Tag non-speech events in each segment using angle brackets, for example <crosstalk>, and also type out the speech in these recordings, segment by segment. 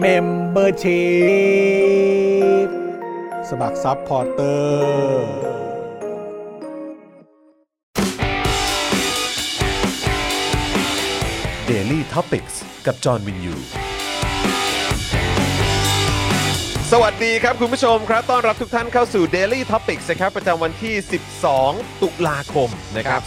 เมมเบอร์ชีพสมัครซัพพอร์เตอร์ Daily t o p i c กกับจอห์นวินยู สวัสดีครับคุณผู้ชมครับต้อนรับทุกท่านเข้าสู่ Daily Topics นะครับประจำวันที่ 12 ตุลาคมนะครับ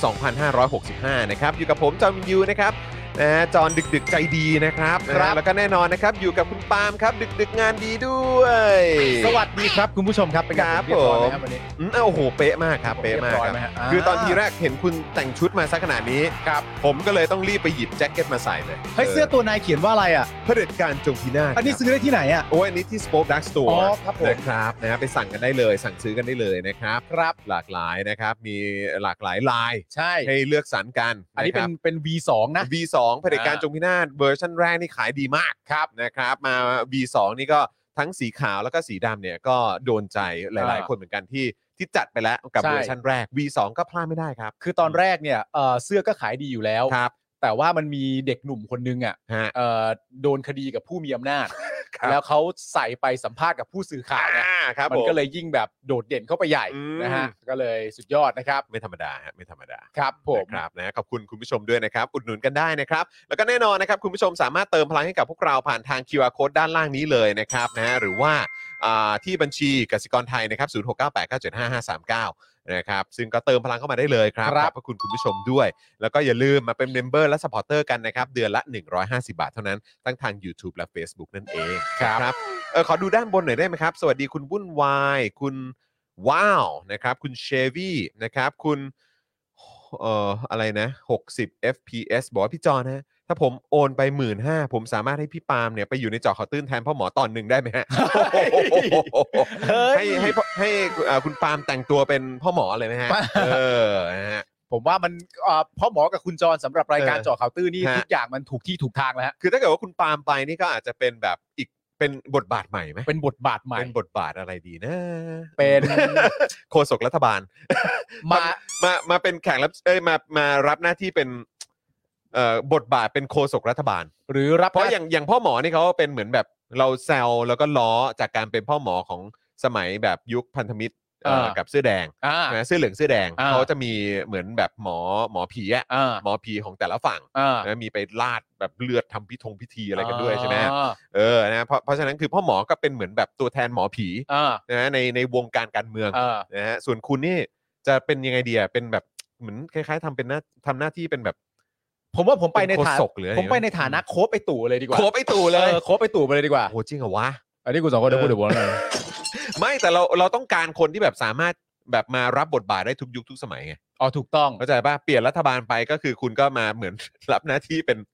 2565 นะครับอยู่กับผมจอห์นวินยูนะครับนะฮะจอห์นดึกๆใจดีนะครับนะฮะ ครับ แล้วก็แน่นอนนะครับอยู่กับคุณปาล์มครับดึกๆงานดีด้วย สวัสดีครับคุณผู้ชมครับเป็น ค ไง รับ เย ผ อย ม ไหครับวันนี้ อืมเอ้าโอ้โหเป๊ะมากครับเป๊ะมาก เรียคบร้อย รับ ไหมฮะอ่า คือตอนทีแรกเห็นคุณแต่งชุดมาซะขนาดนี้ครับผมก็เลยต้องรีบไปหยิบแจ็คเก็ตมาใส่เลย เฮ้ยเสื้อตัวนายเขียนว่าอะไรอ่ะ เผด็จการจงพินาศ อันนี้ ครับ ซื้อได้ที่ไหนอ่ะ โอ้ยอันนี้ที่ Spoke Dark Store อ๋อครับผม นะครับนะไปสั่งกันได้เลย สั่งซื้อกันได้เลยนะครับครับหลากหลายนะครับ มีหลากหลายลาย ใช่ ให้เลือกสรรกัน อันนี้เป็ ะ น ครับ เป็น V2 นะ V2 เผด็จการ อ่า จงพินาศเวอร์ชันแรกนี่ขายดีมากครับนะครับ มา V2 นี่ก็ทั้งสีขาวแล้วก็สีดำเนี่ยก็โดนใจหลายๆ คนเหมือนกันที่ที่จัดไปแล้วกับเวอร์ชันแรก V2 ก็พลาดไม่ได้ครับ คือตอนแรกเนี่ยเอ่อเสื้อก็ขายดีอยู่แล้ว ครับ แต่ว่ามันมีเด็กหนุ่มคนนึงอ่ะ ฮะ เอ่อโดนคดีกับผู้มีอำนาจ ครับ แล้วเขาใส่ไปสัมภาษณ์กับผู้สื่อข่าวเนี่ย อ่าครับ มั ผ นก็เลยยิ่งแบบโดดเด่นเข้าไปใหญ่ อืม นะฮะก็เลยสุดยอดนะครับ ไม่ธรรมดาฮะไม่ธรรมดา ครับผม นะครับนะขอบคุณคุณผู้ชมด้วยนะครับ อุดหนุนกันได้นะครับ แล้วก็แน่นอนนะครับ คุณผู้ชมสามารถเติมพลังให้กับพวกเราผ่านทาง QR Code ด้านล่างนี้เลยนะครับนะหรือว่าอ่าที่บัญชีกสิกรไทยนะครับ0 6 9 8 9 7 5 5 3 9นะครับซึ่งก็เติมพลังเข้ามาได้เลยครับขอบพระคุณคุณผู้ชมด้วย แล้วก็อย่าลืมมาเป็นเมมเบอร์และสปอร์เตอร์กันนะครับ เดือนละ 150 บาทเท่านั้นทั้งทาง YouTube และ Facebook นั่นเองครับเออขอดูด้านบนหน่อยได้ไหมครับ สวัสดีคุณวุ่นวาย คุณว้าวนะครับ คุณเชวี่นะครับคุณเอ่ออะไรนะ 60 fps บอกว่าพี่จอนะ ถ้าผมโอนไปหมื่นห้าผมสามารถให้พี่ปาล์มเนี่ยไปอยู่ในเจอข่าวตื้นแทนพ่อหมอตอนหนึ่งได้ไหมฮะ <laughs> เฮ้ <laughs> ให้ ย ให้พ่อให้เอ่อคุณปาล์มแต่งตัวเป็นพ่อหมอเลยไหมฮะ เออนะฮะ ผมว่ามันเอ่อพ่อหมอกับคุณจรสำหรับรายการ เออ เจ่อข่าวตื้อนี่ ฮะ ทุกอย่างมันถูกที่ถูกทางแล้วฮะ คือถ้าเกิดว่าคุณปาล์มไปนี่ก็อาจจะเป็นแบบอีกเป็นบทบาทใหม่ไหม เป็นบทบาทใหม่ เป็นบทบาทอะไรดีนะ เป็น โฆษกรัฐบาล มา มามาเป็นแขกรับเอ้ยมามารับหน้าที่เป็นเอ่อบทบาทเป็นโฆษกรัฐบาล หรือรับ เพราะ หน้ อย่างอย่างพ่อหมอนี่เขาเป็นเหมือนแบบเราแซวแล้วก็ล้อจากการเป็นพ่อหมอของสมัยแบบยุคพันธมิตรเอ่ออา กั กับเสื้อแดง อ่า นะเสื้อเหลืองเสื้อแดง อ่า เขาจะมีเหมือนแบบหมอหมอผีอะ อ่า หมอผีของแต่ละฝั่ง อ่า นะมีไปลาดแบบเลือดทำพิธงพิธีอะไรกันด้วยใช่ไหม อ่า เออนะเพราะเพราะฉะนั้นคือพ่อหมอก็เป็นเหมือนแบบตัวแทนหมอผี อ่า นะในในวงการการเมือง อ่า นะฮะส่วนคุณนี่จะเป็นยังไงดีอ่ะเป็นแบบเหมือนคล้ายๆทำเป็นหน้าทำหน้าที่เป็นแบบ ผมว่าผมไปใน โฆ ฐาน ษกหรืออะร ผมไปในฐานะโคบไปตู่เลยดีกว่า โคบไอตู่เลย ออโคบไปตู่ไปเลยดีกว่า โอ้โหจริงเหรอวะ อันนี้กูสองคน เอ จะ อ พูดถึงว่าอะไร ไม่แต่เราเราต้องการคนที่แบบสามารถแบบมารับบทบาทได้ทุกยุคทุกสมัยไง อ๋อถูกต้อง เข้าใจป่ะเปลี่ยนรัฐบาลไปก็คือคุณก็มาเหมือน รับหน้าที่เป็น <laughs>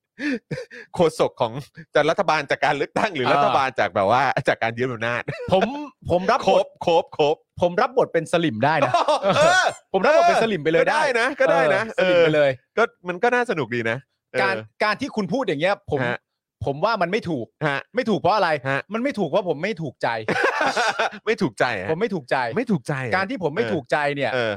โฆษกของจะรัฐบาลจากการเลือกตั้งหรืออา รัฐบาลจากแบบว่าจากการยึดอำนาจ ผมผมรับบ โคบ ท โคบโคบ ผมรับบทเป็นสลิมได้นะ เออ ผมรับบทเป็นสลิมไปเลย ก็ได้นะก็ได้นะ เออสลิมไปเลย ก็มันก็น่าสนุกดีนะเออ การการที่คุณพูดอย่างเงี้ย ผม ฮะ ผมว่ามันไม่ถูก ฮะ ไม่ถูกเพราะอะไร ฮะ <laughs> มันไม่ถูกเพราะผมไม่ถูกใจ ไม่ถูกใจอะ ผมไม่ถูกใจ ไม่ถูกใจอะ การที่ผมไม่ถูกใจเนี่ย เออ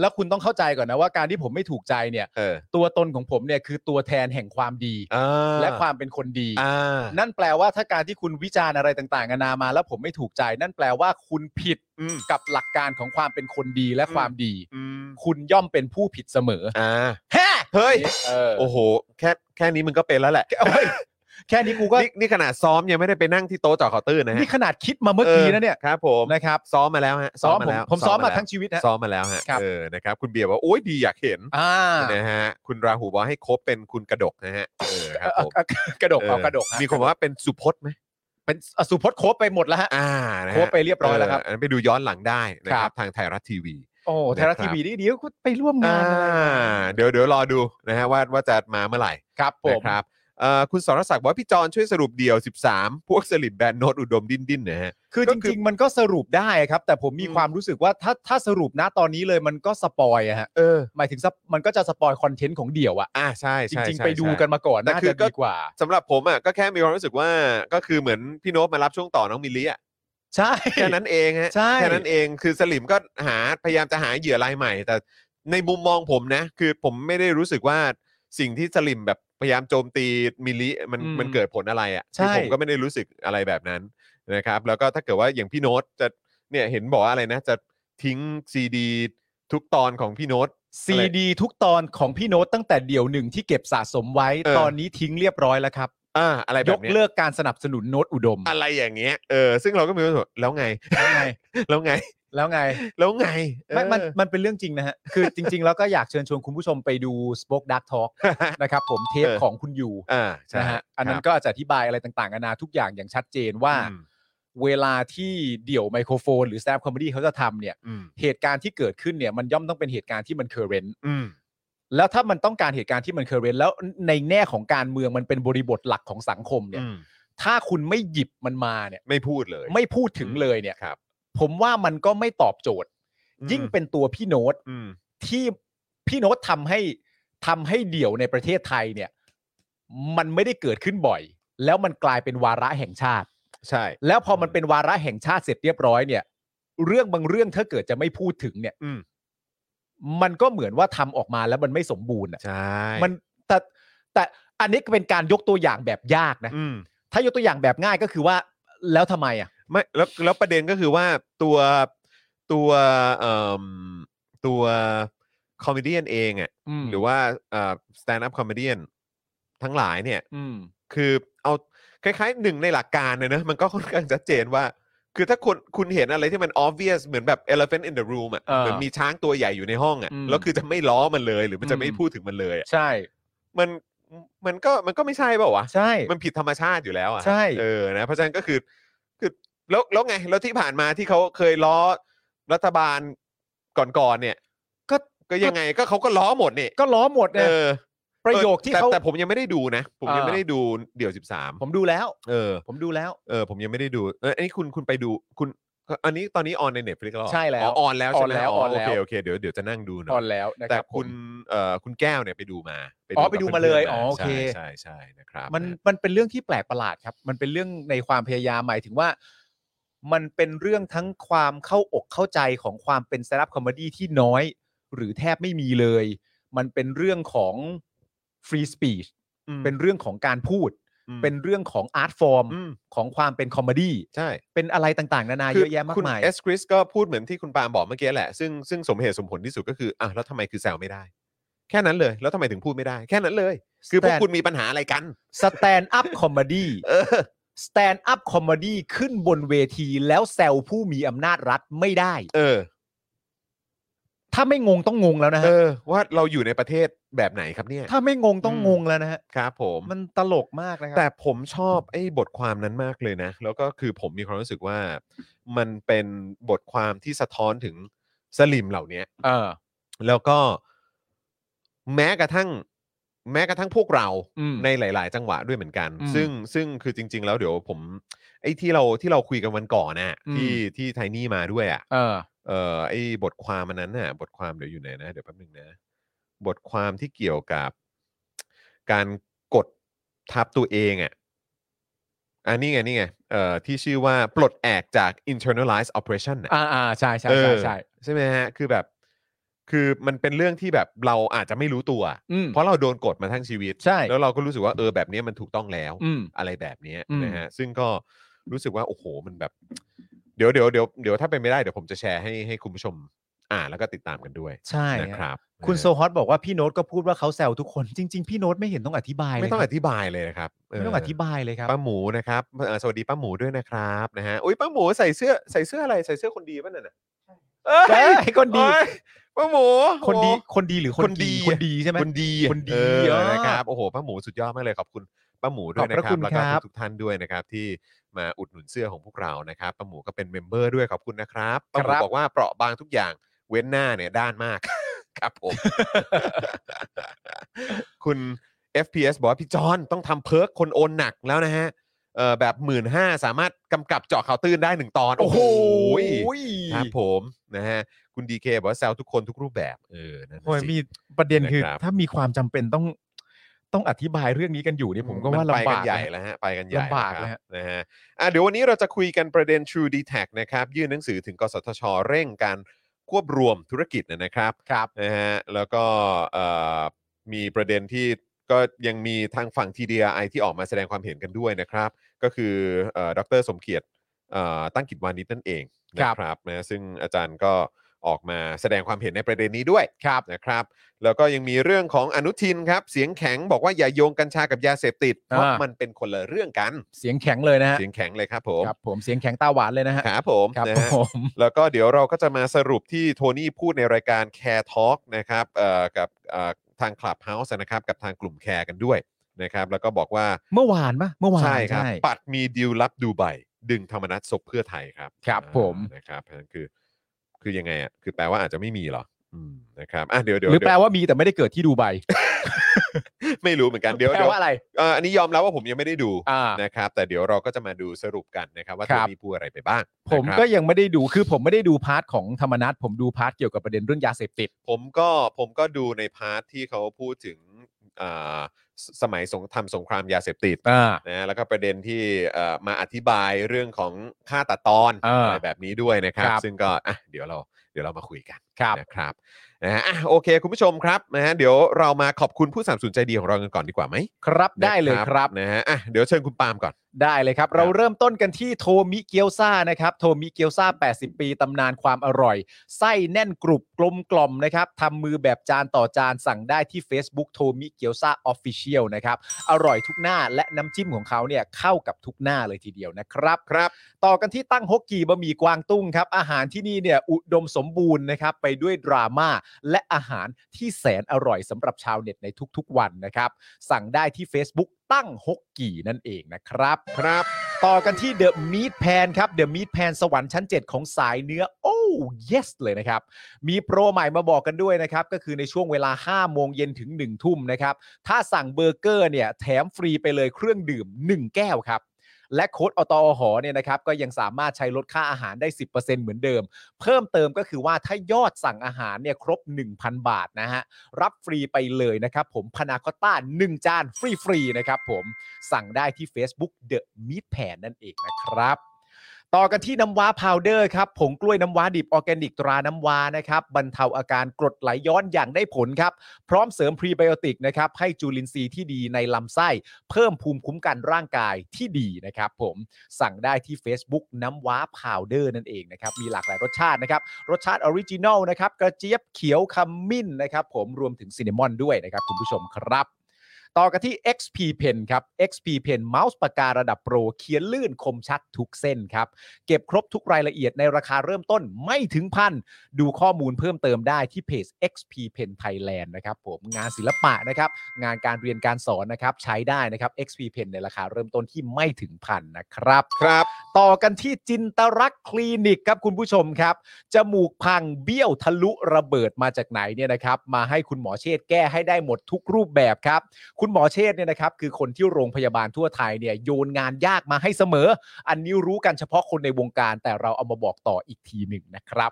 แล้วคุณต้องเข้าใจก่อนนะว่าการที่ผมไม่ถูกใจเนี่ย เออ ตัวตนของผมเนี่ยคือตัวแทนแห่งความดี อ่า และความเป็นคนดี อ่า นั่นแปลว่าถ้าการที่คุณวิจารณ์อะไรต่างๆนานามา แล้วผมไม่ถูกใจ นั่นแปลว่าคุณผิด อืม กับหลักการของความเป็นคนดีและความดี อืม คุณย่อมเป็นผู้ผิดเสมอ อ่า แฮ่ เฮ้ย เออ โอ้โห แค่แค่นี้มึงก็เป็นแล้วแหละ เฮ้ย แค่นี้กูก็ <laughs> นี่นี่ขนาดซ้อมยังไม่ได้ไปนั่งที่โต๊ะเจาะข่าวตื้นนะฮะ นี่ขนาดคิดมาเมื่อกี้นะเนี่ย ครับผม นะครับ ซ้อมมาแล้วฮะ ซ้อมผม แล้ว ผมซ้อมมา แล้ว ทั้งชีวิตฮะ ซ้อมมาแล้วฮะ ครับ เออนะครับคุณเบียร์บอกโอ้ยดีอยากเห็น อ่า นะฮะคุณราหูบอกให้คบเป็นคุณกระดกนะฮะเออครับผม เอ่อเอ่อกระดกเอา เออก ระดกฮะ มีคนบอกว่าเป็นสุพจน์ไหม เป็นอ่ะสุพจน์โครบไปหมดแล้วฮะ อ่านะฮะ โครบไปเรียบร้อยแล้วครับ เนนั้นไปดูย้อนหลังได้นะค ครั รับบ ทางไทยรัฐทีวี โอ้ไทยรัฐ นะครับ ทีวีนี่เดี๋ยวก็ไปร่วมงา อ่าน อะไร เดี๋ยวเดี๋ยวรอดูนะฮะว่าว่าจะมาเมื่อไหร่ ครับผม นะครับเอ่อคุณสรศักดิ์บอกว่าพี่จอนช่วยสรุปเดี่ยว 13 พวกสลิดแบนโนดอุดมดิ้นดิ้นนะฮะ คือ ก็ จ คือ ริงๆ มันก็สรุปได้ครับ แต่ผมมี อืม ความรู้สึกว่าถ้าถ้าสรุปนะตอนนี้เลยมันก็สปอยอะฮะ เออ หมายถึงสปมันก็จะสปอยคอนเทนต์ของเดี่ยวอะ อ่าใช่ จ ใช่ ริง ใช่ ๆ ไปดูกัน ใช่ มาก่อน แต่ น่า คือ จะ ก็ ดีกว่า สำหรับผมอ่ะก็แค่มีความรู้สึกว่าก็คือเหมือนพี่โน้ตมารับช่วงต่อน้องมิลลี่อ่ะ ใช่ แค่นั้นเองฮะ ใช่ แค่นั้นเองคือสลิมก็หาพยายามจะหาเหยื่อรายใหม่ แต่ในมุมมองผมนะ คือผมไม่ได้รู้สึกว่าสิ่งที่สลิมแบบพยายามโจมตีมิลลิมัน อืม มันเกิดผลอะไรอ่ะ ใช่ คือผมก็ไม่ได้รู้สึกอะไรแบบนั้นนะครับ แล้วก็ถ้าเกิดว่าอย่างพี่โน้ตจะเนี่ยเห็นบอกว่าอะไรนะ จะทิ้งซีดีทุกตอนของพี่โน้ต ซีดีทุกตอนของพี่โน้ตตั้งแต่เดี่ยวหนึ่งที่เก็บสะสมไว้ เออ ตอนนี้ทิ้งเรียบร้อยแล้วครับ อ่าอะไรแบ ย บ ก เนี้ย เลิกการสนับสนุนโน้ตอุดม อะไรอย่างเงี้ยเออซึ่งเราก็ไมีรู้สึกว่าแล้วไง แล้วไง แล้วไง แล้วไง แล้วไงเออ ไม่มันมันเป็นเรื่องจริงนะฮะ คือจริง ๆ แล้วก็อยากเชิญชวนคุณผู้ชมไปดู Spoke Dark Talk นะครับผมเทป เออ ของคุณอยู่ อ่าใช่ นะฮะอันนั้น ครับ ก็อาจจะอธิบายอะไรต่างๆนานาทุกอย่างอย่างชัดเจนว่า อืม เวลาที่เดี่ยวไมโครโฟน หรือ Snap Comedy เขาจะทำเนี่ย อืม เหตุการณ์ที่เกิดขึ้นเนี่ยมันย่อมต้องเป็นเหตุการณ์ที่มัน current อืม แล้วถ้ามันต้องการเหตุการณ์ที่มัน current แล้วในแง่ของการเมืองมันเป็นบริบทหลักของสังคมเนี่ย อืม ถ้าคุณไม่หยิบมันมาเนี่ย ไม่พูดเลย ไม่พูดถึงเลยเนี่ย ครับ ผมว่ามันก็ไม่ตอบโจทย์ ยิ่งเป็นตัวพี่โน้ต อืม ที่พี่โน้ตทำให้ทำให้เดี่ยวในประเทศไทยเนี่ยมันไม่ได้เกิดขึ้นบ่อย แล้วมันกลายเป็นวาระแห่งชาติ ใช่ แล้วพอมันเป็นวาระแห่งชาติเสร็จเรียบร้อยเนี่ย เรื่องบางเรื่องถ้าเกิดจะไม่พูดถึงเนี่ย อืม มันก็เหมือนว่าทำออกมาแล้วมันไม่สมบูรณ์อ่ะ ใช่ มันแต่แต่อันนี้ก็เป็นการยกตัวอย่างแบบยากนะ อืม ถ้ายกตัวอย่างแบบง่ายก็คือว่าแล้วทำไมอ่ะ ไม่แล้วแล้วประเด็นก็คือว่าตัวตัวเอ่มตัวคอมเมดี้เองอ่ะ อืม หรือว่าเอ่อสแตนด์อัพคอมเมดี้ทั้งหลายเนี่ย อืม คือเอาคล้ายๆหนึ่งในหลักการเนี่ยนะมันก็ค่อนข้างชัดเจนว่า คือถ้าคุณคุณเห็นอะไรที่มัน obvious เหมือนแบบ elephant in the room อ่ะ เออ เหมือนมีช้างตัวใหญ่อยู่ในห้องอ่ะ อืม แล้วคือจะไม่ล้อมันเลย หรือมันจะไม่ อืม พูดถึงมันเลยอะ ใช่ มันมันก็มันก็ไม่ใช่เปล่าวะ ใช่ มันผิดธรรมชาติอยู่แล้วอ่ะ ใช่ เออนะเพราะฉะนั้นก็คือคือแล้วแล้วไงแล้วที่ผ่านมาที่เขาเคยล้อรัฐบาลก่อนๆเนี่ย ก็ ก็ยังไงก็เขาก็ล้อหมดเนี่ย ก็ล้อหมด เอ นะ อ ประโยคที่ แต่ เขา แต่ผมยังไม่ได้ดูนะ ผมยัง เออ ไม่ได้ดูเดี่ยว 13 ผมดูแล้ว เออ ผมดูแล้ว เออผมยังไม่ได้ดูเอออันนี้คุณคุณไปดูคุณอันนี้ตอนนี้ออนในเน็ตฟลิกแล้วเหรอ ใช่แล้ว อ๋อออนแล้วใช่ไหม ออนแล้วออนโอแล้วเคโอเคเดี๋ยวเดี๋ยวจะนั่งดูหนะ ตอนแล้วนะ แต่ รับ คุณ ผม เอ่อคุณแก้วเนี่ยไปดูมา อ๋อไปดู กับ มาเลย พื่นๆ อ๋อโอเค ใช่ใช่ใช่นะครับ มัน นะ มันเป็นเรื่องที่แปลกประหลาดครับ มันเป็นเรื่องในความพยายามหมายถึงว่า มันเป็นเรื่องทั้งความเข้าอกเข้าใจของความเป็นสแตนด์อัพคอมเมดี้ที่น้อย หรือแทบไม่มีเลย มันเป็นเรื่องของฟรีสปีช อืม เป็นเรื่องของการพูด อืม เป็นเรื่องของอาร์ตฟอร์ม อืม ของความเป็นคอมเมดี้ ใช่ เป็นอะไรต่างๆ นานาเยอะแยะมา คุ ก ณ มาย เอสคริสก็พูดเหมือนที่คุณปาล์มบอกเมื่อกี้แหละ ซึ่งซึ่งสมเหตุสมผลที่สุดก็คืออ่ะแล้วทำไมคือแซวไม่ได้ แค่นั้นเลย แล้วทำไมถึงพูดไม่ได้ แค่นั้นเลย คือพวกคุณมีปัญหาอะไรกัน สแตนด์อัพคอมเม <laughs> ดี้ เออ สแตนด์อัพคอมเมดี้ขึ้นบนเวทีแล้วแซวผู้มีอำนาจรัฐไม่ได้ เออ ถ้าไม่งงต้องงงแล้วนะฮะ เออ ว่าเราอยู่ในประเทศแบบไหนครับเนี่ย ถ้าไม่งงต้อง อืม งงแล้วนะฮะ ครับผม มันตลกมากนะครั แต่ผมชอบไอ้บทความนั้นมากเลยนะ แล้วก็คือผมมีความรู้สึกว่า มันเป็นบทความที่สะท้อนถึงสลิมเหล่าเนี้ย เออ แล้วก็แม้กระทั่ง แม้กระทั่งพวกเรา อืม ในหลาย ๆ จังหวะด้วยเหมือนกัน อืม ซึ่งซึ่งคือจริง ๆ แล้วเดี๋ยวผม ไอ้ที่เราที่เราคุยกันวันก่อนน่ะ อืม ที่ที่ไทนี่มาด้วยอ่ะ เออ เอ่อไอ้บทความมันนั้นน่ะบทความเดี๋ยวอยู่ไหนนะ เดี๋ยวแป๊บนึงนะ บทความที่เกี่ยวกับ การกดทับตัวเองอ่ะอันนี้ไงนี่ไงเอ่อที่ชื่อว่าปลดแอกจาก internalized oppression น่ะ อ่าอ่าใช่ใช่ เออ ใช่ใช่ ใช่ไหมฮะ คือแบบ คือมันเป็นเรื่องที่แบบเราอาจจะไม่รู้ตัว อืม เพราะเราโดนกดมาทั้งชีวิต ใช่ แล้วเราก็รู้สึกว่าเออแบบเนี้ยมันถูกต้องแล้ว อืม อะไรแบบเนี้ย อืม นะฮะซึ่งก็รู้สึกว่า โอ้โห มันแบบ เดี๋ยวเดี๋ยวเดี๋ยวเดี๋ยวถ้าเป็นไม่ได้เดี๋ยวผมจะแชร์ให้ให้คุณผู้ชม อ่านแล้วก็ติดตามกันด้วย ใช่ นะค ฮะ รับ คุณโซฮอตบอกว่าพี่โน้ตก็พูดว่าเขาแซวทุกคนจริง ๆ พี่โน้ตไม่เห็นต้องอธิบายเลย ไม่ต้อง ค อ รับ ธิบายเลยนะครับเ ไม่ต้องอธิบายเลยครับ ป้าหมูนะครับเอ่อสวัสดีป้าหมูด้วยนะครับนะฮะอุ้ยป้าหมูใส่เสื้อใส่เสื้ออะไรใส่เสื้อคนดีป่ะนั่นน่ะเอ้ย ใช่คนดี เอ้ยป้าหมู คนดี โอ้ คนดีหรือ ค คน น ดี ดีคนดีใช่ไหม คนดี คนดี เออ เออ นะครับโอ้โหป้าหมูสุดยอดมากเลยขอบคุณป้าหมูด้วยนะ ขอบพ ค ระ รับ คุณ แล้วก็ ครับ ทุกๆท่านด้วยนะครับที่มาอุดหนุนเสื้อของพวกเรานะครับป้าหมูก็เป็นเมมเบอร์ด้วยขอบคุณนะครับป้าหมูบอกว่าเปราะบางทุกอย่างเว้นหน้าเนี่ยด้านมาก <laughs> ครับผม คุณ FPS บอกว่าพี่จอนต้องทำเพิร์กคนโอนหนักแล้วนะฮะเอ่อแบบหมื่นห้าสามารถกำกับเจาะข่าวตื้นได้หนึ่งตอน ครับผมนะฮะคุณดีเคบอกว่าแซวทุกคนทุกรูปแบบเออนั่นน่ะ โอ้ย สิ มีประเด็นคือ นะครับ ถ้ามีความจำเป็นต้องต้องอธิบายเรื่องนี้กันอยู่เนี่ยผมก็ว่าน ไปกับลำาน ก ใหญ่ นะ แล้วฮะไปกันใหญ่ ลำบาก นะครันะฮะ บนะฮะอ่ะเดี๋ยววันนี้เราจะคุยกันประเด็น True d e t a c นะครับยื่นหนังสือถึงกสทช เร่งการควบรวมธุรกิจนะครับ ครับ นะฮะแล้วก็เอ่อมีประเด็นที่ก็ยังมีทางฝั่ง TDI ที่ออกมาแสดงความเห็นกันด้วยนะครับ ก็คือเอ่อดรสมเกียรติเอ่อตั้งกิจวานิชนั่นเองนะครับนะซึ่งอาจารย์ก็ออกมาแสดงความเห็นในประเด็นนี้ด้วยนะครับ แล้วก็ยังมีเรื่องของอนุทินครับ เสียงแข็งบอกว่าอย่าโยงกัญชากับยาเสพติด เพราะ อ่ามั มันเป็นคนละเรื่องกัน เสียงแข็งเลยนะฮะ เสียงแข็งเลยครับผม ครับผมเสียงแข็งตาหวานเลยนะฮะ ครับผม ครับ นะฮะ ผม แล้วก็เดี๋ยวเราก็จะมาสรุปที่โทนี่พูดในรายการ Care Talk นะครับเอ่อกับเอ่อทาง Clubhouse นะครับ กับทางกลุ่มแคร์กันด้วยนะครับ แล้วก็บอกว่า เมื่อวานปะเมื่อวาน ใช่ครับ ใช่ ปัดมีดีลลับดูไบดึงธรรมนัสศพเพื่อไทยครับ ครับ อ่า ผม นะครับเพราะฉะนั้นคือคือยังไงอ่ะคือแปลว่าอาจจะไม่มีเหรออืมนะครับอ่ะเดี๋ยวเดี๋ยว หรือ เดี๋ แป ย ลว่ามีแต่ไม่ได้เกิดที่ดูไบ ไม่รู้เหมือนกันเดี๋ยว แปล เดี๋ยว ว่าอะไร เอ่ออันนี้ยอมแล้วว่าผมยังไม่ได้ดู อ่า นะครับ แต่เดี๋ยวเราก็จะมาดูสรุปกันนะครับว่า ค เธ รั อบ มีพูดอะไรไปบ้าง ผม นะครับ ก็ยังไม่ได้ดูคือผมไม่ได้ดูพาร์ทของธรรมนัตผมดูพาร์ทเกี่ยวกับประเด็นเรื่องยาเสพติด ผมก็ผมก็ดูในพาร์ทที่เขาพูดถึงอ่าสสมัยสงทำสงครามยาเสพติด อ่า นะแล้วก็ประเด็นที่เอ่อมาอธิบายเรื่องของค่าตัดตอน เอออ ไรแบบนี้ด้วยนะครับ ครับ ซึ่งก็อ่ะเดี๋ยวเราเดี๋ยวเรามาคุยกัน ครับ นะครับนะฮะอ่ะโอเค คุณผู้ชมครับนะฮะเดี๋ยวเรามาขอบคุณผู้สนัมสนุนใจดีของเรากันก่อนดีกว่าไหม ครับได้เลยครับ นะฮะอ่ะเดี๋ยวเชิญคุณปาล์มก่อน ได้เลยครับ ครับ เราเริ่มต้นกันที่โทมิเกียวซานะครับ โทมิเกียวซา80 ปีตำนานความอร่อย ไส้แน่นกรุบกลมกล่อมนะครับทำมือแบบจานต่อจานสั่งได้ที่ Facebook โทมิเกียวซาออฟฟิเชียลนะครับ อร่อยทุกหน้าและน้ำจิ้มของเขาเนี่ยเข้ากับทุกหน้าเลยทีเดียวนะครับ ครับ ต่อกันที่ตั้งฮกกีบะหมี่กวางตุ้งครับ อาหารที่นี่เนี่ยอุดมสมบูรณ์นะครับ ไปด้วยดราม่าและอาหารที่แสนอร่อยสำหรับชาวเน็ตในทุกๆวันนะครับ สั่งได้ที่ Facebook ตั้งฮกกีนั่นเองนะครับ ครับ ต่อกันที่เดอะม a ทแพนครับเดอะม a ทแพนสวรรค์ชั้น 7 ของสายเนื้อ โอ้ yes เลยนะครับ มีโปรใหม่มาบอกกันด้วยนะครับ ก็คือในช่วงเวลา 5 โมงเย็นถึง 1 ทุ่มนะครับ ถ้าสั่งเบอร์เกอร์เนี่ย แถมฟรีไปเลยเครื่องดื่ม 1 แก้วครับ และโค้ดอตอหอเนี่ยนะครับ ก็ยังสามารถใช้ลดค่าอาหารได้ 10%เหมือนเดิม เพิ่มเติมก็คือว่าถ้ายอดสั่งอาหารเนี่ยครบ 1,000 บาทนะฮะ รับฟรีไปเลยนะครับผมพานาคอตต้า 1 จานฟรีๆนะครับผม สั่งได้ที่ Facebook The Meat Pan นั่นเองนะครับ ต่อกันที่น้ำว้าพาวเดอร์ครับผงกล้วยน้ำว้าดิบออร์แกนิกตราน้ำว้านะครับบรรเทาอาการกรดไหลย้อนอย่างได้ผลครับ พร้อมเสริมพรีไบโอติกนะครับให้จุลินทรีย์ที่ดีในลำไส้ เพิ่มภูมิคุ้มกันร่างกายที่ดีนะครับผมสั่งได้ที่ Facebook น้ำว้าพาวเดอร์นั่นเองนะครับ มีหลากหลายรสชาตินะครับ รสชาติออริจินอลนะครับกระเจี๊ยบเขียวขมิ้นนะครับผมรวมถึงซินนามอนด้วยนะครับคุณผู้ชมครับ ต่อกันที่ XP Pen ครับ XP Pen เมาส์ปากการะดับโปรเขียนลื่นคมชัดทุกเส้นครับ เก็บครบทุกรายละเอียดในราคาเริ่มต้นไม่ถึงพัน ดูข้อมูลเพิ่มเติมได้ที่เพจ XP Pen Thailand นะครับผมงานศิลปะนะครับ งานการเรียนการสอนนะครับใช้ได้นะครับ XP Pen ในราคาเริ่มต้นที่ไม่ถึงพันนะครับ ครับ ต่อกันที่จินตรักษณ์คลินิกครับคุณผู้ชมครับ จมูกพังเบี้ยวทะลุระเบิดมาจากไหนเนี่ยนะครับมาให้คุณหมอเชษฐ์แก้ให้ได้หมดทุกรูปแบบครับ คุณหมอเชษฐ์เนี่ยนะครับคือคนที่โรงพยาบาลทั่วไทยเนี่ยโยนงานยากมาให้เสมอ อันนี้รู้กันเฉพาะคนในวงการ แต่เราเอามาบอกต่ออีกทีหนึ่งนะครับ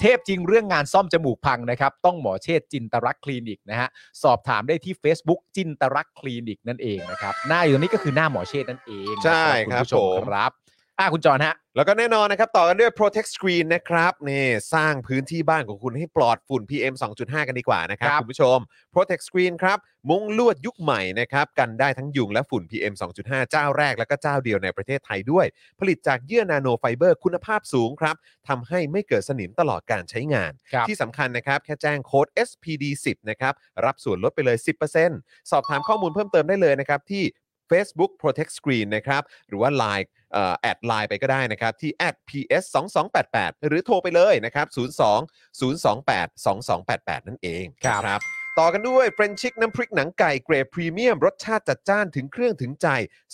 เทพจริงเรื่องงานซ่อมจมูกพังนะครับ ต้องหมอเชษฐ์จินตรักษณ์คลินิกนะฮะสอบถามได้ที่ Facebook จินตรักษณ์คลินิกนั่นเองนะครับหน้าอยู่ตรงนี้ก็คือหน้าหมอเชษฐ์นั่นเองนะ ใช่ คุณ ครับ ผู้ชม ผม ครับ อ่ะคุณจอนฮะ แล้วก็แน่นอนนะครับ ต่อกันด้วย Protect Screen นะครับนี่สร้างพื้นที่บ้านของคุณให้ปลอดฝุ่น PM 2.5 กันดีกว่านะครับ ครับ คุณผู้ชม Protect Screen ครับ มุ้งลวดยุคใหม่นะครับ กันได้ทั้งยุงและฝุ่น PM 2.5 เจ้าแรกและก็เจ้าเดียวในประเทศไทยด้วย ผลิตจากเยื่อนาโนไฟเบอร์คุณภาพสูงครับทำให้ไม่เกิดสนิมตลอดการใช้งาน ครับ ที่สำคัญนะครับ แค่แจ้งโค้ด SPD10 นะครับ รับส่วนลดไปเลย 10%สอบถามข้อมูลเพิ่มเติมได้เลยนะครับ ที่ Facebook Protect Screen นะครับ หรือว่า Line เอ่อแอดไลน์ไปก็ได้นะครับ ที่ @ps 2 2 8 8หรือโทรไปเลยนะครับ 02 028 2288 นั่นเอง ครับ นะต่อกันด้วยเฟรนชิกน้ำพริกหนังไก่เกรดพรีเมียม รสชาติจัดจ้านถึงเครื่องถึงใจ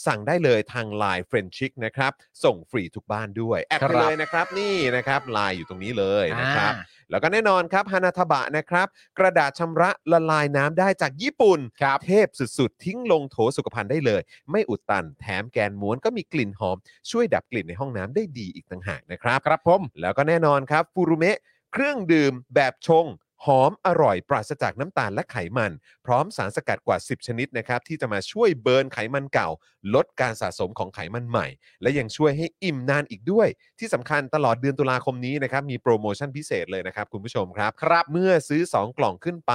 สั่งได้เลยทาง Line เฟรนชิกนะครับ ส่งฟรีทุกบ้านด้วย แอดไปเลยนะครับนี่นะครับไลน์อยู่ตรงนี้เลยนะครับ อ่า แล้วก็แน่นอนครับฮานาทบะนะครับ กระดาษชำระละลายน้ำได้จากญี่ปุ่น ครับ เทพสุดๆ ทิ้งลงโถสุขภัณฑ์ได้เลย ไม่อุดตันแถมแกนม้วนก็มีกลิ่นหอม ช่วยดับกลิ่นในห้องน้ำได้ดีอีกต่างหากนะครับ ครับผม แล้วก็แน่นอนครับฟูรุเมะเครื่องดื่มแบบชง หอมอร่อย ปราศจากน้ำตาลและไขมัน พร้อมสารสกัดกว่า 10 ชนิดนะครับ ที่จะมาช่วยเบิร์นไขมันเก่า ลดการสะสมของไขมันใหม่ และยังช่วยให้อิ่มนานอีกด้วย ที่สำคัญตลอดเดือนตุลาคมนี้นะครับ มีโปรโมชั่นพิเศษเลยนะครับ คุณผู้ชมครับ ครับ เมื่อซื้อ 2 กล่องขึ้นไป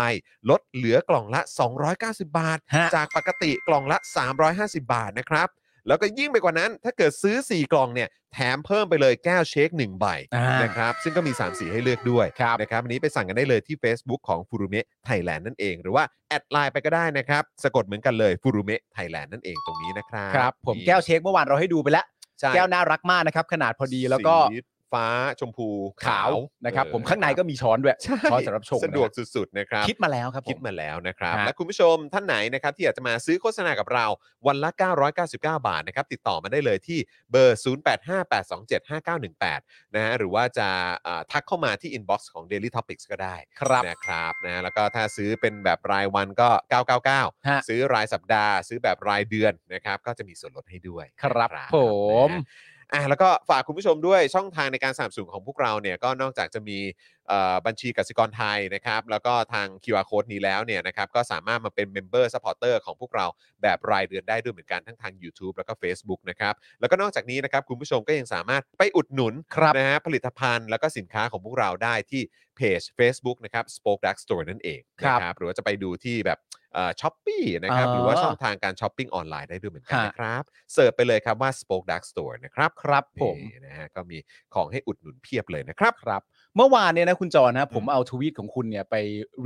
ลดเหลือกล่องละ 290 บาท ฮะ จากปกติกล่องละ 350 บาทนะครับ แล้วก็ยิ่งไปกว่านั้น ถ้าเกิดซื้อ 4 กล่องเนี่ย แถมเพิ่มไปเลยแก้วเชค 1 ใบ อ่า นะครับ ซึ่งก็มี 3 สีให้เลือกด้วย ครับ นะครับ อันนี้ไปสั่งกันได้เลยที่ Facebook ของฟูรุเมะไทยแลนด์นั่นเอง หรือว่า แอดไลน์ไปก็ได้นะครับ สะกดเหมือนกันเลยฟูรุเมะไทยแลนด์นั่นเองตรงนี้นะครับ ครับ ผมแก้วเช็คเมื่อวานเราให้ดูไปแล้ว ใช่ แก้วน่ารักมากนะครับ ขนาดพอดีแล้วก็ สีฟ้าชมพู ขาวนะครับ เออ ผมข้างในก็มีช้อนด้วย ใช่ ช้อนสำหรับชง สะดวกสุดๆนะครับ คิดมาแล้วครับผ คิดมาแล้วนะครับ ฮะ และคุณผู้ชมท่านไหนนะครับที่อยากจะมาซื้อโฆษณากับเราวันละ 999 บาทนะครับติดต่อมาได้เลยที่เบอร์ 0858275918 นะฮะหรือว่าจะเอ่อทักเข้ามาที่ inbox ของ Daily Topics ก็ได้ ครับ นะครับนะแล้วก็ถ้าซื้อเป็นแบบรายวันก็ ฮะ 999 ซื้อรายสัปดาห์ ซื้อแบบรายเดือนนะครับก็จะมีส่วนลดให้ด้วย ครับ นะ ผม นะฮะอ่ะแล้วก็ฝากคุณผู้ชมด้วยช่องทางในการสนับสนุนของพวกเราเนี่ยก็นอกจากจะมี เอ่อบัญชีกสิกรไทยนะครับ แล้วก็ทาง QR Code นี้แล้วเนี่ยนะครับ ก็สามารถมาเป็นเมมเบอร์สปอร์เตอร์ของพวกเราแบบรายเดือนได้ด้วยเหมือนกันทั้งทาง YouTube แล้วก็ Facebook นะครับ แล้วก็นอกจากนี้นะครับ คุณผู้ชมก็ยังสามารถไปอุดหนุน ครับ นะฮะผลิตภัณฑ์แล้วก็สินค้าของพวกเราได้ที่เพจ Facebook นะครับ Spoke Dark Store นั่นเอง ครับ นะหรือว่าจะไปดูที่แบบช้อปปี้นะครับ อ๋อ หรือว่าช่องทางการช้อปปิ้งออนไลน์ได้ด้วยเหมือนกัน ฮะ นะครับเสิร์ชไปเลยครับว่า Spoke Dark Store นะครับ ครับผม นี่นะฮะก็มีของให้อุดหนุนเพียบเลยนะครับ ครับเมื่อวานเนี่ยนะคุณจอนะผมเอาทวีตของคุณเนี่ยไป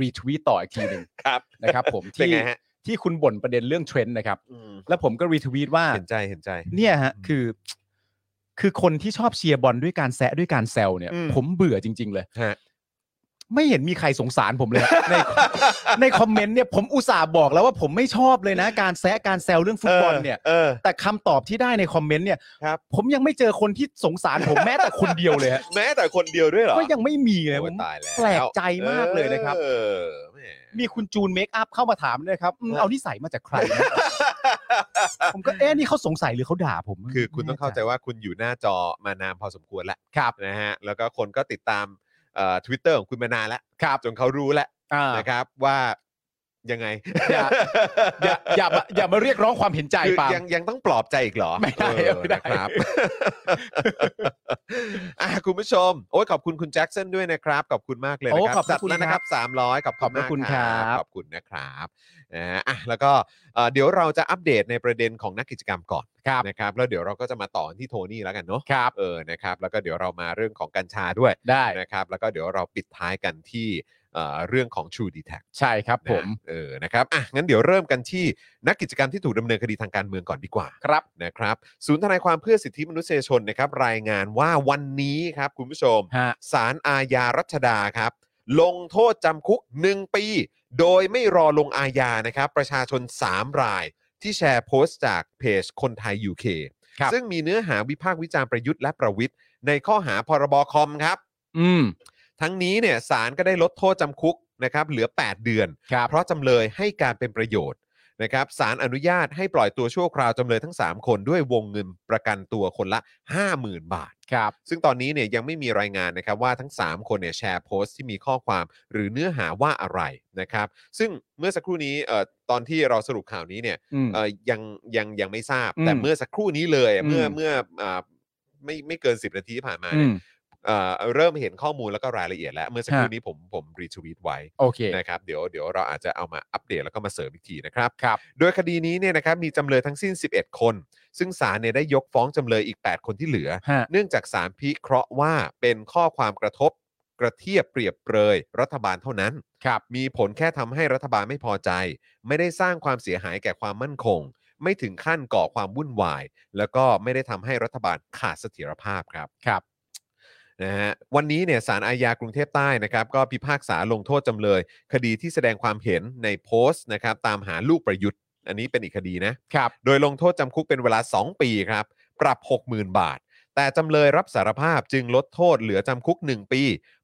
รีทวีตต่ออีกทีหนึ่ง ครับ นะครับผม เป็น ที่ ไงฮะ ที่คุณบ่นประเด็นเรื่องเทรนด์นะครับ อืม แล้วผมก็รีทวีตว่า เห็นใจเห็นใจ เนี่ยฮะคือ คือคนที่ชอบเชียร์บอลด้วยการแซะด้วยการแซวเนี่ย อืม ผมเบื่อจริง ๆ เลย ฮะ ไม่เห็นมีใครสงสารผมเลยฮะใน <laughs> ในคอมเมนต์เนี่ยผมอุตส่าห์บอกแล้วว่าผมไม่ชอบเลยนะ การแซะการแซวเรื่องฟุตบอลเนี่ย เออ แต่คำตอบที่ได้ในคอมเมนต์เนี่ย ครับ ผมยังไม่เจอคนที่สงสารผมแม้แต่คนเดียวเลยฮะ แม้แต่ <laughs> คนเดียวด้วยเหรอ ก็ยังไม่มีเลย โอ้ ผ ย ม ตายแล้ว แปลกใจมากเลยนะครับ เออแหม มีคุณจูนเมคอัพเข้ามาถามด้วยครับอืม ฮะ เอานิสัย <laughs> มาจากใครนะ ผมก็เอ๊ะนี่เขาสงสัยหรือเขาด่าผม คือคุณต้องเข้าใจ ไม่แน่ ว่าคุณอยู่หน้าจอมานานพอสมควรแล้ว ครับ นะฮะ แล้วก็คนก็ติดตามเอ่อทวิตเตอร์ของคุณมานานแล้ว ครับ จนเขารู้แล้ว อ่า นะครับว่ายังไง อย่า อย่าอย่ามาอย่ามาเรียกร้องความเห็นใจ คือ ปาล์ม ยังยังต้องปลอบใจอีกเหรอ ไม่ได้ เออ ไม่ได้ นะครับ <laughs> อ่ะคุณผู้ชม โอ้ยขอบคุณคุณแจ็คสันด้วยนะครับ ขอบคุณมากเลยนะ โอ้ ครับ ขอบพ จั ระ ด คุณ แล้วนะครับสามร้อยขอบ ขอบพระ มาก คุณครับ ขอบคุณนะครับนะฮะอ่ะแล้วก็เอ่อเดี๋ยวเราจะอัปเดตในประเด็นของนักกิจกรรมก่อน ครับ นะครับ แล้วเดี๋ยวเราก็จะมาต่อที่โทนี่แล้วกันเนาะ ครับ เออนะครับ แล้วก็เดี๋ยวเรามาเรื่องของกัญชาด้วย ได้ นะครับ แล้วก็เดี๋ยวเราปิดท้ายกันที่เอ่อเรื่องของ True d e t a c ใช่ครับผม เออนะครับอ่ะงั้นเดี๋ยวเริ่มกันที่นักกิจกรรมที่ถูกดำเนินคดีทางการเมืองก่อนดีกว่า ครับ นะครับศูนย์ทนายความเพื่อสิทธิมนุษยชนนะครับรายงานว่าวันนี้ครับคุณผู้ชม ฮะ ศาลอาญารัชดาครับ ลงโทษจำคุก 1 ปี โดยไม่รอลงอาญานะครับ ประชาชน 3 ราย ที่แชร์โพสต์จากเพจคนไทย UK ครับ ซึ่งมีเนื้อหาวิพากษ์วิจารณ์ประยุทธ์และประวิทย์ในข้อหาพรบคอมครับ อืม ทั้งนี้เนี่ยศาลก็ได้ลดโทษจำคุกนะครับเหลือ 8 เดือน ครับ เพราะจำเลยให้การเป็นประโยชน์นะครับสารอนุญาตให้ปล่อยตัวชั่วคราวจำเลยทั้ง 3 คนด้วยวงเงินประกันตัวคนละ 50,000 บาท ครับ ซึ่งตอนนี้เนี่ยยังไม่มีรายงานนะครับว่าทั้ง 3 คนเนี่ยแชร์โพสต์ที่มีข้อความหรือเนื้อหาว่าอะไรนะครับ ซึ่งเมื่อสักครู่นี้เอ่อตอนที่เราสรุปข่าวนี้เนี่ย อืม เอ่อยังยังยังไม่ทราบ อืม แต่เมื่อสักครู่นี้เลยอะ อืม เมื่อเมื่ออ่า ไม่ไม่เกิน 10 นาทีที่ผ่านมา อื เนี่ย ม เอ่อเริ่มเห็นข้อมูลแล้วก็รายละเอียดแล้วเมื่อสักครู่ ฮะ นี้ผมผมรีทวีตไว้ โอเค นะครับเดี๋ยวเดี๋ยวเราอาจจะเอามาอัปเดตแล้วก็มาเสริมอีกทีนะครับ ครับ โดยคดีนี้เนี่ยนะครับมีจำเลยทั้งสิ้น 11 คน ซึ่งศาลเนี่ยได้ยกฟ้องจำเลยอีก 8 คนที่เหลือ ฮะ เนื่องจากศาลพิเคราะห์ว่าเป็นข้อความกระทบกระเทียบเปรียบเปรยรัฐบาลเท่านั้น ครับ มีผลแค่ทำให้รัฐบาลไม่พอใจ ไม่ได้สร้างความเสียหายแก่ความมั่นคง ไม่ถึงขั้นก่อความวุ่นวาย แล้วก็ไม่ได้ทำให้รัฐบาลขาดเสถียรภาพครับ ครับ นะฮะวันนี้เนี่ยสารอาญากรุงเทพใต้นะครับก็พิพากษาลงโทษจำเลย คดีที่แสดงความเห็นในโพสต์นะครับตามหาลูกประยุทธ์ อันนี้เป็นอีกคดีนะครับ โดยลงโทษจำคุกเป็นเวลา 2 ปีครับ ปรับ 60,000 บาท แต่จำเลยรับสารภาพจึงลดโทษเหลือจำคุก 1 ปี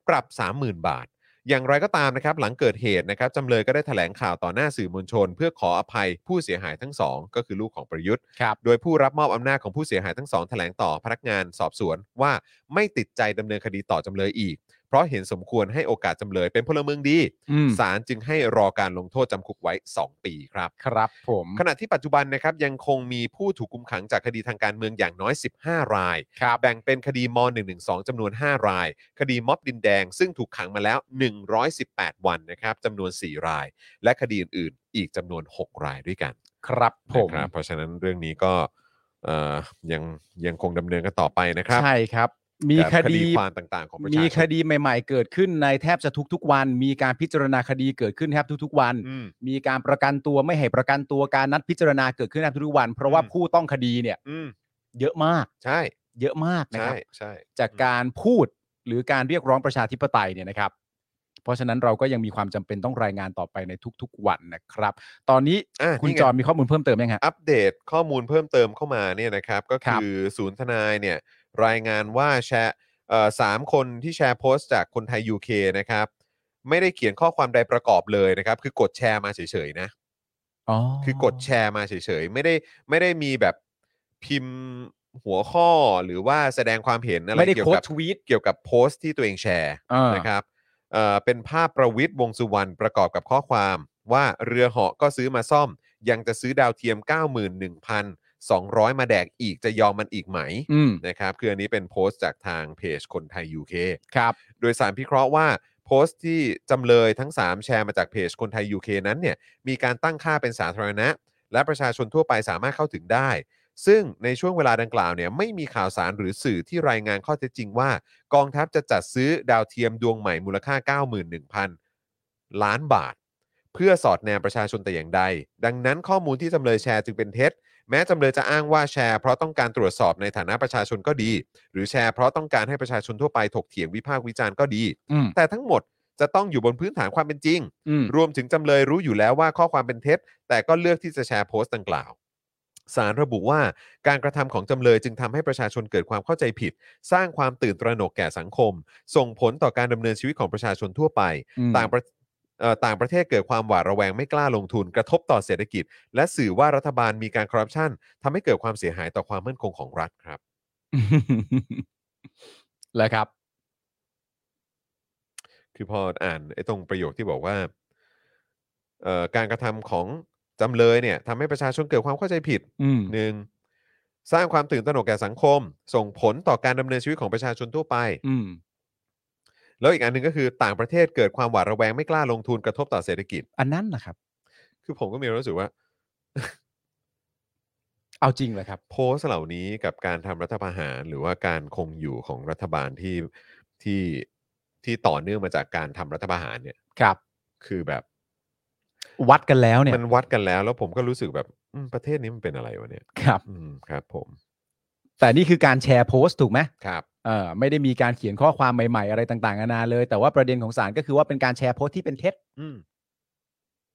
ปรับ 30,000 บาท อย่างไรก็ตามนะครับหลังเกิดเหตุนะครับจำเลยก็ได้แถลงข่าวต่อหน้าสื่อมวลชน เพื่อขออภัยผู้เสียหายทั้งสองก็คือลูกของประยุทธ์ ครับ โดยผู้รับมอบอำนาจของผู้เสียหายทั้งสองแถลงต่อพนักงานสอบสวนว่าไม่ติดใจดำเนินคดีต่อจำเลยอีก เพราะเห็นสมควรให้โอกาสจำเลยเป็นพลเมืองดี อืม ศาลจึงให้รอการลงโทษจำคุกไว้ 2 ปีครับ ครับผม ขณะที่ปัจจุบันนะครับยังคงมีผู้ถูกคุมขังจากคดีทางการเมืองอย่างน้อย 15 ราย ครับ แบ่งเป็นคดีม .112 จำนวน 5 ราย คดีม็อบดินแดง ซึ่งถูกขังมาแล้ว 118 วันนะครับจำนวน 4 ราย และคดีอื่นๆ อีกจำนวน 6 รายด้วยกัน ครับผม นะครับเพราะฉะนั้นเรื่องนี้ก็เอ่อยังยังคงดำเนินกันต่อไปนะครับ ใช่ครับ มี กับ คดี ความต่างๆของประชาชน มีคดีใหม่ ๆ เกิดขึ้นในแทบจะทุกๆวัน มีการพิจารณาคดีเกิดขึ้นแทบทุกๆวัน อืม มีการประกันตัวไม่ให้ประกันตัวการนัดพิจารณาเกิดขึ้นแทบทุกๆวัน เพราะว่า อืม ผู้ต้องคดีเนี่ย อืม เยอะมาก ใช่ เยอะมากนะค ใช่ รับ ใช่ จากการพูดหรือการเรียกร้องประชาธิปไตยเนี่ยนะครับ เพราะฉะนั้นเราก็ยังมีความจำเป็นต้องรายงานต่อไปในทุกๆวันนะครับ ตอนนี้ ะ คุณ นี่ไง จอมีข้อมูลเพิ่มเติมยังฮะ อัปเดตข้อมูลเพิ่มเติมเข้ามาเนี่ยนะครับ ก็ ครับ คือศูนย์ทนายเนี่ยรายงานว่าแชร์เอ่อสามคนที่แชร์โพสต์จากคนไทย UK นะครับ ไม่ได้เขียนข้อความใดประกอบเลยนะครับ คือกดแชร์มาเฉยๆนะ อ๋อ คือกดแชร์มาเฉยๆ ไม่ได้ไม่ได้มีแบบพิมพ์หัวข้อหรือว่าแสดงความเห็นอะไร ไม่ได้ เกี่ยว โพส กับ ต์ทวีต เกี่ยวกับโพสต์ที่ตัวเองแชร์ อ่า นะครับเอ่อเป็นภาพประวิทย์วงษ์สุวรรณประกอบกับข้อความว่าเรือเหาะก็ซื้อมาซ่อม ยังจะซื้อดาวเทียม 91,200 มาแดกอีกจะยอมมันอีกไหม อืม นะครับคืออันนี้เป็นโพสต์จากทางเพจคนไทย UK ครับ โดยสารพิเคราะห์ว่าโพสต์ที่จำเลยทั้ง 3 แชร์มาจากเพจคนไทย UK นั้นเนี่ยมีการตั้งค่าเป็นสาธารณะ และประชาชนทั่วไปสามารถเข้าถึงได้ ซึ่งในช่วงเวลาดังกล่าวเนี่ยไม่มีข่าวสารหรือสื่อที่รายงานข้อเท็จจริงว่า กองทัพจะจัดซื้อดาวเทียมดวงใหม่มูลค่า 91,000 ล้านบาท เพื่อสอดแนมประชาชนแต่อย่างใด ดังนั้นข้อมูลที่จำเลยแชร์จึงเป็นเท็จ แม้จำเลยจะอ้างว่าแชร์เพราะต้องการตรวจสอบในฐานะประชาชนก็ดี หรือแชร์เพราะต้องการให้ประชาชนทั่วไปถกเถียงวิพากษ์วิจารณ์ก็ดี อืม แต่ทั้งหมดจะต้องอยู่บนพื้นฐานความเป็นจริง อืม รวมถึงจำเลยรู้อยู่แล้วว่าข้อความเป็นเท็จ แต่ก็เลือกที่จะแชร์โพสต์ดังกล่าว สารระบุว่าการกระทำของจำเลยจึงทำให้ประชาชนเกิดความเข้าใจผิด สร้างความตื่นตระหนกแก่สังคม ส่งผลต่อการดำเนินชีวิตของประชาชนทั่วไป อืม ต่างประเอ่อต่างประเทศเกิดความหวาดระแวงไม่กล้าลงทุน กระทบต่อเศรษฐกิจ และสื่อว่ารัฐบาลมีการคอร์รัปชันทำให้เกิดความเสียหายต่อความมั่นคงของรัฐครับ <laughs> แล้วครับ คือพออ่านไอ้ตรงประโยคที่บอกว่าเอ่อการกระทำของจำเลยเนี่ยทำให้ประชาชนเกิดความเข้าใจผิด อืม หนึ่งสร้างความตื่นตระหนกแก่สังคม ส่งผลต่อการดำเนินชีวิตของประชาชนทั่วไป อืม แล้วอีกอันหนึ่งก็คือต่างประเทศเกิดความหวาดระแวงไม่กล้าลงทุนกระทบต่อเศรษฐกิจ อันนั้นนะครับ คือผมก็มีความรู้สึกว่า เอาจริงเลยครับ โพสต์เหล่านี้กับการทำรัฐประหารหรือว่าการคงอยู่ของรัฐบาลที่ที่ที่ต่อเนื่องมาจากการทำรัฐประหารเนี่ย ครับ คือแบบ วัดกันแล้วเนี่ย มันวัดกันแล้ว แล้วผมก็รู้สึกแบบอืมประเทศนี้มันเป็นอะไรวะเนี่ย ครับ อืมครับ ผม แต่นี่คือการแชร์โพสต์ถูกไหม ครับ เออไม่ได้มีการเขียนข้อความใหม่ๆ อะไรต่างๆนานาเลย แต่ว่าประเด็นของสารก็คือว่าเป็นการแชร์โพสต์ที่เป็นเท็จ อืม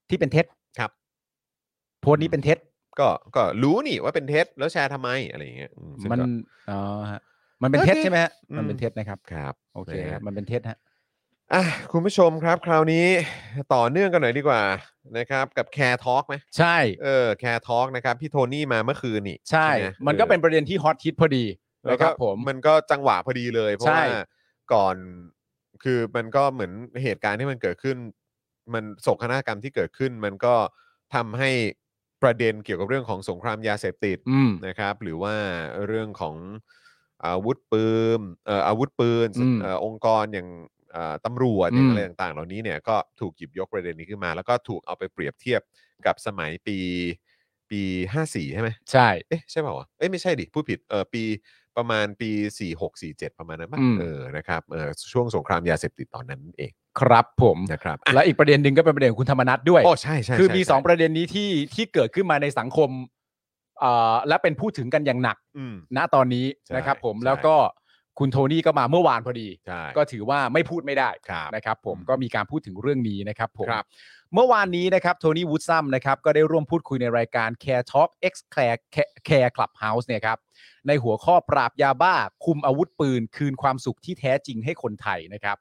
ที่เป็นเท็จ ครับ โพสต์นี้เป็นเท็จ ก็ก็รู้นี่ว่าเป็นเท็จแล้วแชร์ทำไมอะไรอย่างเงี้ยอืซึ่ง มัน ก็ อ๋อฮะมันเป็นเท็จใช่ไหมฮะ อืม มันเป็นเท็จนะครับ ครับ โอเค นะ ค ฮะ รับมันเป็นเท็จฮะ อ่ะคุณผู้ชมครับ คราวนี้ต่อเนื่องกันหน่อยดีกว่านะครับ กับแคร์ทอล์กไหม ใช่ เออแคร์ทอล์กนะครับพี่โทนี่มาเมื่อคืนนี่ ใช่ ไห มันก็ ออ เป็นประเด็นที่ฮอตฮิตพอดี แล้ว นะค ก็ รับผม มันก็จังหวะพอดีเลย เพราะ ใช่ ว่าก่อนคือมันก็เหมือนเหตุการณ์ที่มันเกิดขึ้น มันโศกนาฏกรรมที่เกิดขึ้น มันก็ทำให้ประเด็นเกี่ยวกับเรื่องของสงครามยาเสพติด อืม นะครับ หรือว่าเรื่องของ อาวุธปืนเอ่ออาวุธปืน อืม เอ่อองค์กรอย่างเอ่อตำรวจอย่าง อืม อะไรต่างๆ เหล่านี้เนี่ยก็ถูกหยิบยกประเด็นนี้ขึ้นมา แล้วก็ถูกเอาไปเปรียบเทียบกับสมัยปีปี 54 ใช่ไหม ใช่ เอ๊ะใช่เปล่าวะเอ้ยไม่ใช่ดิพูดผิดเออปีประมาณปี 46 47 ประมาณนั้นป่ะ อืม เออนะครับเออช่วงสงครามยาเสพติดตอนนั้นเอง ครับผม นะครับอ่ะ และอีกประเด็นหนึ่งก็เป็นประเด็นของคุณธรรมนัทด้วย โอ้ใช่ใช่ คือ ใช่ มี ใช่ สองประเด็นนี้ที่ที่เกิดขึ้นมาในสังคมเอ่อและเป็นพูดถึงกันอย่างหนัก อืม ณตอนนี้ ใช่ นะครับผม ใช่ แล้วก็คุณโทนี่ก็มาเมื่อวานพอดี ใช่ ก็ถือว่าไม่พูดไม่ได้ ครับ นะครับผม อืม ก็มีการพูดถึงเรื่องนี้นะครับผม ครับ เมื่อวานนี้นะครับโทนี่วูดซัมนะครับก็ได้ร่วมพูดคุยในรายการ Care Talk X Care Care- Care Clubhouse เนี่ยครับในหัวข้อปราบยาบ้า คุมอาวุธปืน คืนความสุขที่แท้จริงให้คนไทยนะครับ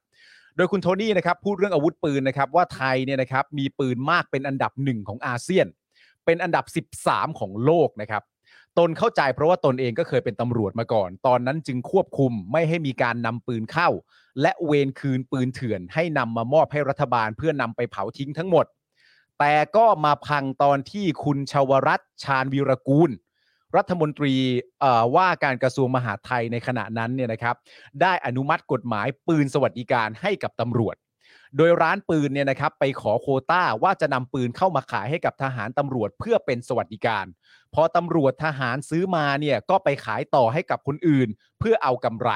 โดยคุณโทนี่นะครับพูดเรื่องอาวุธปืนนะครับว่าไทยเนี่ยนะครับมีปืนมากเป็นอันดับหนึ่งของอาเซียน เป็นอันดับ 13 ของโลกนะครับ ตนเข้าใจเพราะว่าตนเองก็เคยเป็นตำรวจมาก่อน ตอนนั้นจึงควบคุมไม่ให้มีการนำปืนเข้า และเวรคืนปืนเถื่อนให้นำมามอบให้รัฐบาลเพื่อนำไปเผาทิ้งทั้งหมด แต่ก็มาพังตอนที่คุณชาวรัตน์ชาญวีรกูล รัฐมนตรีเอ่อว่าการกระทรวงมหาดไทยในขณะนั้นเนี่ยนะครับ ได้อนุมัติกฎหมายปืนสวัสดิการให้กับตำรวจ โดยร้านปืนเนี่ยนะครับไปขอโควต้าว่าจะนำปืนเข้ามาขายให้กับทหารตำรวจเพื่อเป็นสวัสดิการ พอตำรวจทหารซื้อมาเนี่ยก็ไปขายต่อให้กับคนอื่น เพื่อเอากำไร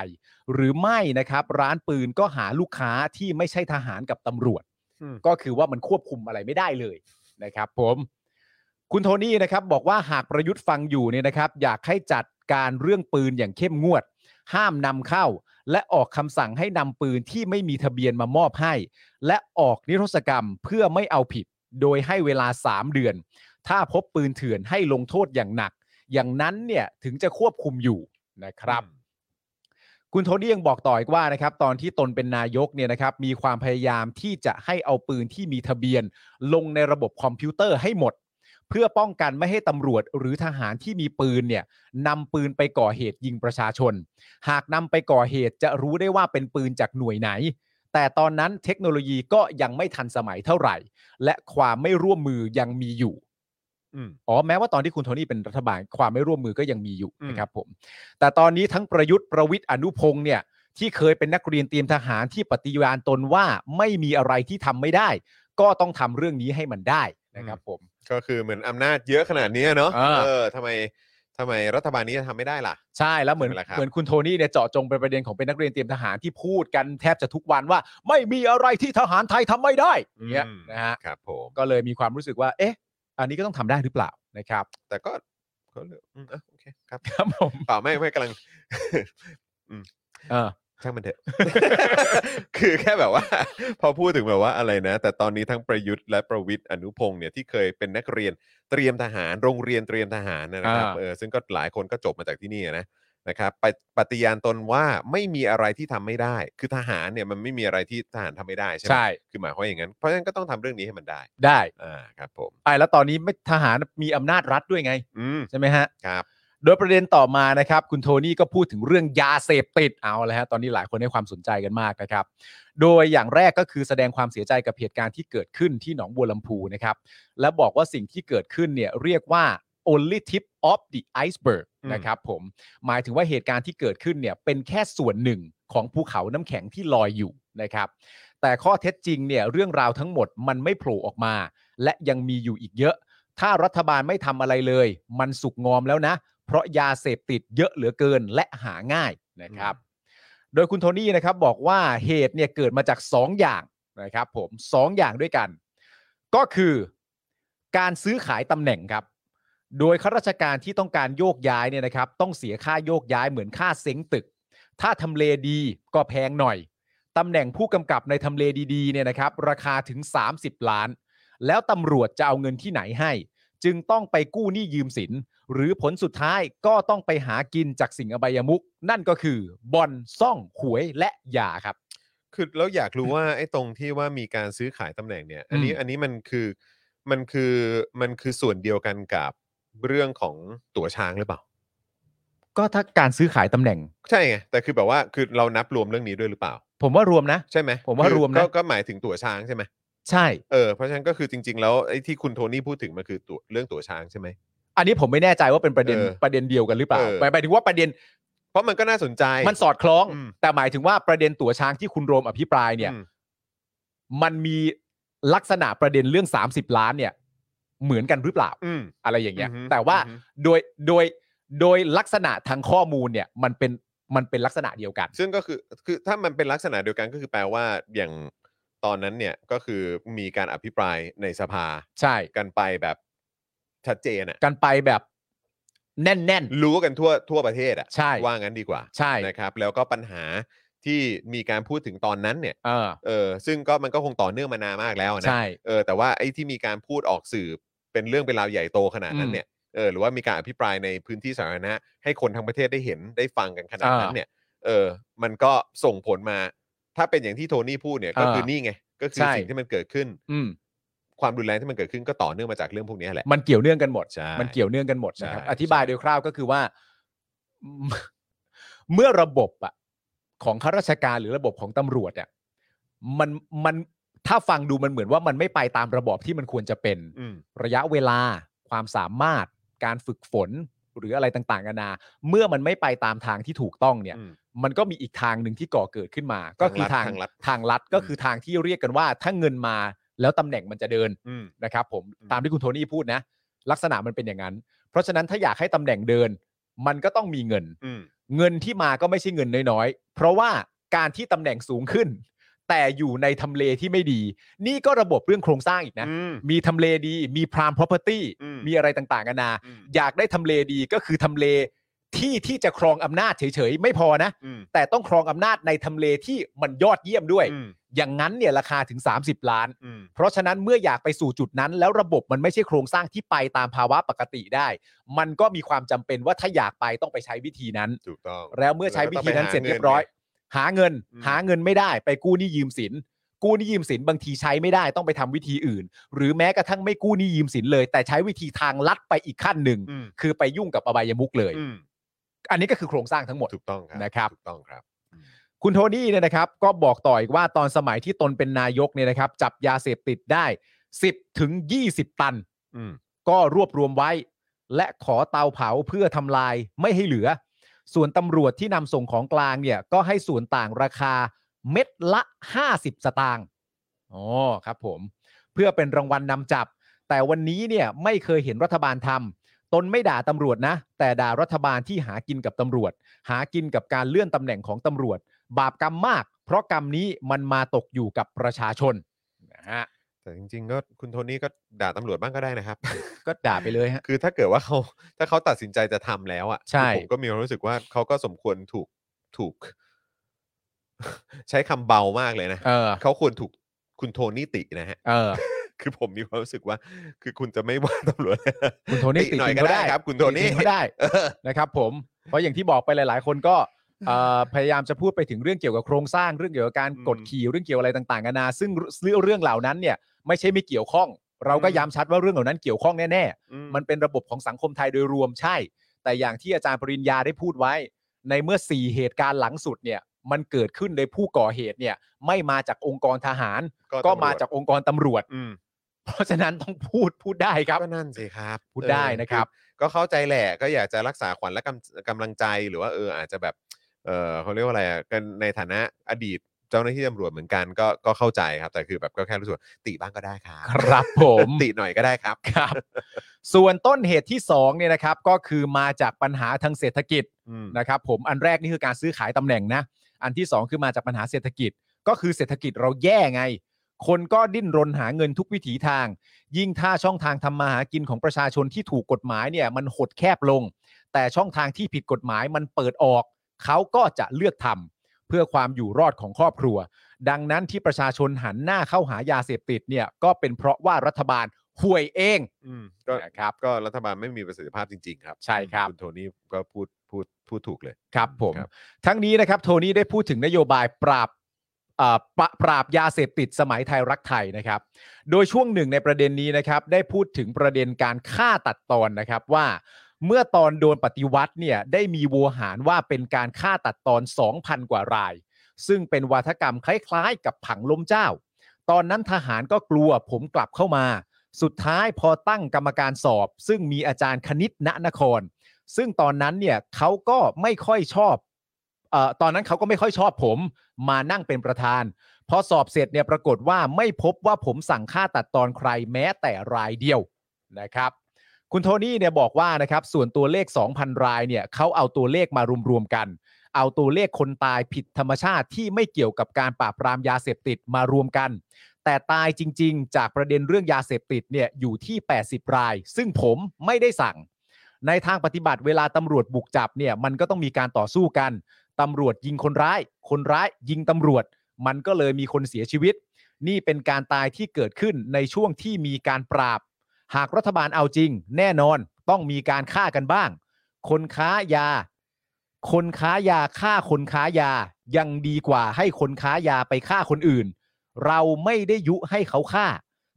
หรือไม่นะครับ ร้านปืนก็หาลูกค้าที่ไม่ใช่ทหารกับตำรวจ อืม ก็คือว่ามันควบคุมอะไรไม่ได้เลยนะครับ ผมคุณโทนี่นะครับบอกว่าหากประยุทธ์ฟังอยู่เนี่ยนะครับ อยากให้จัดการเรื่องปืนอย่างเข้มงวด ห้ามนำเข้า และออกคำสั่งให้นำปืนที่ไม่มีทะเบียนมามอบให้ และออกนิรศกรรมเพื่อไม่เอาผิด โดยให้เวลา 3 เดือน ถ้าพบปืนเถื่อนให้ลงโทษอย่างหนัก อย่างนั้นเนี่ยถึงจะควบคุมอยู่นะครับ คุณโทนี่ยังบอกต่ออีกว่านะครับตอนที่ตนเป็นนายกเนี่ยนะครับมีความพยายามที่จะให้เอาปืนที่มีทะเบียน ลงในระบบคอมพิวเตอร์ให้หมด เพื่อป้องกันไม่ให้ตำรวจหรือทหารที่มีปืนเนี่ยนำปืนไปก่อเหตุยิงประชาชน หากนำไปก่อเหตุจะรู้ได้ว่าเป็นปืนจากหน่วยไหน แต่ตอนนั้นเทคโนโลยีก็ยังไม่ทันสมัยเท่าไหร่ และความไม่ร่วมมือยังมีอยู่ อืม อ๋อแม้ว่าตอนที่คุณโทนี่เป็นรัฐบาลความไม่ร่วมมือก็ยังมีอยู่ อืม นะครับผม แต่ตอนนี้ทั้งประยุทธ์ประวิทย์อนุพงศ์เนี่ยที่เคยเป็นนักเรียนเตรียมทหารที่ปฏิญาณตนว่าไม่มีอะไรที่ทำไม่ได้ ก็ต้องทำเรื่องนี้ให้มันได้นะครับผม ก็คือเหมือนอำนาจเยอะขนาดเนี้ยเนาะ อ่า เออทำไมทำไมรัฐบาลนี้จะทำไม่ได้ล่ะ ใช่แล้วเหมือน ใช่ไหมล่ะครับ เหมือนคุณโทนี่เนี่ยเจาะจงเป็นประเด็นของเป็นนักเรียนเตรียมทหารที่พูดกันแทบจะทุกวันว่า ไม่มีอะไรที่ทหารไทยทำไม่ได้อย่างเงี้ย อืม นะฮะ ครับผม ก็เลยมีความรู้สึกว่า เอ๊ะ อันนี้ก็ต้องทำได้หรือเปล่านะครับ แต่ก็ก็เลือกอืมอ่ะโอเคครับ ครับ <laughs> ผม เปล่าไม่ไม่กำลัง เออ ช่างมันเถอะ <laughs> คือแค่แบบว่า <laughs> พอพูดถึงแบบว่าอะไรนะ แต่ตอนนี้ทั้งประยุทธ์และประวิทย์อนุพงศ์เนี่ยที่เคยเป็นนักเรียนเตรียมทหารโรงเรียนเตรียมทหารนะครับ อ่า เออซึ่งก็หลายคนก็จบมาจากที่นี่นะนะครับไปปฏิญาณตนว่าไม่มีอะไรที่ทำไม่ได้ คือทหารเนี่ยมันไม่มีอะไรที่ทหารทำไม่ได้ใช่ไหม ใช่ คือหมายความอย่างนั้นเพราะฉะนั้นก็ต้องทำเรื่องนี้ให้มันได้ ได้ อ่าครับผม ไอ้แล้วตอนนี้ไม่ทหารมีอำนาจรัฐด้วยไง อืม ใช่ไหมฮะ ครับ โดยประเด็นต่อมานะครับ คุณโทนี่ก็พูดถึงเรื่องยาเสพติดเอาแล้วฮะตอนนี้หลายคนให้ความสนใจกันมากนะครับ โดยอย่างแรกก็คือแสดงความเสียใจกับเหตุการณ์ที่เกิดขึ้นที่หนองบัวลำพูนะครับ และบอกว่าสิ่งที่เกิดขึ้นเนี่ยเรียกว่า only tip of the iceberg นะครับผมหมายถึงว่าเหตุการณ์ที่เกิดขึ้นเนี่ยเป็นแค่ส่วนหนึ่งของภูเขาน้ำแข็งที่ลอยอยู่นะครับ แต่ข้อเท็จจริงเนี่ยเรื่องราวทั้งหมดมันไม่โผล่ออกมา และยังมีอยู่อีกเยอะ ถ้ารัฐบาลไม่ทำอะไรเลย มันสุกงอมแล้วนะ เพราะยาเสพติดเยอะเหลือเกินและหาง่ายนะครับ โดยคุณโทนี่นะครับบอกว่าเหตุเนี่ยเกิดมาจาก 2 อย่างนะครับผมสองอย่างด้วยกัน ก็คือการซื้อขายตำแหน่งครับ โดยข้าราชการที่ต้องการโยกย้ายเนี่ยนะครับ ต้องเสียค่าโยกย้ายเหมือนค่าเซ้งตึก ถ้าทำเลดีก็แพงหน่อยตำแหน่งผู้กำกับในทำเลดีๆเนี่ยนะครับ ราคาถึง 30 ล้าน แล้วตำรวจจะเอาเงินที่ไหนให้ จึงต้องไปกู้หนี้ยืมสิน หรือผลสุดท้ายก็ต้องไปหากินจากสิ่งอบายมุก นั่นก็คือบ่อนซ่องหวยและยาครับ คือแล้วอยากรู้ว่าไอ้ตรงที่ว่ามีการซื้อขายตำแหน่งเนี่ย อันนี้ อืม อันนี้มันคือมันคือมันคือส่วนเดียวกันกับเรื่องของตั๋วช้างหรือเปล่า ก็ถ้าการซื้อขายตำแหน่ง ใช่ไงแต่คือแบบว่าคือเรานับรวมเรื่องนี้ด้วยหรือเปล่า ผมว่ารวมนะ ใช่ไหม ผมว่ารวมนะ ก็ก็หมายถึงตั๋วช้างใช่ไหม ใช่ เออเพราะฉะนั้นก็คือจริง ๆ แล้วไอ้ที่คุณโทนี่พูดถึงมันคือตัวเรื่องตั๋วช้างใช่ไหม อันนี้ผมไม่แน่ใจว่าเป็นประเด็น เออ ประเด็นเดียวกันหรือเปล่า เออ หมายหมายถึงว่าประเด็น เพราะมันก็น่าสนใจ มันสอดคล้อง อืม แต่หมายถึงว่าประเด็นตั๋วช้างที่คุณโรมอภิปรายเนี่ย อืม มันมีลักษณะประเด็นเรื่อง 30 ล้านเนี่ย เหมือนกันหรือเปล่า อืม อะไรอย่างเงี้ย อือฮึ แต่ว่า อือฮึ โดยโดยโดยลักษณะทางข้อมูลเนี่ยมันเป็นมันเป็นลักษณะเดียวกัน ซึ่งก็คือคือถ้ามันเป็นลักษณะเดียวกันก็คือแปลว่าอย่างตอนนั้นเนี่ยก็คือมีการอภิปรายในสภา ใช่ กันไปแบบชัดเจนอะ กันไปแบบแน่นแน่น รู้กันทั่วทั่วประเทศอะ ใช่ ว่างั้นดีกว่า ใช่ นะครับ แล้วก็ปัญหาที่มีการพูดถึงตอนนั้นเนี่ย เออ เออซึ่งก็มันก็คงต่อเนื่องมานานมากแล้วนะ ใช่ เออแต่ว่าไอ้ที่มีการพูดออกสื่อเป็นเรื่องเป็นราวใหญ่โตขนาดนั้นเนี่ยเออหรือว่ามีการอภิปรายในพื้นที่สาธารณะให้คนทั้งประเทศได้เห็นได้ฟังกันขนาดนั้น อ่า เนี่ย เออ มันก็ส่งผลมา ถ้าเป็นอย่างที่โทนี่พูดเนี่ย ก็คือนี่ไง ก็คือ ใช่ สิ่งที่มันเกิดขึ้น อืม ความรุนแรงที่มันเกิดขึ้นก็ต่อเนื่องมาจากเรื่องพวกนี้แหละ มันเกี่ยวเนื่องกันหมด ใช่ มันเกี่ยวเนื่องกันหมดนะครับ ใช่ อธิบาย ใช่ โดยคร่าวก็คือว่า <laughs> เมื่อระบบอะของข้าราชการหรือระบบของตำรวจอะมันมันถ้าฟังดูมันเหมือนว่ามันไม่ไปตามระบอบที่มันควรจะเป็น อืม ระยะเวลาความสามารถ การฝึกฝนหรืออะไรต่างๆนานา เมื่อมันไม่ไปตามทางที่ถูกต้องเนี่ย อืม มันก็มีอีกทางหนึ่งที่ก่อเกิดขึ้นมา ก็คือทาง ทางลัด ทางลัดก็คือทางที่เรียกกันว่า ถ้าเงินมาแล้วตำแหน่งมันจะเดิน อืม นะครับผม อืม ตามที่คุณโทนี่พูดนะ ลักษณะมันเป็นอย่างนั้น เพราะฉะนั้นถ้าอยากให้ตำแหน่งเดิน มันก็ต้องมีเงิน อืม เงินที่มาก็ไม่ใช่เงินน้อยๆ เพราะว่าการที่ตำแหน่งสูงขึ้น แต่อยู่ในทำเลที่ไม่ดี นี่ก็ระบบเรื่องโครงสร้างอีกนะ อืม มีทำเลดีมีพราม property อืม มีอะไรต่างๆกันานา อืม อยากได้ทำเลดีก็คือทำเลที่ที่จะครองอำนาจเฉยๆ ไม่พอนะ อืม แต่ต้องครองอำนาจในทำเลที่มันยอดเยี่ยมด้วย อืม อย่างนั้นเนี่ยราคาถึง 30 ล้าน อืม เพราะฉะนั้นเมื่ออยากไปสู่จุดนั้น แล้วระบบมันไม่ใช่โครงสร้างที่ไปตามภาวะปกติได้ มันก็มีความจำเป็นว่าถ้าอยากไปต้องไปใช้วิธีนั้น ถูกต้อง แล้วเมื่อใช้วิธีนั้นเสร็จเรียบร้อย หาเงิน อืม หาเงินไม่ได้ ไปกู้หนี้ยืมสิน กู้หนี้ยืมสินบางทีใช้ไม่ได้ต้องไปทำวิธีอื่น หรือแม้กระทั่งไม่กู้หนี้ยืมสินเลย แต่ใช้วิธีทางลัดไปอีกขั้นหนึ่ง อืม คือไปยุ่งกับอบายมุกเลย อืม อันนี้ก็คือโครงสร้างทั้งหมด ถูกต้องครับ นะครับ ถูกต้องครับ คุณโทนี่เนี่ยนะครับก็บอกต่ออีกว่าตอนสมัยที่ตนเป็นนายกเนี่ยนะครับ จับยาเสพติดได้ 10ถึง20 ตัน อืม ก็รวบรวมไว้ และขอเตาเผาเพื่อทำลายไม่ให้เหลือ ส่วนตำรวจที่นำส่งของกลางเนี่ย ก็ให้ส่วนต่างราคาเม็ดละ 50 สตางค์อ๋อครับผม เพื่อเป็นรางวัลนนำจับ แต่วันนี้เนี่ยไม่เคยเห็นรัฐบาลทำตนไม่ด่าตำรวจนะ แต่ด่ารัฐบาลที่หากินกับตำรวจ หากินกับการเลื่อนตำแหน่งของตำรวจ บาปกรรมมาก เพราะกรรมนี้มันมาตกอยู่กับประชาชนนะฮะ แต่จริง ๆ ก็คุณโทนี่ก็ด่าตำรวจบ้างก็ได้นะครับ <laughs> ก็ด่าไปเลยฮะ คือถ้าเกิดว่าเขาถ้าเขาตัดสินใจจะทำแล้วอ่ะ ใช่ คือผมก็มีความรู้สึกว่าเขาก็สมควรถูกถูก <laughs> ใช้คำเบามากเลยนะ เออ เขาควรถูกคุณโทนี่ตินะฮะ <laughs> เออ คือผมมีความรู้สึกว่า คือคุณจะไม่ว่าตำรวจ คุณโทนี่ติด หน่อย ทีม ก็ ก็ ได้ ได้ ครับ คุณโทนี่ ติดทีมก็ได้ เออ นะครับ ผม เพราะอย่างที่บอกไปหลาย ๆ คนก็เอ่อพยายามจะพูดไปถึงเรื่องเกี่ยวกับโครงสร้างเรื่องเกี่ยวกับการ อืม กดขี่เรื่องเกี่ยวอะไรต่างๆนานาซึ่งเรื่องเรื่องเหล่านั้นเนี่ยไม่ใช่ไม่เกี่ยวข้อง เราก็ อืม ย้ำชัดว่าเรื่องเหล่านั้นเกี่ยวข้องแน่ อื ๆ มันเป็นระบบของสังคมไทยโดยรวมใช่ แต่อย่างที่อาจารย์ปริญญาได้พูดไว้ ในเมื่อ 4 เหตุการณ์หลังสุดเนี่ยมันเกิดขึ้นโดยผู้ก่อเหตุเนี่ยไม่มาจากองค์กรทหาร ก็ ตำรวจ มาจากองค์กรตำรวจ อืม เพราะฉะนั้นต้องพูดพูดได้ครับ ก็นั่นสิครับ พูดได้ เออ นะครับ อก็เข้าใจแหละก็อยากจะรักษาขวัญและกำกำลังใจหรือว่าเอออาจจะแบบ เออเขาเรียกว่าอะไรอะกันในฐานะอดีตเจ้าหน้าที่ตำรวจเหมือนกันก็ก็เข้าใจครับ แต่คือแบบก็แค่รู้สึกว่าติบ้างก็ได้ครับ ครับผม ติหน่อยก็ได้ครับ ครับ ส่วนต้นเหตุที่2เนี่ยนะครับก็คือมาจากปัญหาทางเศรษฐกิจ อืม นะครับผมอันแรกนี่คือการซื้อขายตำแหน่งนะอันที่ 2 คือมาจากปัญหาเศรษฐกิจ ก็คือเศรษฐกิจเราแย่ไง คนก็ดิ้นรนหาเงินทุกวิถีทาง ยิ่งถ้าช่องทางทำมาหากินของประชาชนที่ถูกกฎหมายเนี่ยมันหดแคบลง แต่ช่องทางที่ผิดกฎหมายมันเปิดออก เขาก็จะเลือกทำเพื่อความอยู่รอดของครอบครัว ดังนั้นที่ประชาชนหันหน้าเข้าหายาเสพติดเนี่ยก็เป็นเพราะว่ารัฐบาลห่วยเอง อืมก็ นะครับ ก็รัฐบาลไม่มีประสิทธิภาพจริง ๆ ครับ ใช่ครับ คุณโทนี่ก็พูดพูดพูดถูกเลย ครับผม ครับ ทั้งนี้นะครับโทนี่ได้พูดถึงนโยบายปราบเอ่อปราปราบยาเสพติดสมัยไทยรักไทยนะครับ โดยช่วงหนึ่งในประเด็นนี้นะครับ ได้พูดถึงประเด็นการฆ่าตัดตอนนะครับว่า เมื่อตอนโดนปฏิวัติเนี่ยได้มีโวหารว่าเป็นการฆ่าตัดตอน 2,000 กว่าราย ซึ่งเป็นวาทกรรมคล้ายๆ กับผังล้มเจ้า ตอนนั้นทหารก็กลัวผมกลับเข้ามา สุดท้ายพอตั้งกรรมการสอบ ซึ่งมีอาจารย์คณิตณนคร ซึ่งตอนนั้นเนี่ยเขาก็ไม่ค่อยชอบเอ่อตอนนั้นเขาก็ไม่ค่อยชอบผม มานั่งเป็นประธาน พอสอบเสร็จเนี่ยปรากฏว่าไม่พบว่าผมสั่งค่าตัดตอนใครแม้แต่รายเดียวนะครับ คุณโทนี่เนี่ยบอกว่านะครับส่วนตัวเลข 2,000 รายเนี่ยเขาเอาตัวเลขมารวมๆกัน เอาตัวเลขคนตายผิดธรรมชาติที่ไม่เกี่ยวกับการปราบปรามยาเสพติดมารวมกัน แต่ตายจริง ๆ จากประเด็นเรื่องยาเสพติดเนี่ยอยู่ที่ 80 ราย ซึ่งผมไม่ได้สั่ง ในทางปฏิบัติเวลาตำรวจบุกจับเนี่ยมันก็ต้องมีการต่อสู้กันตำรวจยิงคนร้าย คนร้ายยิงตำรวจ มันก็เลยมีคนเสียชีวิต นี่เป็นการตายที่เกิดขึ้นในช่วงที่มีการปราบ หากรัฐบาลเอาจริง แน่นอนต้องมีการฆ่ากันบ้าง คนค้ายา คนค้ายาฆ่าคนค้ายา ยังดีกว่าให้คนค้ายาไปฆ่าคนอื่น เราไม่ได้ยุให้เขาฆ่า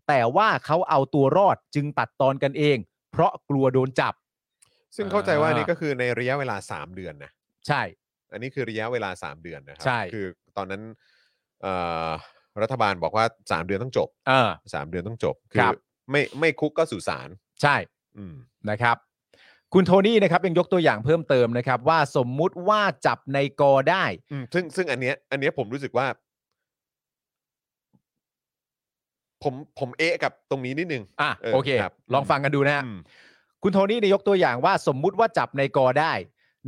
แต่ว่าเขาเอาตัวรอดจึงตัดตอนกันเอง เพราะกลัวโดนจับ ซึ่งเข้าใจว่า อ่า อันนี้ก็คือในระยะเวลา 3 เดือนนะ ใช่ อันนี้คือระยะเวลา 3 เดือนนะครั ใช่ คือตอนนั้นเอ่อรัฐบาลบอกว่า 3 เดือนต้องจบ เออ 3 เดือนต้องจบ ครับ ไม่ไม่คุกก็สุสาน ใช่ อืม นะครับคุณโทนี่นะครับยังยกตัวอย่างเพิ่มเติมนะครับ ว่าสมมุติว่าจับในกอได้ อืมซึ่งซึ่งอันเนี้ยอันเนี้ยผมรู้สึกว่า ผมผมเอะกับตรงนี้นิดนึง อ่ะ เออ โอเค ครับ ลองฟังกันดูนะฮะ อืม คุณโทนี่เนี่ยยกตัวอย่างว่าสมมุติว่าจับในกอได้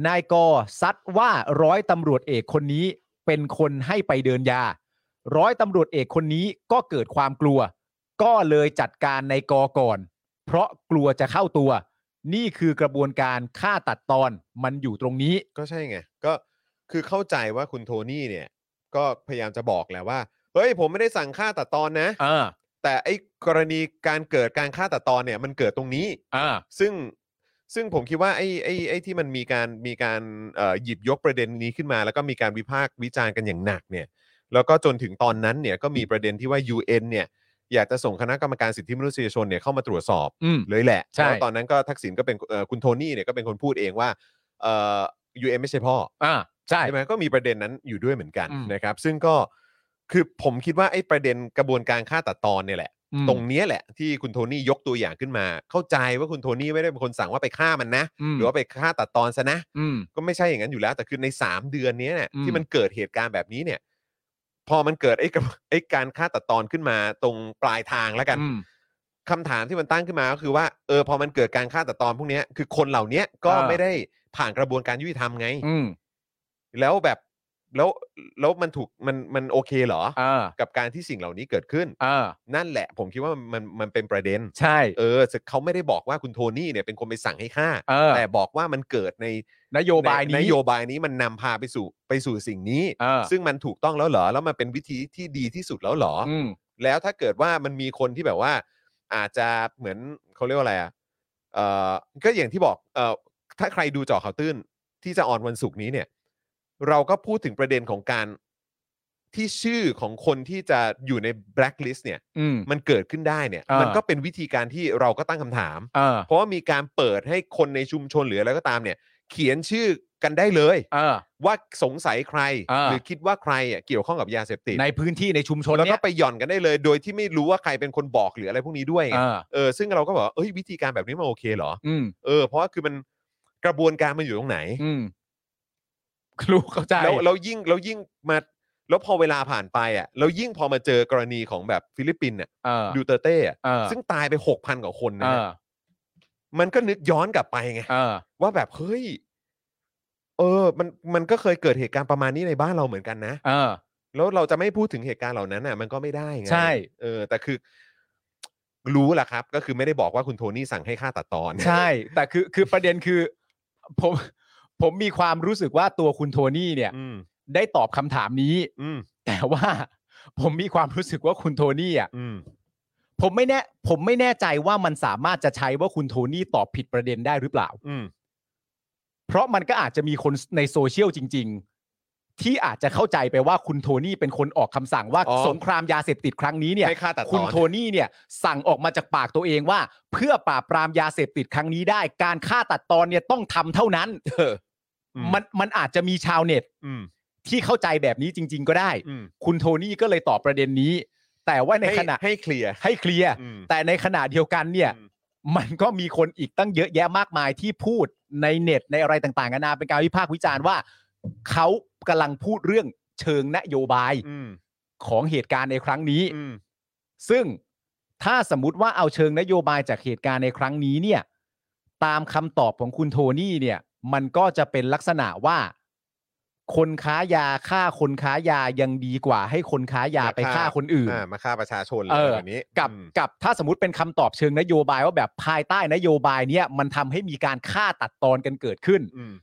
นายกอซัดว่าร้อยตำรวจเอกคนนี้เป็นคนให้ไปเดินยา ร้อยตำรวจเอกคนนี้ก็เกิดความกลัว ก็เลยจัดการในกอก่อน เพราะกลัวจะเข้าตัว นี่คือกระบวนการฆ่าตัดตอนมันอยู่ตรงนี้ ก็ใช่ไง ก็คือเข้าใจว่าคุณโทนี่เนี่ย ก็พยายามจะบอกแหล้วว่า เฮ้ย ผมไม่ได้สั่งฆ่าตัดตอนนะ เออ แต่ไอ้กรณีการเกิดการฆ่าตัดตอนเนี่ย มันเกิดตรงนี้ เออ ซึ่งซึ่งผมคิดว่าไอ้ไอ้ไอ้ที่มันมีการมีการเอ่อหยิบยกประเด็นนี้ขึ้นมา แล้วก็มีการวิพากษ์วิจารณ์กันอย่างหนักเนี่ย แล้วก็จนถึงตอนนั้นเนี่ยก็มีประเด็นที่ว่า UN เนี่ยอยากจะส่งคณะกรรมการสิทธิมนุษยชนเนี่ยเข้ามาตรวจสอบ อืม เลยแหละ ใช่ แล้วตอนนั้นก็ทักษิณก็เป็นเอ่อคุณโทนี่เนี่ยก็เป็นคนพูดเองว่าเอ่อยูเอ็มไม่ใช่พ่อ อ่าใช่ ใช่ไหมก็มีประเด็นนั้นอยู่ด้วยเหมือนกัน อืม นะครับ ซึ่งก็คือผมคิดว่าไอ้ประเด็นกระบวนการฆ่าตัดตอนเนี่ยแหละ อืม ตรงเนี้ยแหละที่คุณโทนี่ยกตัวอย่างขึ้นมา เข้าใจว่าคุณโทนี่ไม่ได้เป็นคนสั่งว่าไปฆ่ามันนะ ม หรือว่าไปฆ่าตัดตอนซะนะ อืม ก็ไม่ใช่อย่างนั้นอยู่แล้ว แต่คือใน 3 เดือนเนี้ยเนี่ย อืม ที่มันเกิดเหตุการณ์แบบนี้เนี่ย พอมันเกิดไอ้กับ <laughs> ไอ้การฆ่าตัดตอนขึ้นมาตรงปลายทางแล้วกัน อืม คำถามที่มันตั้งขึ้นมาก็คือว่าเออพอมันเกิดการฆ่าตัดตอนพวกเนี้ยคือคนเหล่าเนี้ยก็ เออ ไม่ได้ผ่านกระบวนการยุติธรรมไง อืม แล้วแบบแล้วแล้วมันถูกมันมันโอเคเหรอ เออ กับการที่สิ่งเหล่านี้เกิดขึ้น เออ นั่นแหละ ผมคิดว่ามันมันเป็นประเด็น ใช่ เออเขาไม่ได้บอกว่าคุณโทนี่เนี่ยเป็นคนไปสั่งให้ฆ่า เออ แต่บอกว่ามันเกิดใน นโยบายนี้ ในโยบายนี้มันนำพาไปสู่ไปสู่สิ่งนี้ เออ ซึ่งมันถูกต้องแล้วเหรอ แล้วมันเป็นวิธีที่ดีที่สุดแล้วเหรอ อืม แล้วถ้าเกิดว่ามันมีคนที่แบบว่า อาจจะเหมือนเขาเรียกว่าอะไรอ่ะเออก็อย่างที่บอกเออถ้าใครดูเจอข่าวตื้นที่จะออนวันศุกร์นี้เนี่ย เราก็พูดถึงประเด็นของการที่ชื่อของคนที่จะอยู่ในแบล็คลิสต์เนี่ย อืม <laughs> มันเกิดขึ้นได้เนี่ย อ่ามั มันก็เป็นวิธีการที่เราก็ตั้งคำถาม เออ เพราะว่ามีการเปิดให้คนในชุมชนหรืออะไรก็ตามเนี่ย เขียนชื่อกันได้เลย เออ ว่าสงสัยใคร อ่า หรือคิดว่าใครอ่ะเกี่ยวข้องกับยาเสพติด ในพื้นที่ในชุมชน แล้ว เนี้ ก็ ย ไปหย่อนกันได้เลย โดยที่ไม่รู้ว่าใครเป็นคนบอกหรืออะไรพวกนี้ด้วยไง เออ เออซึ่งเราก็บอกว่าเอ้ยวิธีการแบบนี้มันโอเคเหรอ อืม เออเพราะว่าคือมันกระบวนการมันอยู่ตรงไหน อืมรู้เข้าใจ แล้วเรายิ่งเรายิ่งมาแล้วพอเวลาผ่านไปอ่ะเรายิ่งพอมาเจอกรณีของแบบฟิลิปปินส์อ่ะ เออ ดูเตอร์เต้อ่ะ เออ ซึ่งตายไป 6,000 กว่าคน เอ นะฮะ อ มันก็นึกย้อนกลับไปไง เออ ว่าแบบเฮ้ยเออมันมันก็เคยเกิดเหตุการณ์ประมาณนี้ในบ้านเราเหมือนกันนะ เออ แล้วเราจะไม่พูดถึงเหตุการณ์เหล่านั้นน่ะมันก็ไม่ได้ไง ใช่ เออ แต่คือ รู้แหละครับ ก็คือไม่ได้บอกว่าคุณโทนี่สั่งให้ฆ่าตัดตอน ใช่ แต่คือคือประเด็นคือ ผมผมมีความรู้สึกว่าตัวคุณโทนี่เนี่ย อืม ได้ตอบคำถามนี้ อืม แต่ว่า ผมมีความรู้สึกว่าคุณโทนี่อ่ะ อืม ผมไม่แน่ผมไม่แน่ใจว่ามันสามารถจะใช้ว่าคุณโทนี่ตอบผิดประเด็นได้หรือเปล่า อืม เพราะมันก็อาจจะมีคนในโซเชียลจริง ๆ ที่อาจจะเข้าใจไปว่าคุณโทนี่เป็นคนออกคำสั่งว่าสงครามยาเสพติดครั้งนี้เนี่ย ให้ฆ่าตัดตอน คุณโทนี่เนี่ยสั่งออกมาจากปากตัวเองว่า เพื่อปราบปรามยาเสพติดครั้งนี้ได้ การฆ่าตัดตอนเนี่ยต้องทำเท่านั้น เอออื มันมันอาจจะมีชาวเน็ต อืม ที่เข้าใจแบบนี้จริง ๆ ก็ได้ อืม คุณโทนี่ก็เลยตอบประเด็นนี้ แต่ว่าในขณะ ให้เคลียร์ ให้เคลียร์ อืม แต่ในขณะเดียวกันเนี่ย อืม มันก็มีคนอีกตั้งเยอะแยะมากมายที่พูดในเน็ตในอะไรต่างๆกันานาเป็นการวิพากษ์วิจารณ์ว่า เขากำลังพูดเรื่องเชิงนโยบาย อืม ของเหตุการณ์ในครั้งนี้ อืม ซึ่งถ้าสมมติว่าเอาเชิงนโยบายจากเหตุการณ์ในครั้งนี้เนี่ย ตามคำตอบของคุณโทนี่เนี่ย มันก็จะเป็นลักษณะว่า คนค้ายาฆ่าคนค้ายายังดีกว่า ให้คนค้ายาไปฆ่าคนอื่น อ่ามาฆ่าประชาชนเล เอย อ แบบนี้ กับ อืม กับถ้าสมมติเป็นคำตอบเชิงนโยบายว่าแบบภายใต้นโยบายเนี่ยมันทำให้มีการฆ่าตัดตอนกันเกิดขึ้น อืม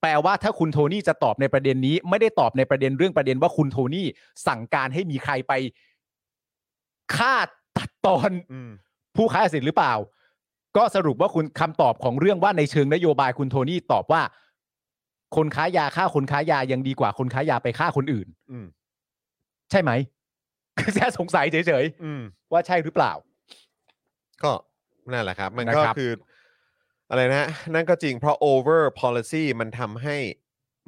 แปลว่าถ้าคุณโทนี่จะตอบในประเด็นนี้ ไม่ได้ตอบในประเด็นเรื่องประเด็นว่าคุณโทนี่สั่งการให้มีใครไปฆ่าตัดตอน อืม ผู้ค้ายาเสินหรือเปล่า ก็สรุปว่าคุณคำตอบของเรื่องว่าในเชิงนโยบายคุณโทนี่ตอบว่า คนค้ายาฆ่าคนค้ายายังดีกว่าคนค้ายาไปฆ่าคนอื่น อืม ใช่ไหม แค่สงสัยเฉย อืม ๆว่าใช่หรือเปล่า ก็นั่นแหละครับ มัน นะ ก็ ครับ คือ อะไรนะ นั่นก็จริงเพราะ over policy มันทำให้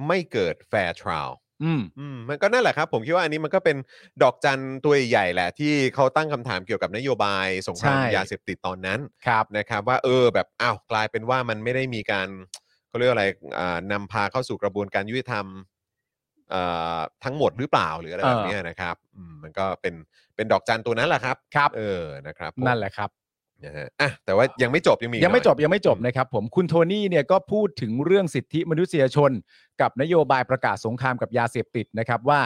ไม่เกิด fair trial อืม อืมมันก็นั่นแหละครับ ผมคิดว่าอันนี้มันก็เป็นดอกจันตัวใหญ่ๆแหละ ที่เขาตั้งคำถามเกี่ยวกับนโยบายสงคราม ใช่ ยาเสพติดตอนนั้น ครับ นะครับ ว่าเออแบบอ้าวกลายเป็นว่ามันไม่ได้มีการเขาเรียกอะไรอ่านำพาเข้าสู่กระบวนการยุติธรรมเอ่อทั้งหมดหรือเปล่าหรืออะไรแบบ เออ เนี้ยนะครับอืมมันก็เป็นเป็นดอกจันตัวนั้นแหละครับ ครับ เออนะครับผม นั่นแหละครับ นะฮะอ่ะแต่ว่ายังไม่จบ ยังมีอีก ยังไม่ หน่อ จบยังไม่จบ อืม นะครับผมคุณโทนี่เนี่ยก็พูดถึงเรื่องสิทธิมนุษยชน กับนโยบายประกาศสงครามกับยาเสพติดนะครับว่า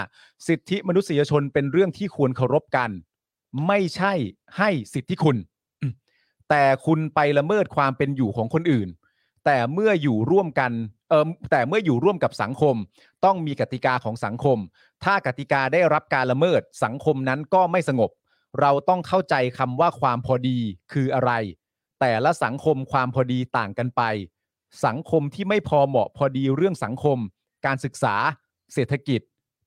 สิทธิมนุษยชนเป็นเรื่องที่ควรเคารพกัน ไม่ใช่ให้สิทธิคุณ แต่คุณไปละเมิดความเป็นอยู่ของคนอื่น แต่เมื่ออยู่ร่วมกันเออแต่เมื่ออยู่ร่วมกับสังคม ต้องมีกติกาของสังคม ถ้ากติกาได้รับการละเมิด สังคมนั้นก็ไม่สงบ เราต้องเข้าใจคำว่าความพอดีคืออะไร แต่ละสังคมความพอดีต่างกันไป สังคมที่ไม่พอเหมาะพอดีเรื่องสังคม การศึกษา เศรษฐกิจ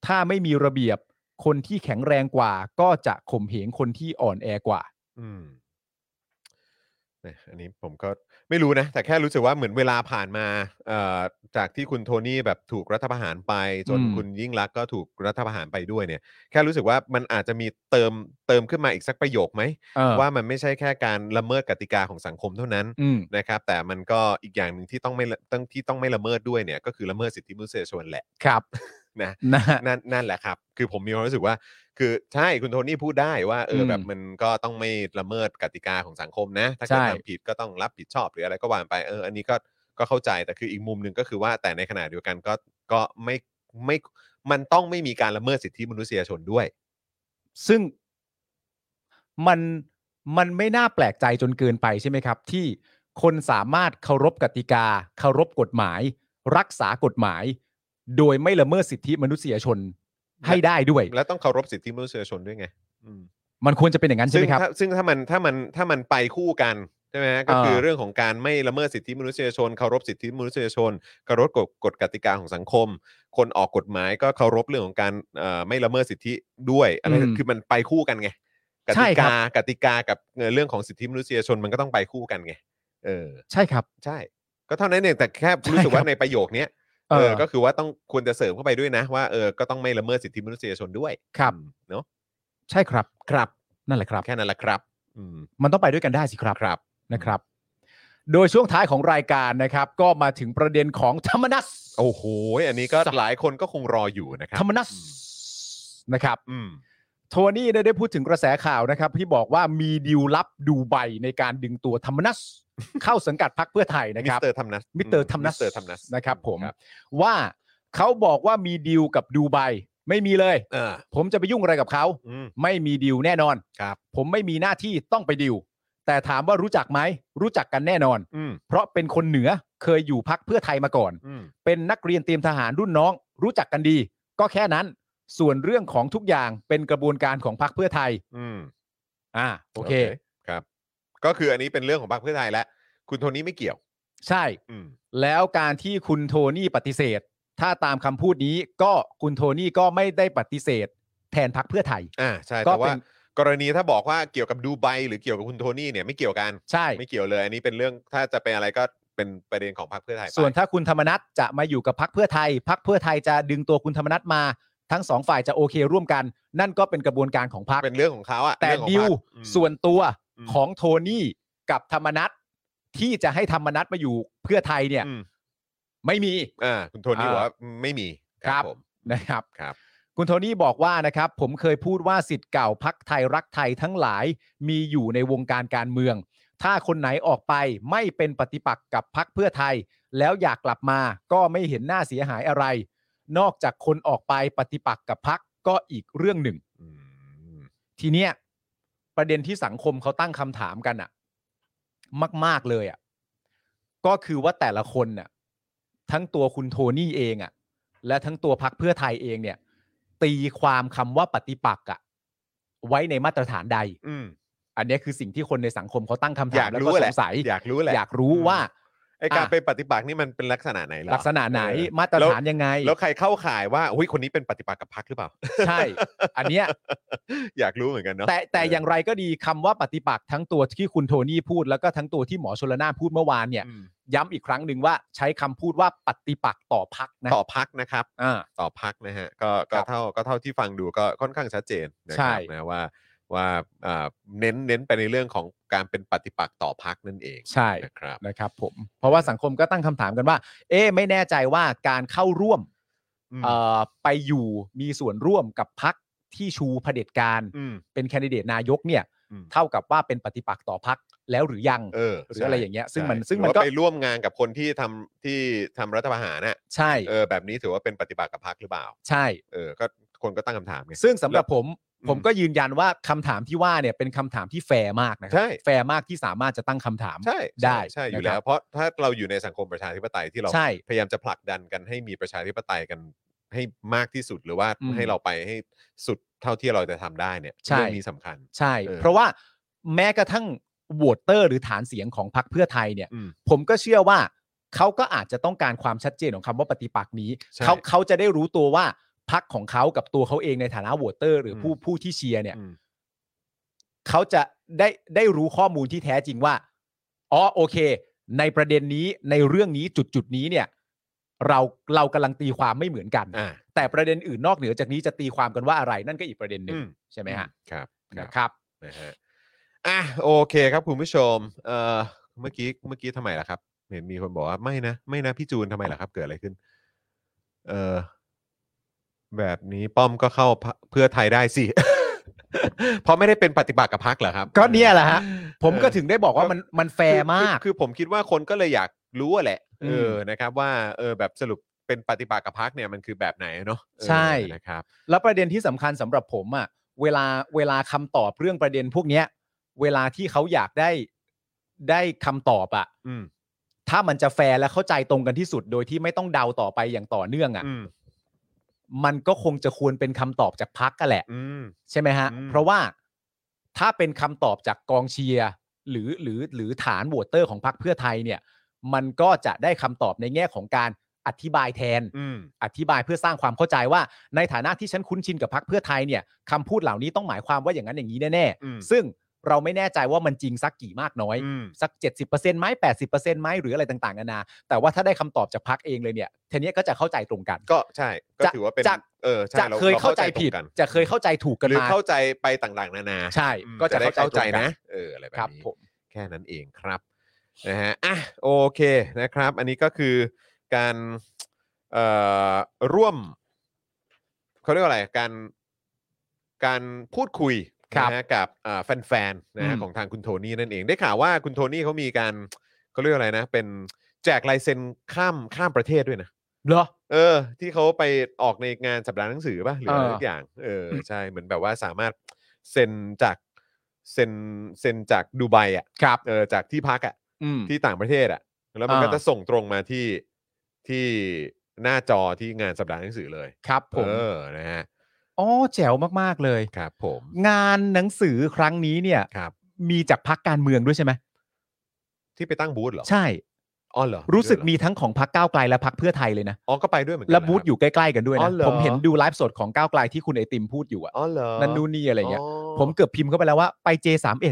ถ้าไม่มีระเบียบ คนที่แข็งแรงกว่า ก็จะข่มเหงคนที่อ่อนแอกว่า อืมนะอันนี้ผมก็ไม่รู้นะ แต่แค่รู้สึกว่าเหมือนเวลาผ่านมาเอ่อจากที่คุณโทนี่แบบถูกรัฐประหารไป จน อืม คุณยิ่งรักษณ์ก็ถูกรัฐประหารไปด้วยเนี่ย แค่รู้สึกว่ามันอาจจะมีเติมเติมขึ้นมาอีกสักประโยคไหม เออ ว่ามันไม่ใช่แค่การละเมิดกติกาของสังคมเท่านั้น อืม นะครับ แต่มันก็อีกอย่างหนึ่งที่ต้องไม่ละต้องที่ต้องไม่ละเมิดด้วยเนี่ยก็คือละเมิดสิทธิมนุษยชนแหละ ครับ นะ <laughs> นะฮะ <laughs> นั่นนั่นแหละครับ คือผมมีความรู้สึกว่า คือใช่คุณโทนี่พูดได้ว่าเอออ ม แบบมันก็ต้องไม่ละเมิดกติกาของสังคมนะ ถ้าเกิด ใช่ ทำผิดก็ต้องรับผิดชอบหรืออะไรก็ว่าไปเอออันนี้ก็ก็เข้าใจแต่คืออีกมุมหนึ่งก็คือว่าแต่ในขณะเดียวกันก็ก็ไม่ไม่มันต้องไม่มีการละเมิดสิทธิมนุษยชนด้วย ซึ่งมันมันไม่น่าแปลกใจจนเกินไปใช่ไหมครับ ที่คนสามารถเคารพกติกา เคารพกฎหมาย รักษากฎหมาย โดยไม่ละเมิดสิทธิมนุษยชนให้ได้ด้วย และต้องเคารพสิทธิมนุษยชนด้วยไงอืม มันควรจะเป็นอย่างนั้นใช่ ซึ่ ไห ง มครับ ถ้าซึ่งถ้ามันถ้ามันถ้ามันไปคู่กันใช่ไหมฮะก็คือ เออ เรื่องของการไม่ละเมิดสิทธิมนุษยชนเคารพสิทธิมนุษยชนเคารพกฎกฎกติกาของสังคม คนออกกฎหมายก็เคารพเรื่องของการเอ่อไม่ละเมิดสิทธิด้วยอะไร อืม คือมันไปคู่กันไงก ใช่ ติ ครับ กากติกากับเอ่อเรื่องของสิทธิมนุษยชนมันก็ต้องไปคู่กันไงเออ ใช่ครับ ใช่ ก็เท่านั้นเองแต่แค่ ใช่ รู้สึกว่า ครับ ในประโยคเนี้ย เอ เอ อ อก็คือว่าต้องควรจะเสริมเข้าไปด้วยนะว่าเออก็ต้องไม่ละเมิดสิทธิมนุษยชนด้วย ครับ อืมเนาะ ใช่ครับครับ นั่นแหละครับ แค่นั้นแหละครับอืม มันต้องไปด้วยกันได้สิครับ ครับ นะครับ โดยช่วงท้ายของรายการนะครับ ก็มาถึงประเด็นของธรรมนัส โอ้โห อันนี้ก็หลายคนก็คงรออยู่นะครั ธรรมนัสนะครับ อืม โทนี่เนี่ยได้พูดถึงกระแสข่าวนะครับ ที่บอกว่ามีดีลลับดูไบในการดึงตัวธรรมนัส เข้าสังกัดพรรคเพื่อไทย มิ นะค ส รับ เตอร์ธรรมนัส มิสเตอร์ธรรมนัส มิสเตอร์ธรรมนัส นะครับผม ครับ ว่าเขาบอกว่ามีดีลกับดูไบไม่มีเลย เออ ผมจะไปยุ่งอะไรกับเขา อืม ไม่มีดีลแน่นอน ครับ ผมไม่มีหน้าที่ต้องไปดีลแต่ถามว่ารู้จักไหม รู้จักกันแน่นอน อืม เพราะเป็นคนเหนือเคยอยู่พักเพื่อไทยมาก่อน อืม เป็นนักเรียนเตรียมทหารรุ่นน้อง รู้จักกันดี ก็แค่นั้นส่วนเรื่องของทุกอย่างเป็นกระบวนการของพรรคเพื่อไทย อืม อ่าโอเค ครับ ก็คืออันนี้เป็นเรื่องของพรรคเพื่อไทยแล้วคุณโทนี่ไม่เกี่ยว ใช่ อืม แล้วการที่คุณโทนี่ปฏิเสธ ถ้าตามคำพูดนี้ก็คุณโทนี่ก็ไม่ได้ปฏิเสธ แทนพรรคเพื่อไทย อ่า ใช่ ก็ แต่ เป็ ว่าน กรณีถ้าบอกว่าเกี่ยวกับดูไบหรือเกี่ยวกับคุณโทนี่เนี่ยไม่เกี่ยวกัน ใช่ ไม่เกี่ยวเลย อันนี้เป็นเรื่อง ถ้าจะเป็นอะไรก็เป็นประเด็นของพรรคเพื่อไทยไป ส่วนถ้าคุณธรรมนัฐจะมาอยู่กับพรรคเพื่อไทยพรรคเพื่อไทยจะดึงตัวคุณธรรมนัฐมา ทั้งสองฝ่ายจะโอเคร่วมกัน นั่นก็เป็นกระบวนการของพรรค เป็นเรื่องของเขาอะ แต่ เรื่องของ ดิ พร ว รคอืม ส่วนตัว อืม ของโทนี่ กับธรรมนัตที่จะให้ธรรมนัตมาอยู่เพื่อไทยเนี่ย อืม ไม่มี อ่าคุณโทนี่บอกว่าไม่มี ครับ ผม นะครับ ครับ คุณโทนี่บอกว่านะครับ ผมเคยพูดว่าสิทธิ์เก่าพักไทยรักไทยทั้งหลายมีอยู่ในวงการการเมือง ถ้าคนไหนออกไปไม่เป็นปฏิปักษ์กับพักเพื่อไทย แล้วอยากกลับมาก็ไม่เห็นหน้าเสียหายอะไร นอกจากคนออกไปปฏิปักษ์กับพักก็อีกเรื่องหนึ่ง อืม ทีเนี้ยประเด็นที่สังคมเขาตั้งคำถามกันอะมาก ๆเลยอะก็คือว่าแต่ละคนน่ะทั้งตัวคุณโทนี่เองอะและทั้งตัวพักเพื่อไทยเองเนี่ย ตีความคำว่าปฏิปักษ์อะไว้ในมาตรฐานใด อืม อันเนี้ยคือสิ่งที่คนในสังคมเขาตั้งคำถายอาม ก แล้ว รู้ ก็ แห ส ละ งสัย อยากรู้แหละ อยากรู้ว่า ไอการ อ่ะ ไปปฏิบัตินี่มันเป็นลักษณะไหนเหรอ ลักษณะไหน เออ มาตรฐานยังไง แล้วใครเข้าข่ายว่าอุ้ยคนนี้เป็นปฏิบัติกับพรรคหรือเปล่า <laughs> ใช่ อันเนี้ย อยากรู้เหมือนกันเนาะ แต่แต่ เอออ อย่างไรก็ดีคำว่าปฏิปักษ์ทั้งตัวที่คุณโทนี่พูดแล้วก็ทั้งตัวที่หมอชลนานพูดเมื่อวานเนี่ย อืม ย้ำอีกครั้งหนึ่งว่าใช้คำพูดว่าปฏิปักษ์ต่อพักนะ ต่อพักนะครับ อ่า ต่อพักนะฮะก็ ค ก็ รับ เท่าก็เท่าที่ฟังดูก็ค่อนข้างชัดเจนนะค ใช่ รับนะว่าว่าอ่าเน้นเน้นไปในเรื่องของการเป็นปฏิปักษ์ต่อพักนั่นเอง ใช่ นะครับ นะครับผม เพราะว่าสังคมก็ตั้งคำถามกันว่า เอ๊ะไม่แน่ใจว่าการเข้าร่วม อืม เอ่อไปอยู่มีส่วนร่วมกับพักที่ชูเผด็จการ อืม เป็นแคนดิเดตนายกเนี่ย อืม เท่ากับว่าเป็นปฏิปักษ์ต่อพักแล้วหรือยัง เออ หรืออะไรอย่างเงี้ยซึ่งมัน ใช่ ซึ่งมัน หรือว่า ก็ ไปร่วมงานกับคนที่ทำที่ทำรัฐประหารน่ะ ใช่ เออแบบนี้ถือว่าเป็นปฏิบัติกับพรรคหรือเปล่า ใช่ เออก็คนก็ตั้งคำถามไง ซึ่งสำหรับ แล้ว ผม อืม ผมก็ยืนยันว่าคำถามที่ว่าเนี่ยเป็นคำถามที่แฟร์มากนะครั ใช่ แฟร์มากที่สามารถจะตั้งคำถาม ใช่ใช่ ได้ ใช่อยู่ นะครั แล้วบเพราะถ้าเราอยู่ในสังคมประชาธิปไตยที่เรา ใช่ พยายามจะผลักดันกันให้มีประชาธิปไตยกันให้มากที่สุดหรือว่า อืม ให้เราไปให้สุดเท่าที่เราจะทำได้เนี่ย ใช่ เรื่องนี้สำคัญ ใช่ เออ เพราะว่าแม้กระทั่งโหวตเตอร์หรือฐานเสียงของพรรคเพื่อไทยเนี่ย อืม ผมก็เชื่อว่าเขาก็อาจจะต้องการความชัดเจนของคำว่าปฏิปักษ์นี้ ใช่ เขาเขาจะได้รู้ตัวว่าพรรคของเขากับตัวเขาเองในฐานะโหวตเตอร์ หรืออ ม ผู้ผู้ที่เชียร์เนี่ย อืม เขาจะได้ได้รู้ข้อมูลที่แท้จริงว่าอ๋อโอเค ในประเด็นนี้ในเรื่องนี้จุดจุดๆนี้เนี่ย เราเรากำลังตีความไม่เหมือนกัน อ่า แต่ประเด็นอื่นนอกเหนือจากนี้จะตีความกันว่าอะไรนั่นก็อีกประเด็นหนึ่ง อืม ใช่ไหมฮะ ครับครั นะ บ ครับ นะฮะอ่ะโอเคครับคุณผู้ชมเอ่อเมื่อกี้เมื่อกี้ทำไมล่ะครับ เห็นมีคนบอกว่าไม่นะ ไม่นะพี่จูนทำไมล่ะครับ เกิดอะไรขึ้น เออแบบนี้ป้อมก็เข้าพรรคเพื่อไทยได้สิ <laughs> เพราะไม่ได้เป็นปฏิบัติกับพักเหรอครับ ก็เนี่ยแหละฮะ ผมก็ เออ ถึงได้บอกว่ามันมันแฟร์มาก คือคือคือผมคิดว่าคนก็เลยอยากรู้อะแหละ อืม เออนะครับว่าเออแบบสรุปเป็นปฏิบัติกับพักเนี่ยมันคือแบบไหนเนาะเออ ใช่ นะครับ แล้วประเด็นที่สำคัญสำหรับผมอะ่ะเวลาเวลาคำตอบเรื่องประเด็นพวกเนี้ย เวลาที่เขาอยากได้ได้คำตอบอะ่ะ อืม ถ้ามันจะแฟร์และเข้าใจตรงกันที่สุด โดยที่ไม่ต้องเดาต่อไปอย่างต่อเนื่อง อื อะ่ะ ม มันก็คงจะควรเป็นคำตอบจากพักกันแหละ อืม ใช่ไหมฮะ อืม เพราะว่าถ้าเป็นคำตอบจากกองเชียร์หรือหรือหรือฐานโหวตเตอร์ของพรรคเพื่อไทยเนี่ย มันก็จะได้คำตอบในแง่ของการอธิบายแทน อืม อธิบายเพื่อสร้างความเข้าใจว่า ในฐานะที่ฉันคุ้นชินกับพรรคเพื่อไทยเนี่ยคำพูดเหล่านี้ต้องหมายความว่าอย่างนั้นอย่างนี้แน่ อืม ๆ ซึ่งเราไม่แน่ใจว่ามันจริงสักกี่มากน้อย อืม สัก 70%ไหม80%ไหมหรืออะไรต่างๆนานาแต่ว่าถ้าได้คำตอบจากพรรคเองเลยเนี่ยทีเนี้ยก็จะเข้าใจตรงกัน ก็ใช่ ก็ จะ ถือว่าเป็น จะ เออใช่ จะ ร เคยเข้าใจ ร ผิด ตรงกัน จะเคยเข้าใจถูกกัน หรือ มา เข้าใจไปต่างๆ นานา ใช่ อืม ก็จะ ได้เข้า เข้า ใจ ใจตรงกัน นะ เอออะไรแบบ ครับ นี้ ผม แค่นั้นเองครับนะฮะอ่ะโอเคนะครับ อันนี้ก็คือการเอ่อร่วมเขาเรียกว่าอะไรการการพูดคุย ครับ นะฮะกับอ่าแฟนๆนะฮะ อืม ของทางคุณโทนี่นั่นเองได้ข่าวว่าคุณโทนี่เขามีการเขาเรียกว่าอะไรนะ เป็นแจกลายเซ็นข้ามข้ามประเทศด้วยนะ เหรอ เออ ที่เขาไปออกในงานสัปดาห์หนังสือป่ะหรืออะไร เออ ทุกอย่าง เออใช่เหมือนแบบว่าสามารถเซ็นจากเซ็นเซ็นจากดูไบอ่ะ ครับ เออจากที่พักอ่ะ อืม ที่ต่างประเทศอ่ะ แล้วมัน อ่า ก็จะส่งตรงมาที่ที่หน้าจอที่งานสัปดาห์หนังสือเลย ครับผม เออนะฮะ อ๋อแจ๋วมากๆเลย ครับผม งานหนังสือครั้งนี้เนี่ย ครับ มีจากพักการเมืองด้วยใช่ไหม ที่ไปตั้งบูธเหรอ ใช่ อ๋อเหรอ รู้สึก ด้วยเหอ มีทั้งของพักก้าวไกลและพักเพื่อไทยเลยนะ อ๋อก็ไปด้วยเหมือนกั และบูธ เหร อยู่ใกล้ๆกันด้วย อ๋ นะ อเหรอ ผมเห็นดูไลฟ์สดของก้าวไกลที่คุณไอติมพูดอยู่อะ อ๋อเหรอ นันนูนนี่อะไรเงี้ย อ๋อ ผมเกือบพิมพ์เข้าไปแล้วว่าไป J31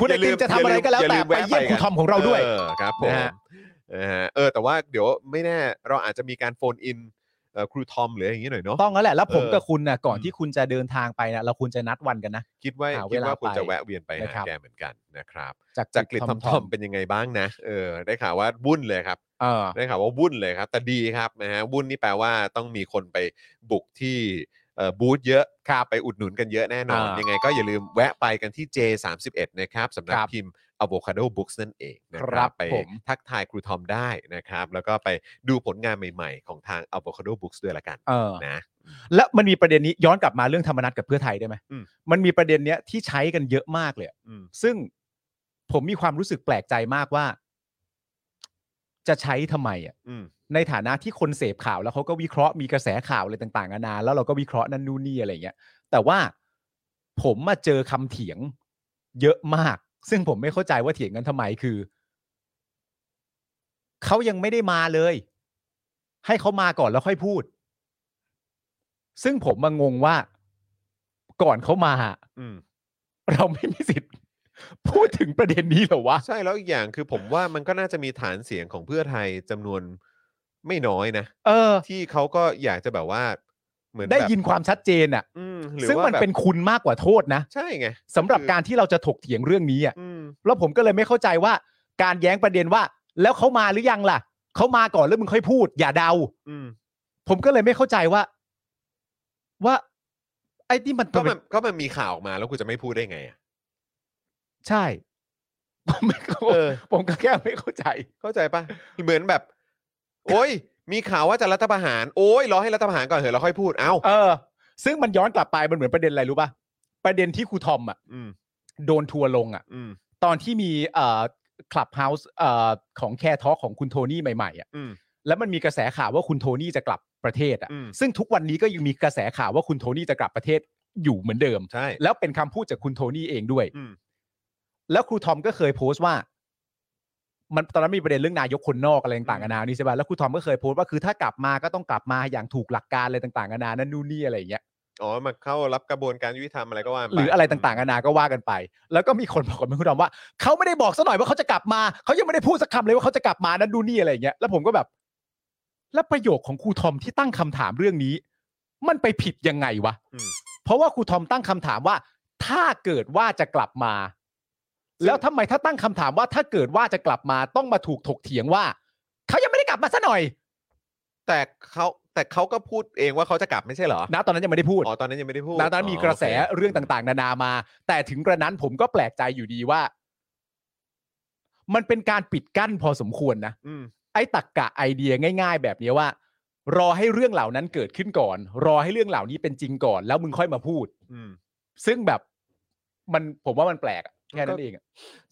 คุณไอติมจะทำอะไรก็แล้วแต่ อย่า ไปเยี่ยมคุณทอมของเราด้วย เออครับผม นะฮะ นะฮะเออแต่ว่าเดี๋ยวไม่แน่เราอาจจะมีการโฟนอิน เอ่อครูทอมหรืออย่างนี้หน่อยเนาะ ต้องแล้วแหละแล้วผม เออ กับคุณนะก่อนที่คุณจะเดินทางไปนะเราควรจะนัดวันกันนะ คิดว่า หาเวคิดลาว่าคุณ ไป จะแวะเวียนไป นะครั หา บ แกเหมือนกันนะครับ จาก จากกลิดทอมทอมเป็นยังไงบ้างนะเออได้ข่าวว่าวุ่นเลยครับ เออ ได้ข่าวว่าวุ่นเลยครับ แต่ดีครับนะฮะวุ่นนี่แปลว่าต้องมีคนไปบุกที่เอ่อบูธเยอะค่าไปอุดหนุนกันเยอะแน่นอน อ่ายั ยังไงก็อย่าลืมแวะไปกันที่ J31 นะครับสำนัก ครับ พิมพ์ Avocado Books นั่นเองนะค ครั รับบ ไป ผม ทักทายครูทอมได้นะครับ แล้วก็ไปดูผลงานใหม่ๆ ของทาง Avocado Books ด้วยละกัน เออ นะ และมันมีประเด็นนี้ย้อนกลับมาเรื่องธรรมนัตกับเพื่อไทยได้ไหม อืม มันมีประเด็นเนี้ยที่ใช้กันเยอะมากเลยอะ อืม ซึ่งผมมีความรู้สึกแปลกใจมากว่า จะใช้ทำไมอ่ะ อืม ในฐานะที่คนเสพข่าวแล้วเขาก็วิเคราะห์มีกระแสข่าวอะไรต่างๆนานาแล้วเราก็วิเคราะห์นั่นนู่นนี่อะไรเงี้ย แต่ว่าผมมาเจอคำเถียง เยอะมาก ซึ่งผมไม่เข้าใจว่าเถียงกันทำไมคือเขายังไม่ได้มาเลย ให้เขามาก่อนแล้วค่อยพูด ซึ่งผมมางงว่าก่อนเขามา อืม เราไม่มีสิทธิ์ <laughs> พูดถึงประเด็นนี้เหรอวะ ใช่แล้วอีกอย่างคือผมว่ามันก็น่าจะมีฐานเสียงของเพื่อไทยจำนวนไม่น้อยนะ เออ ที่เขาก็อยากจะแบบว่าเหมือน ได้ แบบ ยินความชัดเจนอ่ะ อืมหรือ ซึ่ง ว่า มัน แบบ เป็นคุณมากกว่าโทษนะ ใช่ไง สำหรับการที่เราจะถกเถียงเรื่องนี้อ่ะ อืม แล้วผมก็เลยไม่เข้าใจว่า การแย้งประเด็นว่า แล้วเขามาหรือยังล่ะ เขามาก่อนแล้วมึงค่อยพูด อย่าเดา อืม ผมก็เลยไม่เข้าใจว่า ว่า ไอ้นี่มัน ก็มันก็มันมีข่าวออกมาแล้วกูจะไม่พูดได้ไงอะ ใช่ ผมไม่เข้า เออ ผมก็แค่ไม่เข้าใจ เข้าใจปะเหมือนแบบ โอ้ย มีข่าวว่าจะรัฐประหาร โอ้ยรอให้รัฐประหารก่อนเถอะแล้วค่อยพูดเอ้า เออ ซึ่งมันย้อนกลับไปมันเหมือนประเด็นอะไรรู้ป่ะประเด็นที่ครูทอมอ่ะ อืม โดนทัวร์ลงอ่ะ อืม ตอนที่มีเอ่อคลับเฮาส์เอ่อของแคทอของคุณโทนี่ใหม่ๆอ่ะ อืม แล้วมันมีกระแสข่าวว่าคุณโทนี่จะกลับประเทศ อืม อะ่ะ ซึ่งทุกวันนี้ก็ยังมีกระแสข่าวว่าคุณโทนี่จะกลับประเทศอยู่เหมือนเดิม ใช่ แล้วเป็นคำพูดจากคุณโทนี่เองด้วย อืม แล้วครูทอมก็เคยโพสต์ว่า มันตอนนั้นมีประเด็นเรื่องนายกคนนอกอะไรต่างๆนานานี่ใช่ป่ะแล้วครูทอมก็เคยโพสต์ว่าคือถ้ากลับมาก็ต้องกลับมาอย่างถูกหลักการอะไรต่างๆนานานั่นนู่นนี่อะไรอย่างเงี้ย อ๋อมาเข้ารับกระบวนการยุติธรรมอะไรก็ว่าป หรืออะไรต่างๆนานาก็ว่ากันไป แล้วก็มีคนบอกกับครูทอมว่าเขาไม่ได้บอกซะหน่อยว่าเขาจะกลับมาเขายังไม่ได้พูดสักคำเลยว่าเขาจะกลับมานั่นนู่นนี่อะไรอย่างเงี้ยแล้วผมก็แบบ แล้วประโยคของครูทอมที่ตั้งคำถามเรื่องนี้ มันไปผิดยังไงวะ อืม เพราะว่าครูทอมตั้งคำถามว่า ถ้าเกิดว่าจะกลับมา แล้วทำไมถ้าตั้งคำถามว่าถ้าเกิดว่าจะกลับมาต้องมาถูกถกเถียงว่าเขายังไม่ได้กลับมาซะหน่อย แต่เขาแต่เขาก็พูดเองว่าเขาจะกลับไม่ใช่เหรอ นะตอนนั้นยังไม่ได้พูด อ๋อตอนนั้นยังไม่ได้พูด นะตอนนั้นมีกระแสเรื่องต่างๆ นานามา แต่ถึงกระนั้นผมก็แปลกใจอยู่ดีว่า มันเป็นการปิดกั้นพอสมควรนะ ๆอืม ไอ้ตักกะไอเดียง่าย ๆ แบบเนี้ยว่า รอให้เรื่องเหล่านั้นเกิดขึ้นก่อน รอให้เรื่องเหล่านี้เป็นจริงก่อน แล้วมึงค่อยมาพูด อืม ซึ่งแบบมันผมว่ามันแปลกอะแค่นั้นเองอะ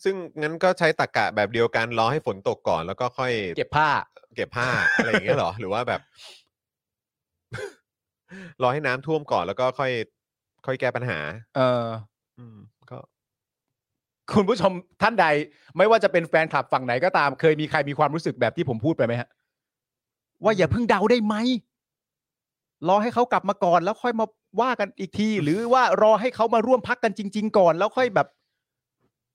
ซึ่งงั้นก็ใช้ตรกกะแบบเดียวกันรอให้ฝนตกก่อนแล้วก็ค่อย เก็บผ้า เก็บผ้า อะไรอย่างเงี้ยเหรอ หรือว่าแบบ <laughs> รอให้น้ำท่วมก่อนแล้วก็ค่อย ค่อยแก้ปัญหา เออ อืม ก็ คุณผู้ชมท่านใด ไม่ว่าจะเป็นแฟนคลับฝั่งไหนก็ตาม เคยมีใครมีความรู้สึกแบบที่ผมพูดไปไหมฮะ ว่าอย่าเพิ่งเดาได้ไหมรอให้เขากลับมาก่อนแล้วค่อยมาว่ากันอีกที หรือว่ารอให้เขามาร่วมพักกันจริง ๆ ก่อน แล้วค่อยแบบ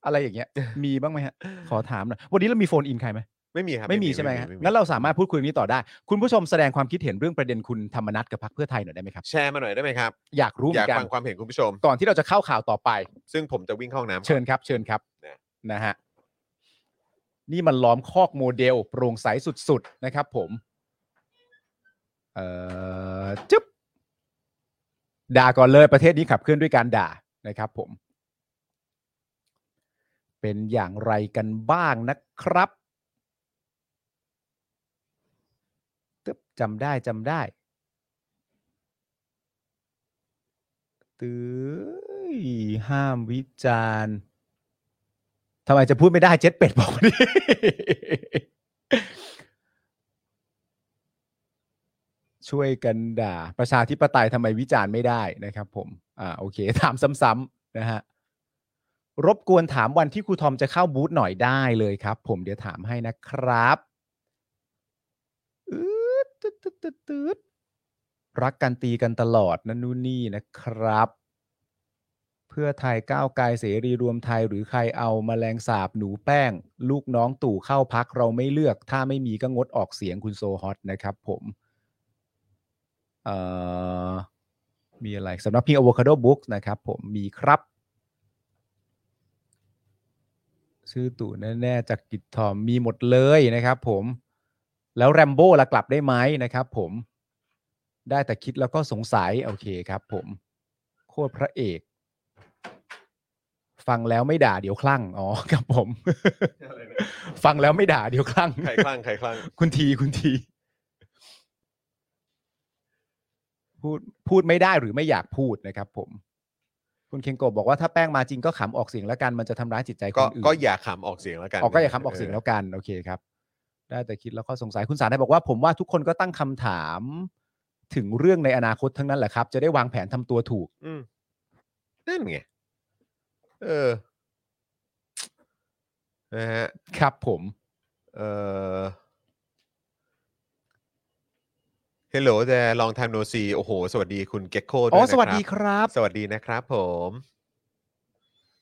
อะไรอย่างเงี้ย <laughs> มีบ้างไหมฮะ ขอถามหน่อยวันนี้เรามีโฟนอินใครไหม ไม่มีครับ ไม่มีใช่ไหมครับงั้นเราสามารถพูดคุยเรื่องนี้ต่อได้ คุณผู้ชมแสดงความคิดเห็นเรื่องประเด็นคุณธรรมนัทกับพรรคเพื่อไทยหน่อยได้ไหมครับ แชร์มาหน่อยได้ไหมครับ อยากรู้เห อ มื ยา อก นกัน ฟังความเห็นคุณผู้ชม ก่อนที่เราจะเข้าข่าวต่อไป ซึ่งผมจะวิ่งเข้าห้องน้ำก่อน เชิญครับ เชิญครับ นะ นะฮะนี่มันล้อมคอกโมเดล โปร่งใสสุดๆนะครับผม เอ่อจึ๊บด่าก่อนเลยประเทศนี้ขับเคลื่อนด้วยการด่านะครับผม เป็นอย่างไรกันบ้างนะครับตึ๊บจำได้จำได้ตื้อยห้ามวิจารณ์ทำไมจะพูดไม่ได้เจ็ดเป็ดบอกมาดิ <laughs> ช่วยกันด่า ประชาธิปไตยทำไมวิจารณ์ไม่ได้นะครับผม อ่าโอเค <laughs> ถามซ้ำๆนะฮะ รบกวนถามวันที่ครูทอมจะเข้าบูธหน่อยได้เลยครับ ผมเดี๋ยวถามให้นะครับอืดตึ๊ดตึ๊ดตึ๊ดตึ๊ดรักกันตีกันตลอดนั่นนู่นนี่นะครับ เพื่อไทยก้าวไกลเสรีรวมไทยหรือใครเอามาแมลงสาบหนูแป้ง ลูกน้องตู่เข้าพักเราไม่เลือก ถ้าไม่มีก็งดออกเสียงคุณโซฮอตนะครับผม เอ่อมีอะไรสำนักพิมพ์ Avocado Books นะครับผมมีครับ ชื่อตู่แน่ๆจากกิจทอมมีหมดเลยนะครับผมแล้วแรมโบ้ละกลับได้ไหมนะครับผมได้แต่คิดแล้วก็สงสัย โอเคครับผมโคตรพระเอก ฟังแล้วไม่ด่าเดี๋ยวคลั่งอ๋อครับผม อะไรนะ ฟังแล้วไม่ด่าเดี๋ยวคลั่ง ใครคลั่งใครค <laughs> ลั่ง คุณทีคุณที พูดพูดไม่ได้หรือไม่อยากพูดนะครับผม คุณเคงโกะบอกว่าถ้าแป้งมาจริงก็ขำออกเสียงแล้วกันมันจะทำร้ายจิตใจค ก็ นอื่น ก็อย่าขำออกเสียงแล้วกัน ออกก็อย่าขำออกเสียงแล้วกัน โอเคครับ ได้แต่คิดแล้วก็สงสัยคุณสารได้บอกว่า ผมว่าทุกคนก็ตั้งคำถาม ถึงเรื่องในอนาคตทั้งนั้นแหละครับ จะได้วางแผนทำตัวถูก อืมนั่นไงเออนะฮะ ครับผม เออฮลโหลแต่ลองทำโนซีโอ้โห สวัสดีคุณเก็กโคด้วย อ๋อ นะ สวัสดีครับ สวัสดีนะครับ ผม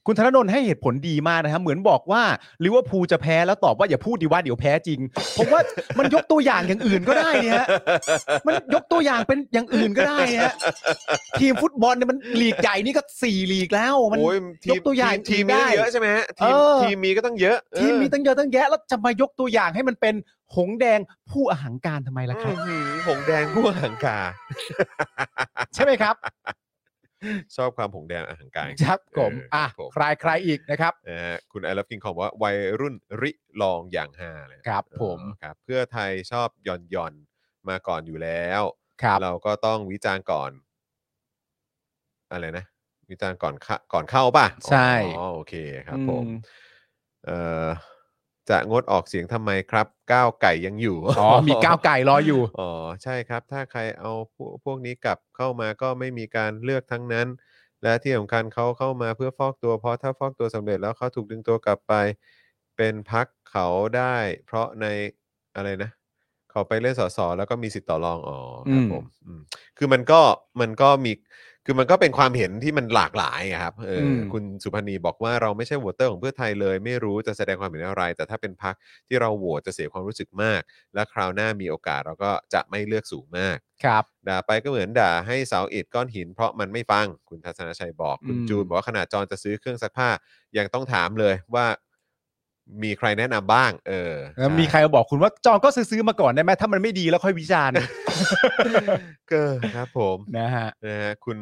คุณธนนนท์ให้เหตุผลดีมากนะครับเหมือนบอกว่าลิเวอร์พูลจะแพ้แล้วตอบว่าอย่าพูดดีว่าเดี๋ยวแพ้จริง ผมว่ามันยกตัวอย่างอย่างอื่นก็ได้เนี่ยฮะมันยกตัวอย่างเป็นอย่างอื่นก็ได้ฮะทีมฟุตบอลเนี่ยมันลีกใหญ่นี่ก็สี่ลีกแล้วมัน โอ้ยทีม ยกตัวอย่าง ทีมมีอื่นได้ เยอะใช่ไหมฮะทีม เออ ทีมมีก็ต้องเยอะเออ ทีมมีตั้งเยอะตั้งแยะแล้วจะมายกตัวอย่างให้มันเป็นหงแดงผู้อหังการทำไมล่ะครัอื้บอหือหงแดงผู้อหังกา ใช่ไหมครับ ชอบความผงแดงอหังการ ครับผม เอออ่ อ่ะ ครับผม ใครใครอีกนะครับ นะฮะคุณไอรับกิงของว่าวัยรุ่นริลองอย่างฮาเลย ครับ เออ ผม ครับ เพื่อไทยชอบหย่อนหย่อนๆมาก่อนอยู่แล้ว ครับ เราก็ต้องวิจารณ์ก่อน อะไรนะ วิจารณ์ก่อนเข้าก่อนเข้าป่ะ ใช่ อ๋อโอเคครับผม อื เอ่อจะงดออกเสียงทำไมครับ ก้าวไก่ยังอยู่ อ๋อมีก้าวไก่รออยู่ อ๋อใช่ครับ ถ้าใครเอาพวกพวกนี้กลับเข้ามาก็ไม่มีการเลือกทั้งนั้น และที่สำคัญเขาเข้ามาเพื่อฟอกตัวเพราะถ้าฟอกตัวสำเร็จแล้วเขาถูกดึงตัวกลับไป เป็นพักเขาได้ เพราะในอะไรนะ เขาไปเล่นสสแล้วก็มีสิทธิ์ต่อรองอ๋อครับ อืม ผมอืมคือมันก็มันก็มีคือมันก็เป็นความเห็นที่มันหลากหลายอะครับเอออ ม คุณสุพันธ์นีบอกว่าเราไม่ใช่โหวตเตอร์ของเพื่อไทยเลย ไม่รู้จะแสดงความเห็นอะไร แต่ถ้าเป็นพักที่เราโหวตจะเสียความรู้สึกมาก และคราวหน้ามีโอกาสเราก็จะไม่เลือกสูงมาก ครับ ด่าไปก็เหมือนด่าให้เสาอิดก้อนหิน เพราะมันไม่ฟังคุณทัศนชัยบอก คุณ อืม จูนบอกว่าขนาดจอนจะซื้อเครื่องซักผ้ายังต้องถามเลยว่ามีใครแนะนำบ้าง เออ แล้วมีใคร ช่ มาบอกคุณว่าจองก็ซื้อๆมาก่อนได้ไหมถ้ามันไม่ดีแล้วค่อยวิจารณ์ <laughs> เกอครับผม นะฮะ นะฮะคุณ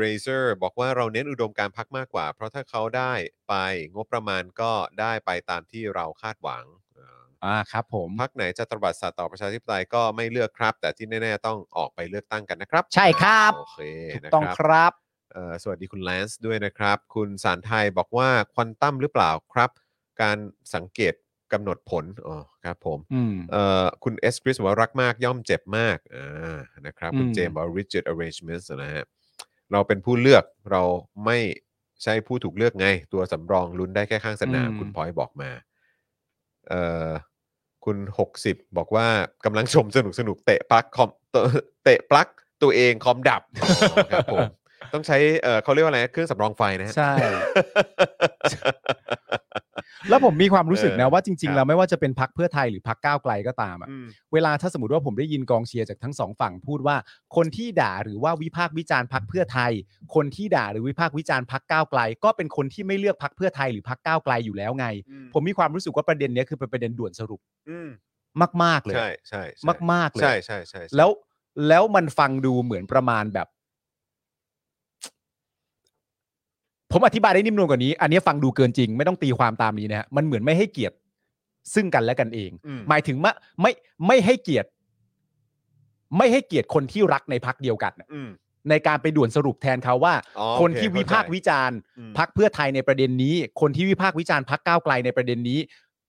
Razer บอกว่าเราเน้นอุดมการณ์พักมากกว่า เพราะถ้าเขาได้ไปงบประมาณก็ได้ไปตามที่เราคาดหวังเออ อ่าครับผม พักไหนจะตบัดสัตว์ต่อประชาธิปไตยก็ไม่เลือกครับ แต่ที่แน่ๆต้องออกไปเลือกตั้งกันนะครับ ใช่ครับ โอเค ถูก นะ ต้อง ค ครับ รับ เอ่อสวัสดีคุณแลนซ์ด้วยนะครับ คุณสารไทยบอกว่าควอนตัมหรือเปล่าครับ การสังเกตกำหนดผลอ๋อครับผม อืม เอ่อคุณเอสคริสบอกว่ารักมากย่อมเจ็บมากอ่านะครับคุณ อืม เจมส์บอก rigid arrangements นะฮะเราเป็นผู้เลือกเราไม่ใช่ผู้ถูกเลือกไง ตัวสำรองลุ้นได้แค่ข้างสนามคุณพลอยบอกมา เอ่อคุณ 60 บอกว่ากำลังชมสนุกสนุกเตะปลั๊กคอม <laughs> เตะเตะปลั๊กตัวเองคอมดับอ๋อครับผมต้องใช้เอ่อเขาเรียกว่าอะไรนะเครื่องสำรองไฟนะฮะ ใช่ แล้วผมมีความรู้สึก เออนะว่าจ ครั ริง บ ๆ แล้วไม่ว่าจะเป็นพักเพื่อไทยหรือพักก้าวไกลก็ตามอะ อืม เวลาถ้าสมมติว่าผมได้ยินกองเชียร์จากทั้งสองฝั่งพูดว่า คนที่ด่าหรือว่าวิพากษ์วิจารณ์พักเพื่อไทย คนที่ด่าหรือวิพากษ์วิจารณ์พักก้าวไกล ก็เป็นคนที่ไม่เลือกพักเพื่อไทยหรือพักก้าวไกลอยู่แล้วไง ผมมีความรู้สึกว่าประเด็นเนี้ยคือเป็นประเด็นด่วนสรุป อืม มากๆเลย ใช่ใช่ใช่ มากๆเลย ใช่ใช่ใช่ใช่ แล้วแล้วมันฟังดูเหมือนประมาณแบบ ผมอธิบายได้นิ่มนวลกว่านี้ อันนี้ฟังดูเกินจริง ไม่ต้องตีความตามนี้นะฮะมันเหมือนไม่ให้เกียรติซึ่งกันและกันเอง อืม หมายถึงว่าไม่ไม่ให้เกียรติ ไม่ให้เกียรติคนที่รักในพักเดียวกันน่ะ อืม ในการไปด่วนสรุปแทนเขาว่า อ๋อ คน โอเค ที่วิพากษ์ เข้าใจ วิจารณ์ อืม พักเพื่อไทยในประเด็นนี้ คนที่วิพากษ์วิจารณ์พักก้าวไกลในประเด็นนี้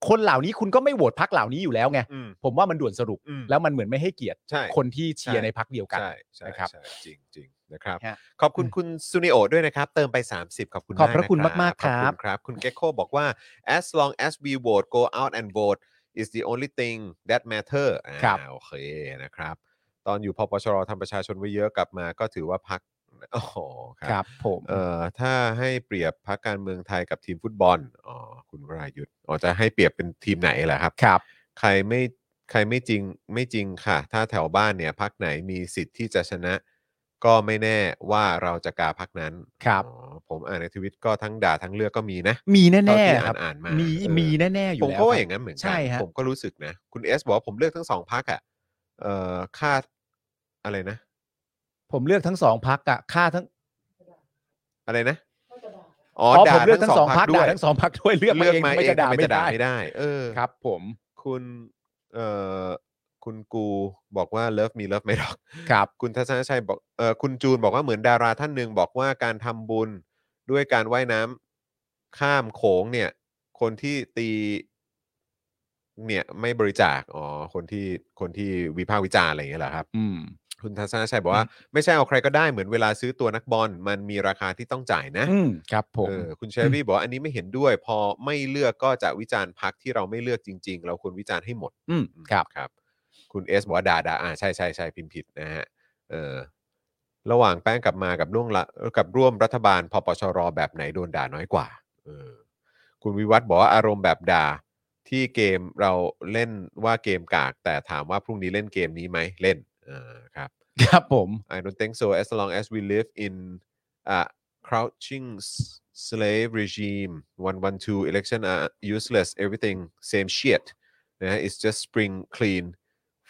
คนเหล่านี้คุณก็ไม่โหวตพักเหล่านี้อยู่แล้วไง อืม ผมว่ามันด่วนสรุป อืม แล้วมันเหมือนไม่ให้เกียรติ ใช่ คนที่เชีย ใช่ ร์ในพักเดียวกัน ใช่ใช่ นะครับ ใช่จริงจริงนะครับ ฮะ ขอบคุณคุณซูนิโอด้วยนะครับ เติมไป 30 ขอบคุณ ขอบพระ น คุณมากๆ ข ครั อบบ คุณครับ คุณเกคโคบอกว่า as long as we vote go out and vote is the only thing that matter อ่าโอเคนะครับ ตอนอยู่พปชรทำประชาชนไว้เยอะกลับมาก็ถือว่าพัก <laughs> โอ้โหค ค รั รั บบ ผม เอ่อถ้าให้เปรียบพักการเมืองไทยกับทีมฟุตบอลอ๋อคุณวรายุทธ์อ๋อจะให้เปรียบเป็นทีมไหนล่ะครับ ครับ ใครไม่ ใครไม่จริงไม่จริงค่ะ ถ้าแถวบ้านเนี่ยพักไหนมีสิทธิ์ที่จะชนะ ก็ไม่แน่ว่าเราจะกาพักนั้น ครับ อ๋อผมอ่านในทวิตก็ทั้งด่าทั้งเลือกก็มีนะ มี เท่า แน่ ที่ ๆครับ อ่านๆมา มี เออ มีแน่ๆอยู่ ผม แล้ว ก็ว่า ค อ รับ ย่างนั้นเหมือนกั ใช่ฮะ ผมก็รู้สึกนะ คุณเอสบอกว่าผมเลือกทั้งสองพักอ่ะเอ่อคาดอะไรนะ ผมเลือกทั้งสองพักอะค่าทั้ง อะไรนะอ๋อ อ๋อ ด่า ผมเลือกทั้งสองพัก ด้ว ด่าย ทั้งสองพักด้วยเลือกมาเองไม่จะด่า ทำ ไม่ได้ ไม่ได้ เออ ครับ ผม คุณเอ่อคุณกูบอกว่า love me love ไม่หรอก ครับ คุณทัศนชัยบอกเออคุณจูนบอกว่าเหมือนดาราท่านหนึ่งบอกว่าการทำบุญด้วยการว่ายน้ำข้ามโขงเนี่ย คนที่ตีเนี่ยไม่บริจาคอ๋อคนที่คนที่วิพากษ์วิจารณ์อะไรอย่างเงี้ยเหรอครับ อืม คุณทัศนชัยบอกว่าไม่ใช่เอาใครก็ได้เหมือนเวลาซื้อตัวนักบอลมันมีราคาที่ต้องจ่ายนะ อืมครับผม เออคุณเชอรี่บอกว่าอันนี้ไม่เห็นด้วย พอไม่เลือกก็จะวิจารณ์พักที่เราไม่เลือกจริง ๆ เราควรวิจารณ์ให้หมด อืมครับ ครับคุณเอสบอกว่าดาดาอ่าใช่ใช่ใช่พิมพ์ผิดนะฮะเออระหว่างแป้งกลับมากับร่วงละกับร่วมรัฐบาลพปชรแบบไหนโดนด่าน้อยกว่าเออคุณวิวัฒน์บอกว่าอารมณ์แบบด่าที่เกมเราเล่นว่าเกมกาก แต่ถามว่าพรุ่งนี้เล่นเกมนี้ไหมเล่นเออครับ ครับผม I don't think so as long as we live in a crouching s- slave regime 112 election are useless everything same shit นะฮะ it's just spring clean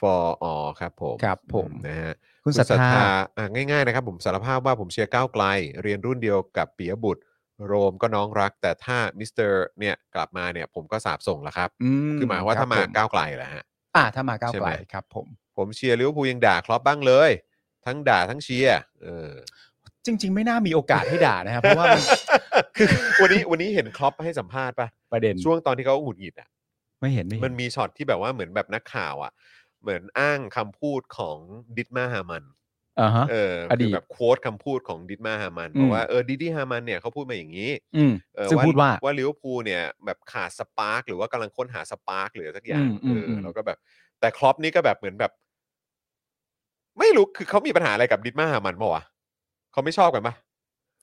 for all ครับผม ครับผม นะฮะ คุณศรัทธา อ่ะง่ายๆนะครับผมสารภาพว่าผมเชียร์ก้าวไกล เรียนรุ่นเดียวกับปียบุตร โรมก็น้องรัก แต่ถ้ามิสเตอร์เนี่ยกลับมาเนี่ยผมก็สาบส่งละครับ อืม คือหมายว่า รับ ถ้ามา ผ ก้าวไกลแหละฮะ อ่าถ้ามาก้าว ใช่ ไก ไห ล ม ครับ ผม ผมเชียร์ลิเวอร์พูลยังด่าคล็อปบ้างเลย ทั้งด่าทั้งเชียร์เออ จริง ๆ ไม่น่ามีโอกาสให้ด่านะครับ เพราะว่ามัน คือวันนี้วันนี้เห็นคล็อปให้สัมภาษณ์ปะ ประเด็น ช่วงตอนที่เขาหงุดหงิดอ่ะ ไม่เห็นไม่เห็น มันมีช็อตที่แบบว่าเหมือนแบบนักข่าวอ่ะ เหมือนอ้างคำพูดของดิดมาฮามัน อ่าฮะ เออ อ คื ดี อ ต แบบโค้ดคำพูดของดิดมาฮามัน อืม บอกว่าเออดิดดี้ฮามันเนี่ยเขาพูดมาอย่างนี้ อืม เออ ซึ่งพูดว่า ว่าลิเวอร์พูลเนี่ยแบบขาดสปาร์กหรือว่ากำลังค้นหาสปาร์กหรือสักอย่าง อืมอื เอ ม อ ม แล้วก็แบบ แต่คล็อปนี่ก็แบบเหมือนแบบ ไม่รู้คือเขามีปัญหาอะไรกับดิดมาฮามันปะวะเขาไม่ชอบกันปะ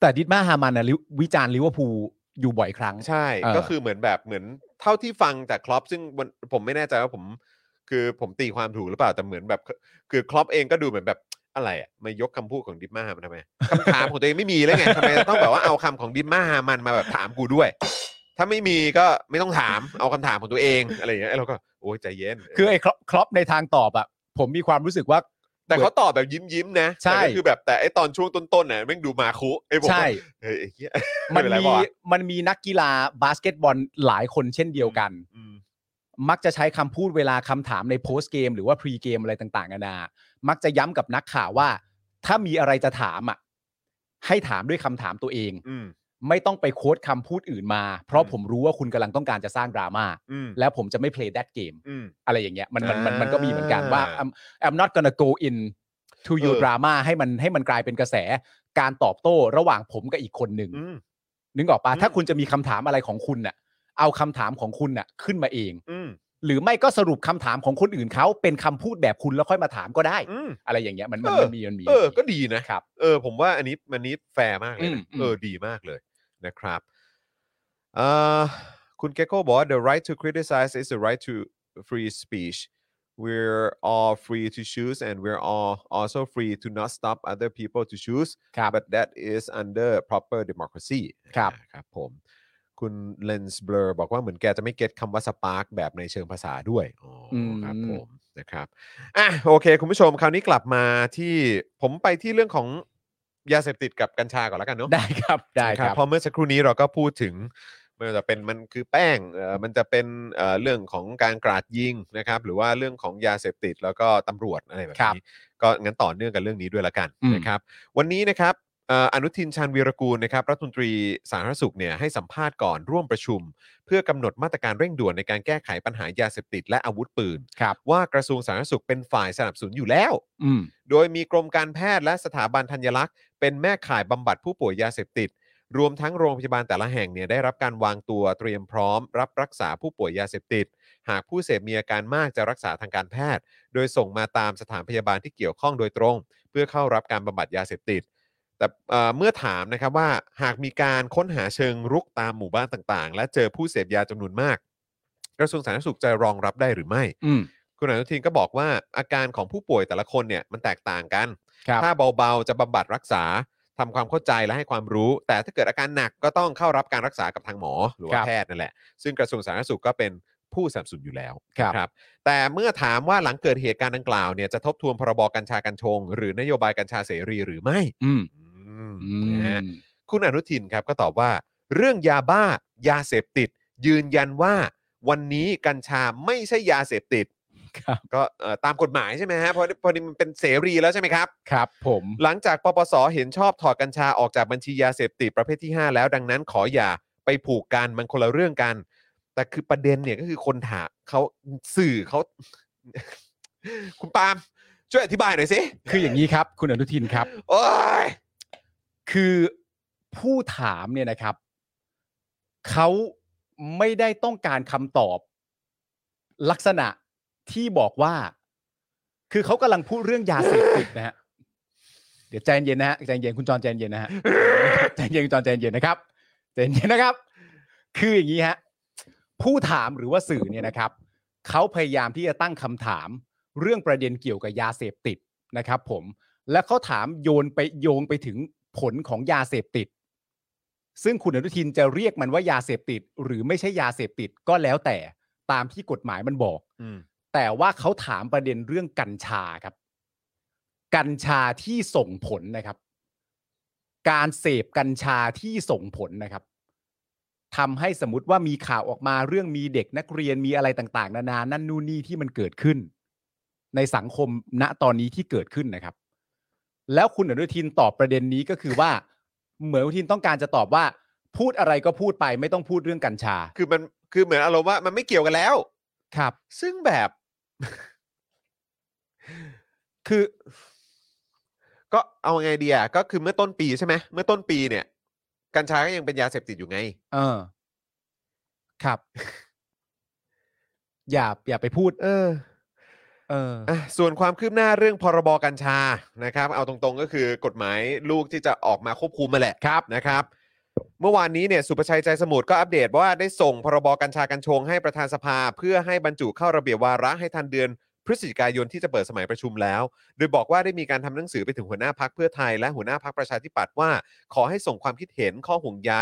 แต่ดิดมาฮามันนะลิวิจารณ์ลิเวอร์พูลอยู่บ่อยครั้ง ใช่ เออ ก็คือเหมือนแบบเหมือนเท่าที่ฟังจากคล็อปซึ่งวันผมไม่แน่ใจว่าผม คือผมตีความถูกหรือเปล่าแต่เหมือนแบบ คือคล็อปเองก็ดูเหมือนแบบอะไรอะมายกคำพูดของดิปมาฮามันทำไมคำถามของตัวเองไม่มีแล้วไงทำไมต้องแบบว่าเอาคำของดิปมาฮามันมาแบบถามกูด้วย ถ้าไม่มีก็ไม่ต้องถามเอาคำถามของตัวเองอะไรอย่างเงี้ยเราก็โอ้ยใจเย็น คือไอ้คล็อปคล็อปในทางตอบอะผมมีความรู้สึกว่า แต่เขาตอบแบบยิ้มยิ้มๆนะ ใช่ แต่ก็คือแบบแต่ไอ้ตอนช่วงต้นๆน่ะแม่งดูมาคุไอ้ยผม ใช่ ว่าเฮ้ยไอ้เหี้ย มัน ไเป็ไร มี เปล่าวะ มันมีนักกีฬาบาสเกตบอลหลายคนเช่นเดียวกัน อืม มักจะใช้คำพูดเวลาคำถามในโพสเกม หรือว่าพรีเกมอะไรต่างๆนานา มักจะย้ำกับนักข่าวว่า ถ้ามีอะไรจะถามอ่ะให้ถามด้วยคำถามตัวเอง อืม ไม่ต้องไปโค้ดคำพูดอื่นมา เพราะ อืม ผมรู้ว่าคุณกำลังต้องการจะสร้างดราม่า อืม แล้วผมจะไม่เพลย์ that game อืม อะไรอย่างเงี้ยมันมันมันมันก็มีเหมือนกัน อ่า ว่า I'm, I'm not gonna go in to your เออ drama ให้มันให้มันกลายเป็นกระแสการตอบโต้ระหว่างผมกับอีกคนหนึ่ง อืม นึกออกปะ อืม ถ้าคุณจะมีคำถามอะไรของคุณน่ะ เอาคำถามของคุณน่ะ ขึ้นมาเอง อืม หรือไม่ก็สรุปคำถามของคนอื่นเขาเป็นคำพูดแบบคุณแล้วค่อยมาถามก็ได้ อืม อะไรอย่างเงี้ยมันมัน เออ มันมีมันมี เออ ก็ดีนะ ครับ เออ ผมว่าอันนี้อันนี้แฟร์มากเลยนะ อืมอืม เออ ดีมากเลยนะครับเอ่อคุณเกโก้บอกว่า the right to criticize is the right to free speech we're all free to choose and we're all also free to not stop other people to choose ครับ but that is under proper democracy ครับ นะครับผม คุณเลนส์เบลอบอกว่าเหมือนแกจะไม่เก็ตคำว่าสปาร์กแบบในเชิงภาษาด้วย อ๋ออ ม ครับผมนะครับ อ่ะโอเค คุณผู้ชมคราวนี้กลับมาที่ผมไปที่เรื่องของยาเสพติดกับกัญชาก่อนแล้วกันเนาะ ได้ครับได้ นะครับ เพอเมื่อสักครู่นี้เราก็พูดถึงไมันจะเป็นมันคือแป้งเอ่อมันจะเป็นเอ่อเรื่องของการกราดยิงนะครับ หรือว่าเรื่องของยาเสพติดแล้วก็ตำรวจอะไรแบบ ครับ นี้ก็งั้นต่อเนื่องกันเรื่องนี้ด้วยละกัน อืม นะครับ วันนี้นะครับเอ่ออนุทินชาญวีรกูลนะครับรัฐมนตรีสาธารณสุขเนี่ยให้สัมภาษณ์ก่อนร่วมประชุม เพื่อกำหนดมาตรการเร่งด่วนในการแก้ไขปัญหายาเสพติดและอาวุธปืน ครับ ว่ากระทรวงสาธารณสุขเป็นฝ่ายสนับสนุนอยู่แล้ว อืม โดยมีกรมการแพทย์และสถาบันธัญลักษณ์ เป็นแม่ข่ายบำบัดผู้ป่วยยาเสพติด รวมทั้งโรงพยาบาลแต่ละแห่งเนี่ยได้รับการวางตัวเตรียมพร้อม รับรักษาผู้ป่วยยาเสพติด หากผู้เสพมีอาการมากจะรักษาทางการแพทย์ โดยส่งมาตามสถานพยาบาลที่เกี่ยวข้องโดยตรง เพื่อเข้ารับการบำบัดยาเสพติด แต่เอ่อเมื่อถามนะครับว่าหากมีการค้นหาเชิงรุกตามหมู่บ้านต่างๆ และเจอผู้เสพยาจำนวนมาก กระทรวงสาธารณสุขจะรองรับได้หรือไม่ อืม คุณอนุทินก็บอกว่าอาการของผู้ป่วยแต่ละคนเนี่ยมันแตกต่างกัน ครับ ถ้าเบา ๆ จะบำบัดรักษาทำความเข้าใจและให้ความรู้ แต่ถ้าเกิดอาการหนักก็ต้องเข้ารับการรักษากับทางหมอหรือ ค ว่า รับ แพทย์นั่นแหละ ซึ่งกระทรวงสาธารณสุขก็เป็นผู้สนับสนุนอยู่แล้ว ครับ นะแต่เมื่อถามว่าหลังเกิดเหตุการณ์ดังกล่าวเนี่ยจะทบทวนพรบกัญชากัญชง หรือนโยบายกัญชาเสรีหรือไม่ อืม อืม อื นะฮะ ม คุณอนุทินครับก็ตอบว่า เรื่องยาบ้ายาเสพติด ยืนยันว่าวันนี้กัญชาไม่ใช่ยาเสพติด ครับ ก็เอ่อตามกฎหมายใช่ไหมฮะเพราะพอดีมันเป็นเสรีแล้วใช่ไหมครับ ครับผม หลังจากปปสเห็นชอบถอดกัญชาออกจากบัญชียาเสพติดประเภทที่ 5 แล้วดังนั้นขออย่าไปผูกกันมันคนละเรื่องกัน แต่คือประเด็นเนี่ยก็คือคนถามเขาสื่อเขา <laughs> คุณปาล์มช่วยอธิบายหน่อยสิ คืออย่างนี้ครับ คุณอนุทินครับ โอ้ย คือผู้ถามเนี่ยนะครับ เขาไม่ได้ต้องการคำตอบ ลักษณะที่บอกว่า คือเขากำลังพูดเรื่องยาเสพติดนะฮะ เดี๋ยวใจเย็นนะฮะใจเย็นคุณจรใจเย็นนะฮะ <laughs> ใจเย็นคุณจรใจเย็นนะครับใจเย็นนะครับ คืออย่างนี้ฮะผู้ถามหรือว่าสื่อเนี่ยนะครับเขาพยายามที่จะตั้งคำถาม เรื่องประเด็นเกี่ยวกับยาเสพติดนะครับ ผม และเขาถามโยนไปโยงไปถึงผลของยาเสพติด ซึ่งคุณอนุทินจะเรียกมันว่ายาเสพติด หรือไม่ใช่ยาเสพติดก็แล้วแต่ตามที่กฎหมายมันบอก อืม แต่ว่าเขาถามประเด็นเรื่องกัญชาครับ กัญชาที่ส่งผลนะครับ การเสพกัญชาที่ส่งผลนะครับทำให้สมมติว่ามีข่าวออกมาเรื่องมีเด็กนักเรียนมีอะไรต่างๆ นานานั่นนู่นนี่ที่มันเกิดขึ้น ในสังคมณตอนนี้ที่เกิดขึ้นนะครับ แล้วคุณอนุทินตอบประเด็นนี้ก็คือว่า เหมือนอนุทินต้องการจะตอบว่า พูดอะไรก็พูดไปไม่ต้องพูดเรื่องกัญชา คือมันคือเหมือนอารมณ์ว่ามันไม่เกี่ยวกันแล้ว ครับ ซึ่งแบบ <laughs> คือ ก็เอาไงดีอ่ะก็คือเมื่อต้นปีใช่ไหมเมื่อต้นปีเนี่ย กัญชาก็ยังเป็นยาเสพติดอยู่ไง เออครับ <laughs> อย่าอย่าไปพูด เออ เออ อ่ะส่วนความคืบหน้าเรื่องพรบกัญชานะครับ เอาตรงๆก็คือกฎหมายลูกที่จะออกมาควบคุมมาแหละ ครับ นะครับ เมื่อวานนี้เนี่ยสุประชัยใจสมุทรก็อัปเดตว่าได้ส่งพรบกัญชากัญชงให้ประธานสภา เพื่อให้บรรจุเข้าระเบียบวาระให้ทันเดือน พฤศจิกายนที่จะเปิดสมัยประชุมแล้ว โดยบอกว่าได้มีการทำหนังสือไปถึงหัวหน้าพักเพื่อไทยและหัวหน้าพักประชาธิปัตย์ว่า ขอให้ส่งความคิดเห็นข้อห่วงใย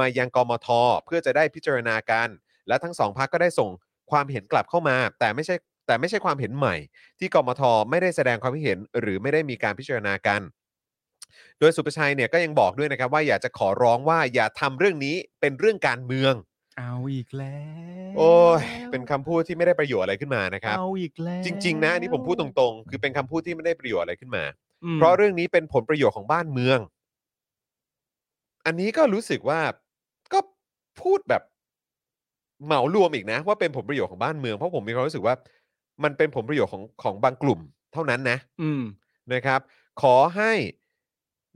มายังกมท เพื่อจะได้พิจารณากัน และทั้งสองพักก็ได้ส่งความเห็นกลับเข้ามา แต่ไม่ใช่แต่ไม่ใช่ความเห็นใหม่ ที่กมท ไม่ได้แสดงความคิดเห็น หรือไม่ได้มีการพิจารณากัน โดยสุประชัยเนี่ยก็ยังบอกด้วยนะครับว่าอยากจะขอร้องว่าอย่าทำเรื่องนี้เป็นเรื่องการเมือง เอาอีกแล้ว โอ้ยเป็นคำพูดที่ไม่ได้ประโยชน์อะไรขึ้นมานะครับ เอาอีกแล้ว จริง ๆ นะอันนี่ผมพูดตรงๆ คือเป็นคำพูดที่ไม่ได้ประโยชน์อะไรขึ้นมา อืม เพราะเรื่องนี้เป็นผลประโยชน์ของบ้านเมือง อันนี้ก็รู้สึกว่าก็พูดแบบเหมารวมอีกนะ ว่าเป็นผลประโยชน์ของบ้านเมืองเพราะผมมีความรู้สึกว่า มันเป็นผลประโยชน์ของของบางกลุ่ม เท่านั้นนะ อืม นะครับ ขอให้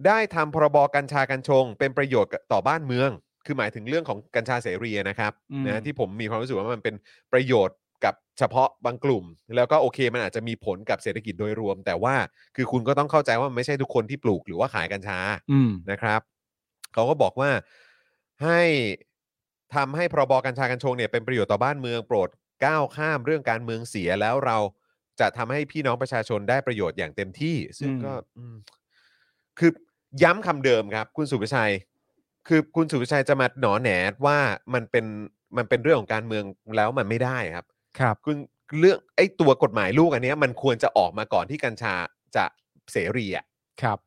ได้ทำพรบกัญชากัญชง เป็นประโยชน์ต่อบ้านเมือง คือหมายถึงเรื่องของกัญชาเสรีนะครับ อืม นะที่ผมมีความรู้สึกว่ามันเป็นประโยชน์กับเฉพาะบางกลุ่ม แล้วก็โอเคมันอาจจะมีผลกับเศรษฐกิจโดยรวม แต่ว่าคือคุณก็ต้องเข้าใจว่ามันไม่ใช่ทุกคนที่ปลูกหรือว่าขายกัญชา อืม นะครับเขาก็บอกว่าให้ทำให้พรบกัญชากัญชงเนี่ยเป็นประโยชน์ต่อบ้านเมืองโปรดก้าวข้ามเรื่องการเมืองเสียแล้วเราจะทำให้พี่น้องประชาชนได้ประโยชน์อย่างเต็มที่ ซึ่ง อืม ก็อืมคือย้ำคำเดิมครับ คุณสุภชัย คือคุณสุภชัยจะมาหนอแหนว่ามันเป็นมันเป็นเรื่องของการเมืองแล้วมันไม่ได้ครับ ครับ คุณเรื่องไอ้ตัวกฎหมายลูกอันเนี้ยมันควรจะออกมาก่อนที่กัญชาจะเสรีอ่ะ ครับ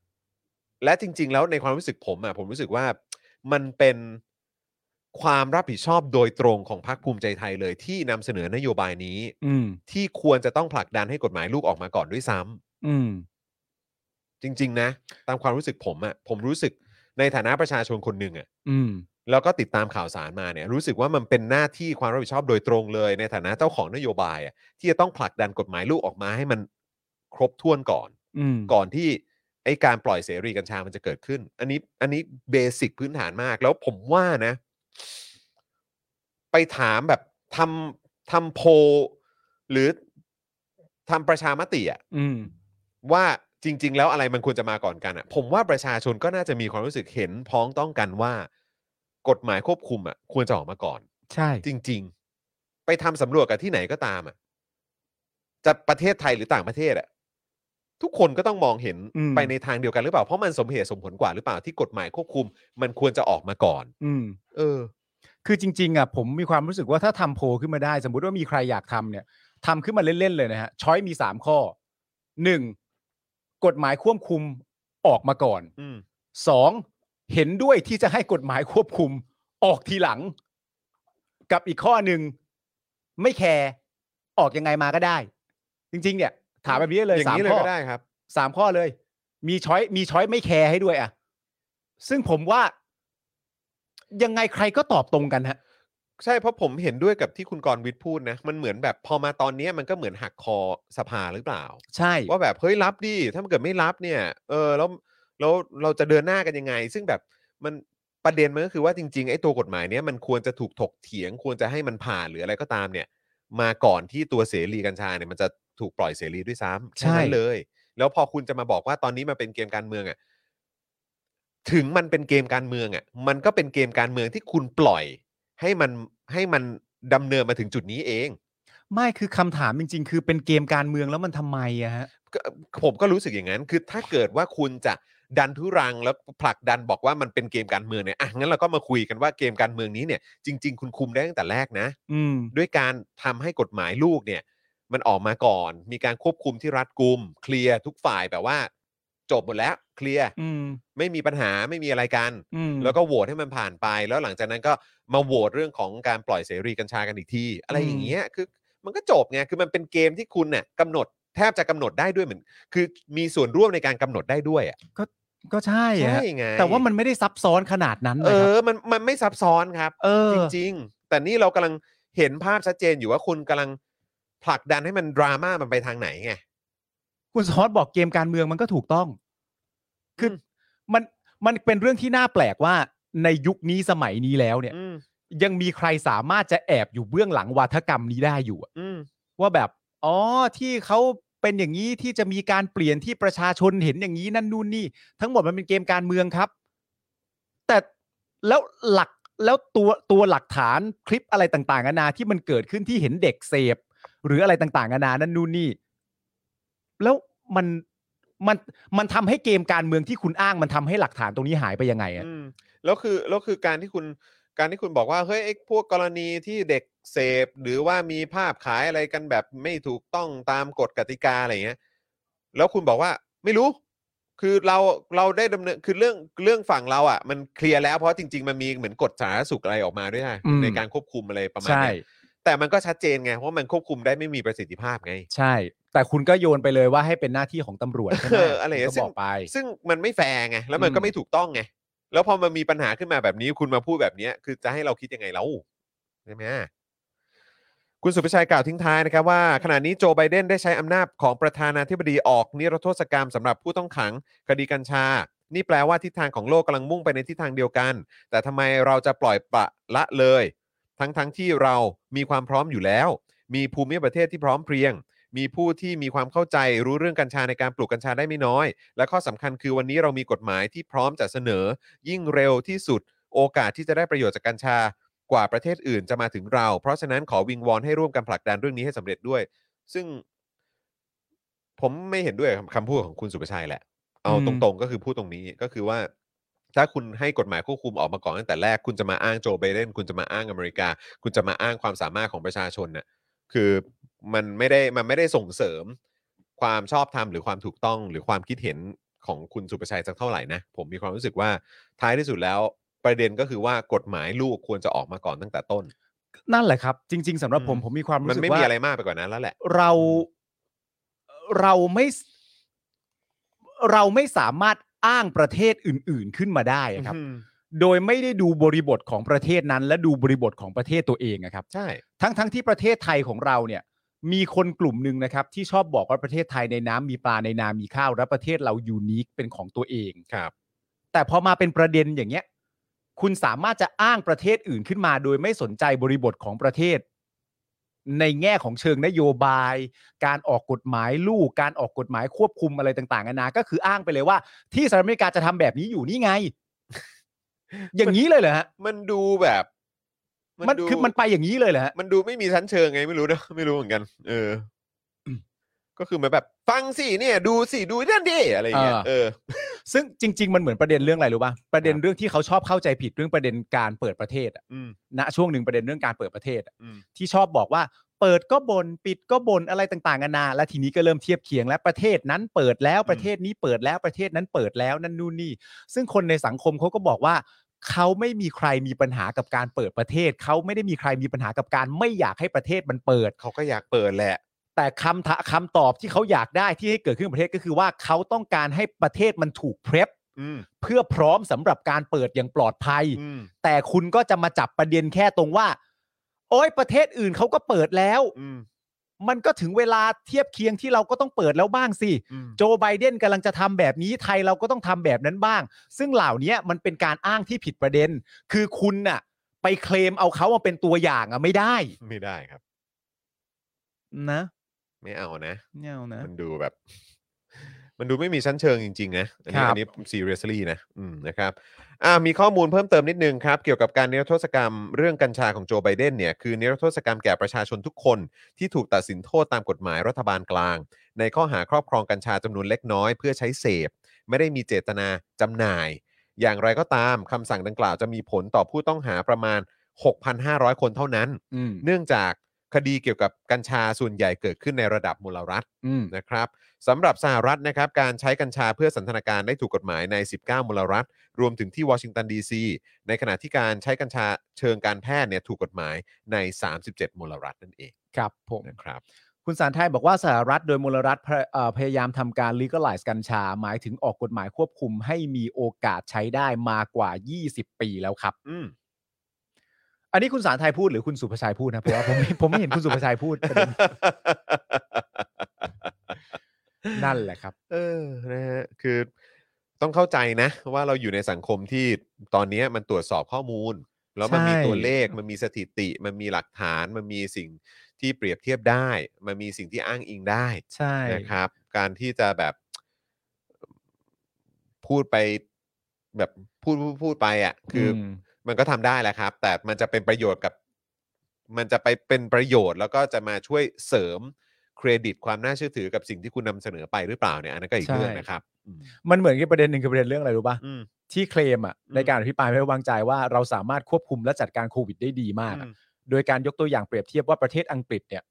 และจริง ๆ แล้วในความรู้สึกผมอ่ะผมรู้สึกว่ามันเป็นความรับผิดชอบโดยตรงของพรรคภูมิใจไทยเลยที่นำเสนอนโยบายนี้ อืม ที่ควรจะต้องผลักดันให้กฎหมายลูกออกมาก่อนด้วยซ้ำ อืม จริง ๆ นะ ตามความรู้สึกผมอ่ะผมรู้สึกในฐานะประชาชนคนหนึ่งอ่ะ อืม แล้วก็ติดตามข่าวสารมาเนี่ยรู้สึกว่ามันเป็นหน้าที่ความรับผิดชอบโดยตรงเลย ในฐานะเจ้าของนโยบายอ่ะที่จะต้องผลักดันกฎหมายลูกออกมาให้มันครบถ้วนก่อน อืม ก่อนที่ไอการปล่อยเสรีกัญชามันจะเกิดขึ้น อันนี้อันนี้เบสิกพื้นฐานมาก แล้วผมว่านะ ไปถามแบบทำทำโพลหรือทำประชามติอะ อืม ว่าจริง ๆ แล้วอะไรมันควรจะมาก่อนกันอะผมว่าประชาชนก็น่าจะมีความรู้สึกเห็นพ้องต้องกันว่า กฎหมายควบคุมอะควรจะออกมาก่อน ใช่ จริง ๆ ไปทำสำรวจกับที่ไหนก็ตามอะ จะประเทศไทยหรือต่างประเทศอะทุกคนก็ต้องมองเห็น อืม ไปในทางเดียวกันหรือเปล่า เพราะมันสมเหตุสมผลกว่าหรือเปล่าที่กฎหมายควบคุม มันควรจะออกมาก่อน อืม เออ คือจริงๆอ่ะผมมีความรู้สึกว่าถ้าทำโพลขึ้นมาได้ สมมุติว่ามีใครอยากทำเนี่ยทำขึ้นมาเล่นๆเลยนะฮะช้อยมีสามข้อหนึ่งกฎหมายควบคุมออกมาก่อน อืม สองเห็นด้วยที่จะให้กฎหมายควบคุมออกทีหลัง กับอีกข้อหนึ่งไม่แคร์ออกยังไงมาก็ได้ จริง ๆ เนี่ย ถามแบบนี้ได้เลย อย่าง สาม นี้เลย ข้อ ก็ได้ครับ สามข้อเลย มีช้อยมีช้อยไม่แคร์ให้ด้วยอ่ะ ซึ่งผมว่า ยังไงใครก็ตอบตรงกันฮะ ใช่เพราะผมเห็นด้วยกับที่คุณกรณ์วิทย์พูดนะ มันเหมือนแบบพอมาตอนเนี้ยมันก็เหมือนหักคอสภาหรือเปล่า ใช่ ว่าแบบเฮ้ยรับดิถ้ามันเกิดไม่รับเนี่ย เออแล้วแล้วเราจะเดินหน้ากันยังไง ซึ่งแบบมันประเด็นมันก็คือว่าจริงๆไอ้ตัวกฎหมายเนี้ยมันควรจะถูกถกเถียง ควรจะให้มันผ่านหรืออะไรก็ตามเนี่ย มาก่อนที่ตัวเสรีกัญชาเนี่ยมันจะถูกปล่อยเสรีด้วยซ้ำแค่นั้ ใช่ นเลย แล้วพอคุณจะมาบอกว่าตอนนี้มันเป็นเกมการเมืองอะถึงมันเป็นเกมการเมืองอะมันก็เป็นเกมการเมืองที่คุณปล่อย ให้มันให้มันดำเนินมาถึงจุดนี้เอง ไม่คือคำถามจริง ๆ คือเป็นเกมการเมืองแล้วมันทำไมอะฮะ ก็ผมก็รู้สึกอย่างนั้น คือถ้าเกิดว่าคุณจะดันทุรังแล้วผลักดันบอกว่ามันเป็นเกมการเมืองเนี่ยอ่ะงั้นเราก็มาคุยกันว่าเกมการเมืองนี้เนี่ยจริง ๆ คุณคุมได้ตั้งแต่แรกนะ อืม ด้วยการทำให้กฎหมายลูกเนี่ย มันออกมาก่อน มีการควบคุมที่รัดกุม เคลียร์ทุกฝ่ายแบบว่า จบหมดแล้วเคลียร์ อืม ไม่มีปัญหาไม่มีอะไรกัน อืม แล้วก็โหวตให้มันผ่านไป แล้วหลังจากนั้นก็มาโหวตเรื่องของการปล่อยเสรีกัญชากันอีกทีอะไรอย่างเงี้ยคือมันก็จบไงคือมันเป็นเกมที่คุณเนี่ยกำหนดแทบจะกำหนดได้ด้วยเหมือน คือมีส่วนร่วมในการกำหนดได้ด้วยอ่ะ ก็ใช่ฮะ ใช่ไง แต่ว่ามันไม่ได้ซับซ้อนขนาดนั้น เอ นะครับ อมันมันไม่ซับซ้อนครับ เออ จริงๆ แต่นี่เรากำลังเห็นภาพชัดเจนอยู่ว่าคุณกำลังผลักดันให้มันดราม่ามันไปทางไหนไง คุณซอสบอกเกมการเมืองมันก็ถูกต้อง คืออ ม มันมันเป็นเรื่องที่น่าแปลกว่าในยุคนี้สมัยนี้แล้วเนี่ย อืม ยังมีใครสามารถจะแอบอยู่เบื้องหลังวาทกรรมนี้ได้อยู่อะ อืม ว่าแบบ อ๋อ ที่เขาเป็นอย่างนี้ที่จะมีการเปลี่ยนที่ประชาชนเห็นอย่างนี้นั่นนู่นนี่ ทั้งหมดมันเป็นเกมการเมืองครับ แต่แล้วหลักแล้วตัวตัวหลักฐานคลิปอะไรต่างๆนานาที่มันเกิดขึ้นที่เห็นเด็กเสพ หรืออะไรต่างๆนานานั่นนู่นนี่ แล้วมันมันมันทำให้เกมการเมืองที่คุณอ้างมันทำให้หลักฐานตรงนี้หายไปยังไงอะ อืมแล้วคือแล้วคือการที่คุณการที่คุณบอกว่าเฮ้ยไอ้พวกกรณีที่เด็กเสพหรือว่ามีภาพขายอะไรกันแบบไม่ถูกต้องตามกฎกติกาอะไรอย่างเงี้ยแล้วคุณบอกว่าไม่รู้ คือเราเราได้ดำเนินคือเรื่องเรื่องฝั่งเราอ่ะ มันเคลียร์แล้วเพราะจริง ๆ มันมีเหมือนกฎสาธารณสุขอะไรออกมาด้วยนะ อืม ในการควบคุมอะไรประมาณเนี้ยแต่มันก็ชัดเจนไงเพราะมันควบคุมได้ไม่มีประสิทธิภาพไง ใช่ แต่คุณก็โยนไปเลยว่าให้เป็นหน้าที่ของตำรวจใช่ไหม เอออะไรอย่างเงี้ คุณ ย ก็บอกไป ซึ่งมันไม่แฟร์ไงแล้วมัน อืม ก็ไม่ถูกต้องไงแล้วพอมันมีปัญหาขึ้นมาแบบนี้คุณมาพูดแบบเนี้ยคือจะให้เราคิดยังไงแล้วใช่ไหมคุณสุภชัยกล่าวทิ้งท้ายนะครับว่าขณะนี้โจไบเดนได้ใช้อำนาจของประธานาธิบดีออกนิรโทษกรรมสำหรับผู้ต้องขังคดีกัญชา นี่แปลว่าทิศทางของโลกกำลังมุ่งไปในทิศทางเดียวกัน แต่ทำไมเราจะปล่อยปละละเลย ทั้งๆทที่เรามีความพร้อมอยู่แล้ว มีภูมิประเทศที่พร้อมเพรียง มีผู้ที่มีความเข้าใจรู้เรื่องกัญชาในการปลูกกัญชาได้ไม่น้อย และข้อสำคัญคือวันนี้เรามีกฎหมายที่พร้อมจะเสนอ ยิ่งเร็วที่สุด โอกาสที่จะได้ประโยชน์จากกัญชากว่าประเทศอื่นจะมาถึงเรา เพราะฉะนั้นขอวิงวอนให้ร่วมกันผลักดันเรื่องนี้ให้สำเร็จด้วย ซึ่ง ผมไม่เห็นด้วยกับคำพูดของคุณสุประชัยแหละ เอา อื ต ม รงๆก็คือพูดตรงนี้ก็คือว่า ถ้าคุณให้กฎหมายควบคุมออกมาก่อนตั้งแต่แรกคุณจะมาอ้างโจไบเดนคุณจะมาอ้างอเมริกา คุณจะมาอ้างความสามารถของประชาชนน่ะ คือมันไม่ได้มันไม่ได้ส่งเสริม ความชอบธรรมหรือความถูกต้องหรือความคิดเห็นของคุณสุประชัยสักเท่าไหร่นะ ผมมีความรู้สึกว่าท้ายที่สุดแล้วประเด็นก็คือว่ากฎหมายลูกควรจะออกมาก่อนตั้งแต่ต้น นั่นแหละครับ จริง ๆสำหรับผม อืม ผมมีความรู้ มัน สึก ไม่ ว่า มีอะไรมากไปกว่านั้นแล้วแหละ เราเราไม่สเราไม่สามารถอ้างประเทศอื่น ๆขึ้นมาได้อะครับ โดยไม่ได้ดูบริบทของประเทศนั้น และดูบริบทของประเทศตัวเองนะครับ ใช่ ทั้งทั้งที่ประเทศไทยของเราเนี่ย มีคนกลุ่มหนึ่งนะครับ ที่ชอบบอกว่าประเทศไทยในน้ำมีปลาในนามีข้าวและประเทศเรายูนิคเป็นของตัวเอง ครับ แต่พอมาเป็นประเด็นอย่างเงี้ย คุณสามารถจะอ้างประเทศอื่นขึ้นมา โดยไม่สนใจบริบทของประเทศ ในแง่ของเชิงนโยบาย การออกกฎหมายลูก การออกกฎหมายควบคุมอะไรต่างๆนานาก็คืออ้างไปเลยว่า ที่สหรัฐอเมริกาจะทำแบบนี้อยู่นี่ไง อย่างนี้เลยเหรอฮะ มันดูแบบ มัน ดู คือมันไปอย่างนี้เลยเหรอฮะ <laughs> มันดูไม่มีชั้นเชิงไงไม่รู้นะ ไม่รู้เหมือนกัน เออ ก็คือเหมือนแบบฟังสิเนี่ยดูสิดูนั่นดิอะไรอย่างเงี้ย อ่า เออ ซึ่งจริง ๆ มันเหมือนประเด็นเรื่องอะไรรู้ป่ะประเด็นเรื่องที่เขาชอบเข้าใจผิดเรื่องประเด็นการเปิดประเทศอะ อืม ณช่วงหนึ่งประเด็นเรื่องการเปิดประเทศอะ อืม ที่ชอบบอกว่า เปิดก็บนปิดก็บนอะไรต่างๆนานาและทีนี้ก็เริ่มเทียบเคียงและประเทศนั้นเปิดแล้วประเทศนี้เปิดแล้วประเทศนั้นเปิดแล้วนั่นนู่นนี่ ซึ่งคนในสังคมเขาก็บอกว่า เขาไม่มีใครมีปัญหากับการเปิดประเทศ เขาไม่ได้มีใครมีปัญหากับการไม่อยากให้ประเทศมันเปิด เขาก็อยากเปิดแหละ แต่คำทะคำตอบที่เขาอยากได้ที่ให้เกิดขึ้นกับประเทศก็คือว่าเขาต้องการให้ประเทศมันถูกเพรพ อืม เพื่อพร้อมสำหรับการเปิดอย่างปลอดภัย อืม แต่คุณก็จะมาจับประเด็นแค่ตรงว่า โอ้ยประเทศอื่นเขาก็เปิดแล้ว อืม มันก็ถึงเวลาเทียบเคียงที่เราก็ต้องเปิดแล้วบ้างสิ อืม โจไบเดนกำลังจะทำแบบนี้ไทยเราก็ต้องทำแบบนั้นบ้าง ซึ่งเหล่านี้มันเป็นการอ้างที่ผิดประเด็น คือคุณน่ะ ไปเคลมเอาเขามาเป็นตัวอย่างอะไม่ได้ ไม่ได้ครับ นะ ไม่เอานะ เน่เอานะ มันดูแบบ <laughs> มันดูไม่มีชั้นเชิงจริงๆนะ อันนี้ ครับ อันนี้ seriously นะอืมนะครับอ่ามีข้อมูลเพิ่มเติมนิดนึงครับ เกี่ยวกับการนิรโทษกรรมเรื่องกัญชาของโจไบเดนเนี่ย คือนิรโทษกรรมแก่ประชาชนทุกคน ที่ถูกตัดสินโทษตามกฎหมายรัฐบาลกลาง ในข้อหาครอบครองกัญชาจำนวนเล็กน้อยเพื่อใช้เสพ ไม่ได้มีเจตนาจำหน่าย อย่างไรก็ตามคำสั่งดังกล่าวจะมีผลต่อผู้ต้องหาประมาณ 6,500 คนเท่านั้น อืม เนื่องจากคดีเกี่ยวกับกัญชาส่วนใหญ่เกิดขึ้นในระดับมลรัฐ อืม นะครับสำหรับสหรัฐนะครับการใช้กัญชาเพื่อสันทนาการได้ถูกกฎหมายใน 19 มลรัฐ รวมถึงที่วอชิงตันดีซีในขณะที่การใช้กัญชาเชิงการแพทย์เนี่ยถูกกฎหมายใน 37 มลรัฐนั่นเอง ครับผม นะครับ คุณสารไทยบอกว่าสหรัฐโดยมลรัฐพยเอ่อพยายามทำการ legalize กัญชา หมายถึงออกกฎหมายควบคุมให้มีโอกาสใช้ได้มากกว่า 20 ปีแล้วครับ อืม อันนี้คุณสารไทยพูดหรือคุณสุภชัยพูดนะเพราะว่าผม ผมไม่เห็นคุณสุภชัยพูดประเด็นนั่นแหละครับ เออนะฮะคือต้องเข้าใจนะ ว่าเราอยู่ในสังคมที่ตอนนี้มันตรวจสอบข้อมูล แล้วมันมี ใช่ ตัวเลขมันมีสถิติ มันมีหลักฐานมันมีสิ่งที่เปรียบเทียบได้ มันมีสิ่งที่อ้างอิงได้ ใช่ นะครับการที่จะแบบพูดไปแบบพูดพูดพูดไปอ่ะคืออ ม มันก็ทำได้แหละครับ แต่มันจะเป็นประโยชน์กับ มันจะไปเป็นประโยชน์ แล้วก็จะมาช่วยเสริมเครดิตความน่าเชื่อถือกับสิ่งที่คุณนำเสนอไปหรือเปล่าเนี่ยอันนั้นก็อีกเรื่องนะครับ มันเหมือนกับประเด็นหนึ่งคือประเด็นเรื่องอะไรรู้ป่ะ อืม ที่เคลมอ่ะ อืม ในการอภิปรายไม่ไว้วางใจว่าเราสามารถควบคุมและจัดการโควิดได้ดีมากอะโดยการยกตัวอย่างเปรียบเทียบว่าประเทศอังกฤษเนี่ย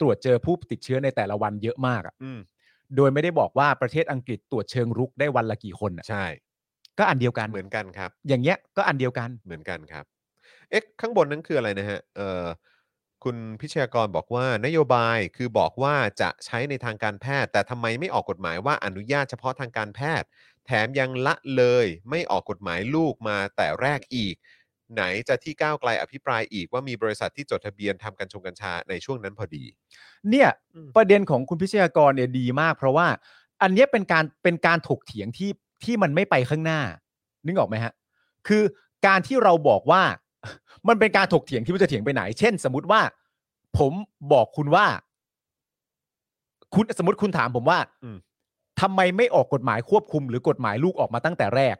ตรวจเจอผู้ติดเชื้อในแต่ละวันเยอะมากอะ อืม โดยไม่ได้บอกว่าประเทศอังกฤษตรวจเชิงรุกได้วันละกี่คนน่ะ ใช่ ก็อันเดียวกัน เหมือนกันครับ อย่างเงี้ยก็อันเดียวกัน เหมือนกันครับ เอ๊ะ ข้างบนนั้นคืออะไรนะฮะ เอ่อ คุณพิชยากรบอกว่านโยบายคือบอกว่าจะใช้ในทางการแพทย์ แต่ทำไมไม่ออกกฎหมายว่าอนุญาตเฉพาะทางการแพทย์ แถมยังละเลยไม่ออกกฎหมายลูกมาแต่แรกอีก ไหนจะที่ก้าวไกลอภิปรายอีกว่ามีบริษัทที่จดทะเบียนทำกัญชงกัญชาในช่วงนั้นพอดี <laughs> เนี่ย อืม ประเด็นของคุณพิชยากรเนี่ยดีมาก เพราะว่าอันเนี้ยเป็นการเป็นการถกเถียงที่ที่มันไม่ไปข้างหน้า นึกออกไหมฮะ คือการที่เราบอกว่า <laughs> มันเป็นการถกเถียงที่มันจะเถียงไปไหน เช่น สมมติว่า ผมบอกคุณว่า คุณสมมติคุณถามผมว่า อืม ทำไมไม่ออกกฎหมายควบคุม หรือกฎหมายลูกออกมาตั้งแต่แรก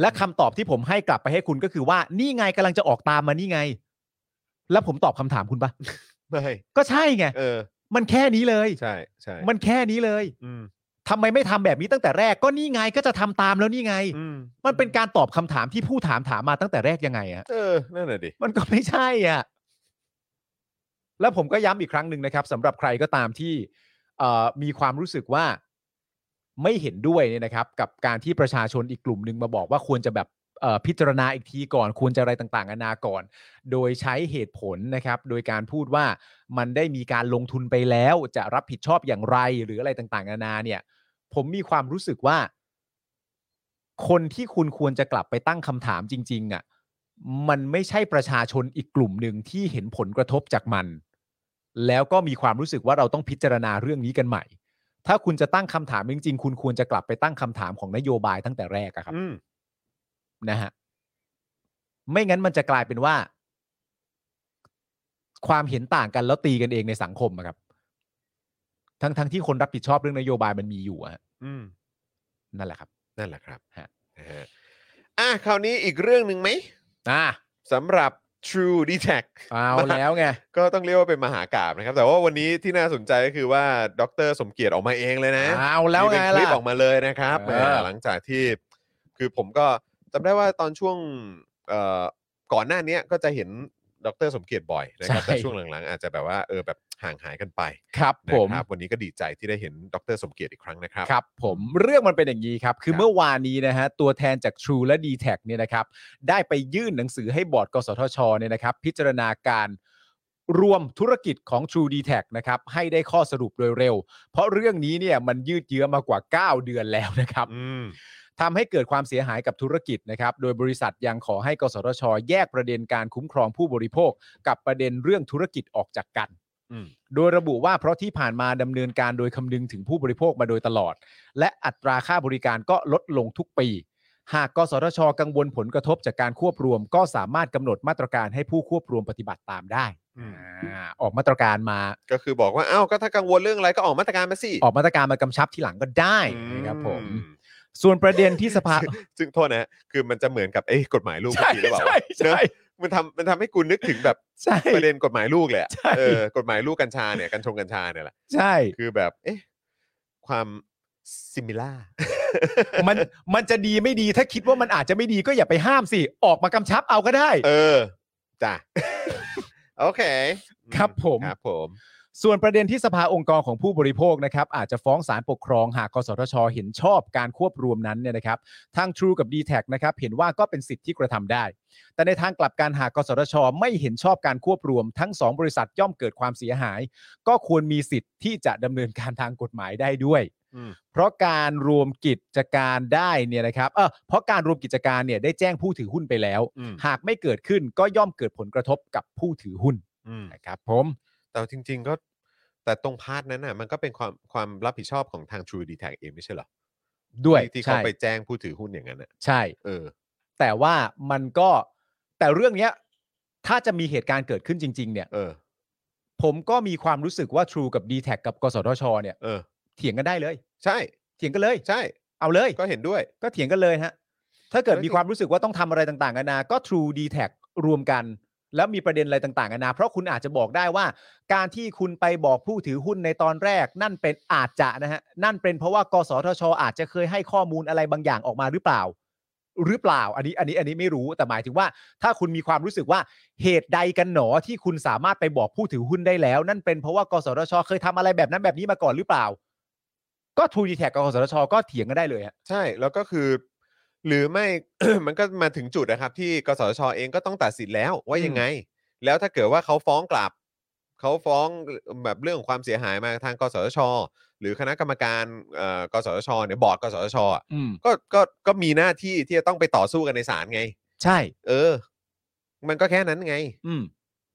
และคำตอบที่ผมให้กลับไปให้คุณก็คือว่า นี่ไงกำลังจะออกตามมานี่ไง แล้วผมตอบคำถามคุณปะ ไม่ ก็ใช่ไง เออ มันแค่นี้เลย ใช่ใช่ มันแค่นี้เลย อืม ทำไมไม่ทำแบบนี้ตั้งแต่แรก ก็นี่ไงก็จะทำตามแล้วนี่ไง อืม มันเป็นการตอบคำถามที่ผู้ถามถามมาตั้งแต่แรกยังไงอะ เออ นั่นแหละดิ มันก็ไม่ใช่อ่ะ แล้วผมก็ย้ำอีกครั้งหนึ่งนะครับสำหรับใครก็ตามที่เอ่อมีความรู้สึกว่าไม่เห็นด้วยเนี่ยนะครับ กับการที่ประชาชนอีกกลุ่มหนึ่งมาบอกว่าควรจะแบบเอ่อพิจารณาอีกทีก่อน ควรจะอะไรต่างๆนานาก่อน โดยใช้เหตุผลนะครับ โดยการพูดว่ามันได้มีการลงทุนไปแล้วจะรับผิดชอบอย่างไรหรืออะไรต่างๆนานาเนี่ย ผมมีความรู้สึกว่า คนที่คุณควรจะกลับไปตั้งคำถามจริง ๆอะ่ะมันไม่ใช่ประชาชนอีกกลุ่มหนึ่งที่เห็นผลกระทบจากมัน แล้วก็มีความรู้สึกว่าเราต้องพิจารณาเรื่องนี้กันใหม่ ถ้าคุณจะตั้งคำถามจริงๆ คุณควรจะกลับไปตั้งคำถามของนโยบายตั้งแต่แรกอะครับ อืม นะฮะไม่งั้นมันจะกลายเป็นว่า ความเห็นต่างกันแล้วตีกันเองในสังคมอะครับ ทั้งทั้งที่คนรับผิดชอบเรื่องนโยบายมันมีอยู่อะฮะ อืม นั่นแหละครับ นั่นแหละครับ ฮะ นะฮะอ่ะคราวนี้อีกเรื่องหนึ่งไหม อ่า สำหรับ True d t a c เอาแล้วไง ก็ต้องเรียกว่าเป็นมหากราบนะครับ แต่ว่าวันนี้ที่น่าสนใจก็คือว่าดรสมเกียรติออกมาเอง <laughs> เลยนะ เอาแล้วไง มีเป็นคลิป ล่ะ ออกมาเลยนะครับ เออ แหมหลังจากที่คือผมก็จำได้ว่าตอนช่วงเอ่อก่อนหน้าเนี้ยก็จะเห็นดรสมเกียรติบ่อยนะครับ ใช่ แต่ช่วงหลังๆ อาจจะแบบว่าเออแบบห่างหายกันไป ครับผ นะ ม ครับวันนี้ก็ดีใจที่ได้เห็นดรสมเกียรติอีกครั้งนะครับ ครับผมเรื่องมันเป็นอย่างนี้ครับ คือ ครับ เมื่อวานนี้นะฮะตัวแทนจาก True และ d t แทเนี่ยนะครับ ได้ไปยื่นหนังสือให้บอร์ดกสทชเนี่ยนะครับ พิจารณาการรวมธุรกิจของ True d t แทนะครับ ให้ได้ข้อสรุปโดยเร็ว เพราะเรื่องนี้เนี่ยมันยืดเยื้อมากว่า 9 เดือนแล้วนะครับ อืม ทำให้เกิดความเสียหายกับธุรกิจนะครับ โดยบริษัทยังขอให้กสทช แยกประเด็นการคุ้มครองผู้บริโภค กับประเด็นเรื่องธุรกิจออกจากกัน อืม โดยระบุว่าเพราะที่ผ่านมาดำเนินการโดยคำนึงถึงผู้บริโภคมาโดยตลอด และอัตราค่าบริการก็ลดลงทุกปี หากกสทช กังวลผลกระทบจากการควบรวม ก็สามารถกำหนดมาตรการให้ผู้ควบรวมปฏิบัติตามได้ อืม อ่าออกมาตรการมา ก็คือบอกว่าเอ้าก็ถ้ากังวลเรื่องอะไรก็ออกมาตรการมาสิ ออกมาตรการมากำชับทีหลังก็ได้นะครับผม อื ส่วนประเด็นที่สภา ซึ่งโทษนะฮะคือมันจะเหมือนกับเอ้ยกฎหมายลูกเมื่ <laughs> ใช่ อกี้หรือเปล่า ใช่ เนอะ ใช่ มันทำมันทำให้กูนึกถึงแบบ ใช่ ประเด็นกฎหมายลูกเลยอะ ใช่ เออกฎหมายลูกกัญชาเนี่ยกัญชงกัญชาเนี่ยแหละ ใช่ คือแบบ เอ๊ะ ความซิมิล่า มันมันจะดีไม่ดีถ้าคิดว่ามันอาจจะไม่ดีก็อย่าไปห้ามสิ ออกมากำชับเอาก็ได้ เออ จ้ะ โอเค ครับผม ครับผม ส่วนประเด็นที่สภาองค์กรของผู้บริโภคนะครับ อาจจะฟ้องศาลปกครองหากกสทช เห็นชอบการควบรวมนั้นเนี่ยนะครับ ทาง True กับ d t แทนะครับ เห็นว่าก็เป็นสิทธิ์ที่กระทำได้ แต่ในทางกลับการหากกสทช ไม่เห็นชอบการควบรวม ทั้ง 2 บริษัทย่อมเกิดความเสียหาย ก็ควรมีสิทธิ์ที่จะดำเนินการทางกฎหมายได้ด้วย อืม เพราะการรวมกิจการได้เนี่ยนะครับเออเพราะการรวมกิจการเนี่ยได้แจ้งผู้ถือหุ้นไปแล้ว อืม หากไม่เกิดขึ้นก็ย่อมเกิดผลกระทบกับผู้ถือหุ้น อืม นะครับผม แต่จริง ๆ ก็ แต่ตรงพาร์ทนั้นน่ะ มันก็เป็นความความรับผิดชอบของทาง True d t a c เองไม่ใช่เหรอ ด้วย ที่ที่เขา ใช่ ไปแจ้งผู้ถือหุ้นอย่างนั้นน่ะ ใช่ เออ แต่ว่ามันก็แต่เรื่องเนี้ยถ้าจะมีเหตุการณ์เกิดขึ้นจริง ๆ เนี่ย เออ ผมก็มีความรู้สึกว่า True กับ d t แทกับกสทช เนี่ย เออ เถียงกันได้เลย ใช่ เถียงกันเลย ใช่ เอาเลย ก็เห็นด้วย ก็เถียงกันเลยฮะ ถ้าเกิด แล้ว มี นี่ ความรู้สึกว่าต้องทำอะไรต่างๆกันานา ก็ True d t แทรวมกัน แล้วมีประเด็นอะไรต่างๆกันานา เพราะคุณอาจจะบอกได้ว่า การที่คุณไปบอกผู้ถือหุ้นในตอนแรก นั่นเป็นอาจจะนะฮะ นั่นเป็นเพราะว่ากสทช อาจจะเคยให้ข้อมูลอะไรบางอย่างออกมาหรือเปล่า หรือเปล่า อันนี้ อันนี้ อันนี้ไม่รู้ แต่หมายถึงว่า ถ้าคุณมีความรู้สึกว่า เหตุใดกันหนอที่คุณสามารถไปบอกผู้ถือหุ้นได้แล้ว นั่นเป็นเพราะว่ากสทช เคยทำอะไรแบบนั้นแบบนี้มาก่อนหรือเปล่า ก็ทูดีแท็กกับกสทช ก็เถียงกันได้เลยฮะ ใช่ แล้วก็คือ หรือไม่ <coughs> มันก็มาถึงจุดนะครับ ที่กสทชเองก็ต้องตัดสินแล้วว่ายังไง แล้วถ้าเกิดว่าเขาฟ้องกลับ เขาฟ้องแบบเรื่องของความเสียหายมาทางกสทช หรือคณะกรรมการเอ่อกสทชเนี่ยบอร์ดกสทชอะ อืม ก็ก็ก็มีหน้าที่ที่จะต้องไปต่อสู้กันในศาลไง ใช่ เออ มันก็แค่นั้นไง อืม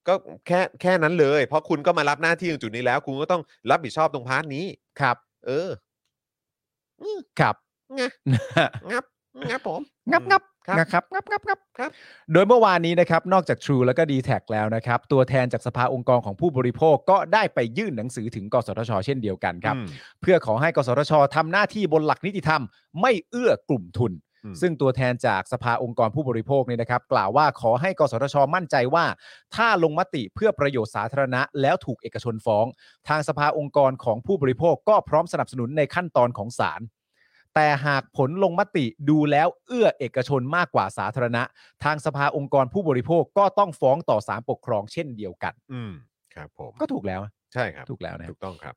ก็แค่แค่นั้นเลย เพราะคุณก็มารับหน้าที่ตรงจุดนี้แล้ว คุณก็ต้องรับผิดชอบตรงพาร์ทนี้ ครับ เออ ครับ <laughs> ไง งับงับผม งับงับ ครับ นะครับงับงับงับ ครับ โดยเมื่อวานนี้นะครับ นอกจาก True แล้วก็ d t แทแล้วนะครับ ตัวแทนจากสภาองค์กรของผู้บริโภคก็ได้ไปยื่นหนังสือถึงกสทช เช่นเดียวกันครับ อืม เพื่อขอให้กสทชทำหน้าที่บนหลักนิติธรรม ไม่เอื้อกลุ่มทุน อืม ซึ่งตัวแทนจากสภาองค์กรผู้บริโภคเนี่ยนะครับ กล่าวว่าขอให้กสทช มั่นใจว่า ถ้าลงมติเพื่อประโยชน์สาธารณะ แล้วถูกเอกชนฟ้อง ทางสภาองค์กรของผู้บริโภคก็พร้อมสนับสนุนในขั้นตอนของศาลแต่หากผลลงมติดูแล้วเอื้อเอกชนมากกว่าสาธารณะ ทางสภาองค์กรผู้บริโภคก็ต้องฟ้องต่อศาลปกครองเช่นเดียวกัน อืม ครับผม ก็ถูกแล้ว ใช่ครับ ถูกแล้วนะครับ ถูกต้องครับ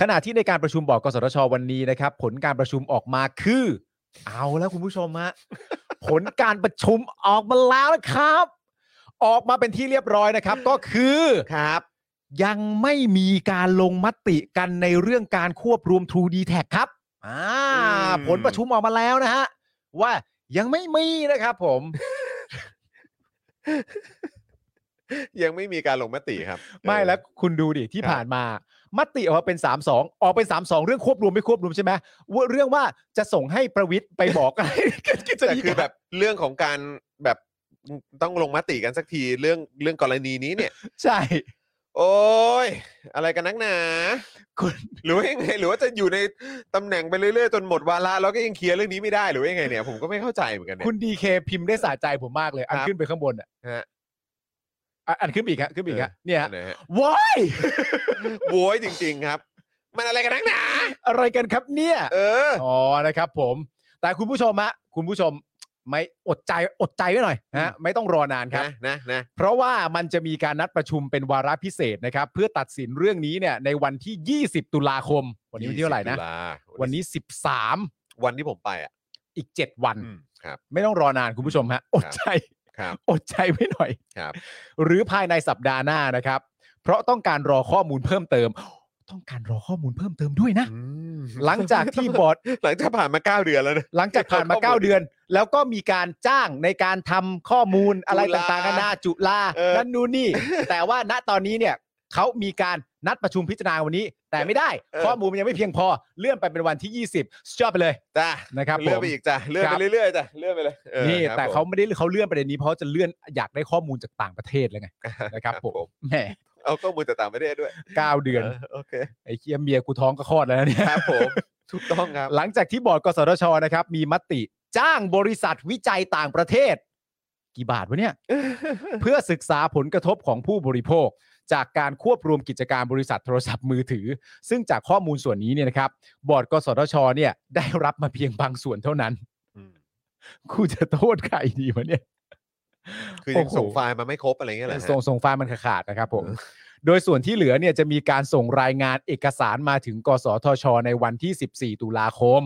ขณะที่ในการประชุมบอร์ดกสทช วันนี้นะครับ ผลการประชุมออกมาคือ เอาแล้วคุณผู้ชม <laughs> ฮะ ผลการประชุมออกมาแล้วนะครับ ออกมาเป็นที่เรียบร้อยนะครับ ก็คือ ครับ ยังไม่มีการลงมติกันในเรื่องการควบรวม True d t แทครับอ่า อืม ผลประชุมออกมาแล้วนะฮะ ว่ายังไม่มีนะครับผม ยังไม่มีการลงมติ <laughs> ครับ ไม่ เออ แล้วคุณดูดิที่ ครับ ผ่านมา มติออกมาเป็น 3 2 ออกเป็น 3 2 เรื่องควบรวมไม่ควบรวมใช่ไหมว่าเรื่องว่าจะส่งให้ประวิทย์ไปบอกอะไรกิจ แต่ ฎี คือแบบเรื่องของการแบบต้องลงมติกันสักทีเรื่องเรื่องกรณีนี้เนี่ย ใช่ โอ้ยอะไรกันนักหนา คุณ หรือว่ายังไงหรือว่าจะอยู่ในตำแหน่งไปเรื่อยๆจนหมดวาระแล้วก็ยังเคลียร์เรื่องนี้ไม่ได้หรือว่ายังไงเนี่ยผมก็ไม่เข้าใจเหมือนกันเนี่ย คุณดีเคพิมพ์ได้สาใจผมมากเลย อัน ครับ ขึ้นไปข้างบนอ่ะ ฮะ อ่ะอันขึ้นไปอีกฮะขึ้นไปอีกฮะเนี่ยฮะ นะฮะ ว้าย โวยจริง ๆ ครับ มันอะไรกันนักหนา อะไรกันครับเนี่ย เออ อ๋อ นะครับผม แต่คุณผู้ชมฮะคุณผู้ชมไม่อดใจอดใจไว้หน่อยนะฮะไม่ต้องรอนานครับ นะนะนะ เพราะว่ามันจะมีการนัดประชุมเป็นวาระพิเศษนะครับ เพื่อตัดสินเรื่องนี้เนี่ยในวันที่ 20 ตุลาคม วันนี้วันที่เท่าไหร่ยี่นะสิบตุลา วันนี้ 13 วันที่ผมไปอ่ะ อีก 7 วัน อืมครับ ไม่ต้องรอนานคุณผู้ชมฮะอดใจ ครับ อดใจไว้หน่อย ครับ หรือภายในสัปดาห์หน้านะครับ เพราะต้องการรอข้อมูลเพิ่มเติม ต้องการรอข้อมูลเพิ่มเติมด้วยนะ อืม หลังจากที่บอร์ด หลังจากผ่านมาเก้าเดือนแล้วนะ หลังจากผ่านมา ข้อมูล 9 เดือน แล้วก็มีการจ้างในการทำข้อมูลอะไรต่างๆนานาจุลา เออ นั่นนู่นนี่ แต่ว่าณตอนนี้เนี่ยเขามีการนัดประชุมพิจารณาวันนี้ แต่ไม่ได้ ข้อมูลมันยังไม่เพียงพอ เลื่อนไปเป็นวันที่ 20ชอบไปเลย จ้า นะครับผ เลื่อน ม ไปอีกจ้ะเลื่อน ค ไป รับ เรื่อยๆจ้ะเลื่อนไปเลยออ นี่ ครับ แต่ ผม เขาไม่ได้เขาเลื่อนประเด็นนี้เพราะจะเลื่อนอยากได้ข้อมูลจากต่างประเทศแล้วไง นะครับผมแหม เอาข้อมูลจากต่างประเทศด้วย เก้าเดือน โอเค ไอ้เคียเมียกูท้องก็คลอดแล้วนะเนี่ย ครับผมถูกต้องครับ หลังจากที่บอร์ดกสทชนะครับมีมติจ้างบริษัทวิจัยต่างประเทศ กี่บาทวะเนี่ย <laughs> เพื่อศึกษาผลกระทบของผู้บริโภค จากการควบรวมกิจการบริษัทโทรศัพท์มือถือ ซึ่งจากข้อมูลส่วนนี้เนี่ยนะครับ บอร์ดกสทชเนี่ยได้รับมาเพียงบางส่วนเท่านั้น <laughs> อืม กูจะโทษใครดีวะเนี่ย คือยังส่ง โโห ไฟล์มาไม่ครบอะไรเงี้ยแหละ ส่งส่งไฟล์มันขาดๆนะครับผม โดยส่วนที่เหลือเนี่ยจะมีการส่งรายงานเอกสารมาถึง กสทช ในวันที่ 14 ตุลาคม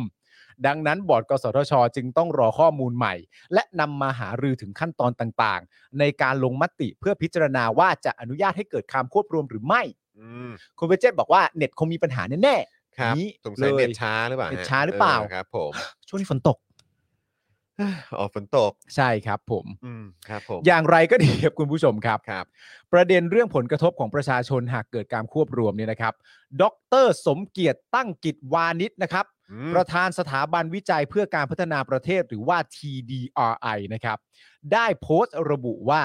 ดังนั้นบอร์ด กสทช จึงต้องรอข้อมูลใหม่ และนำมาหารือถึงขั้นตอนต่างๆ ในการลงมติเพื่อพิจารณาว่าจะอนุญาตให้เกิดความควบรวมหรือไม่ อืม คุณเวเจตบอกว่าเน็ตคงมีปัญหาแน่ ครับ นี้ สงสัย เลย เน็ตช้าหรือเปล่า เน็ต ฮะ ช้าหรือเปล่า ครับ ผม <sighs> ๆ ช่วงนี้ฝนตก ออกฝนตก ใช่ครับผม อืมครับผม อย่างไรก็ดีครับคุณผู้ชมครับ ครับ ประเด็นเรื่องผลกระทบของประชาชนหากเกิดการควบรวมเนี่ยนะครับ ดร สมเกียรติตั้งกิจวานิชนะครับ อืม ประธานสถาบันวิจัยเพื่อการพัฒนาประเทศหรือว่า TDRI นะครับ ได้โพสต์ระบุว่า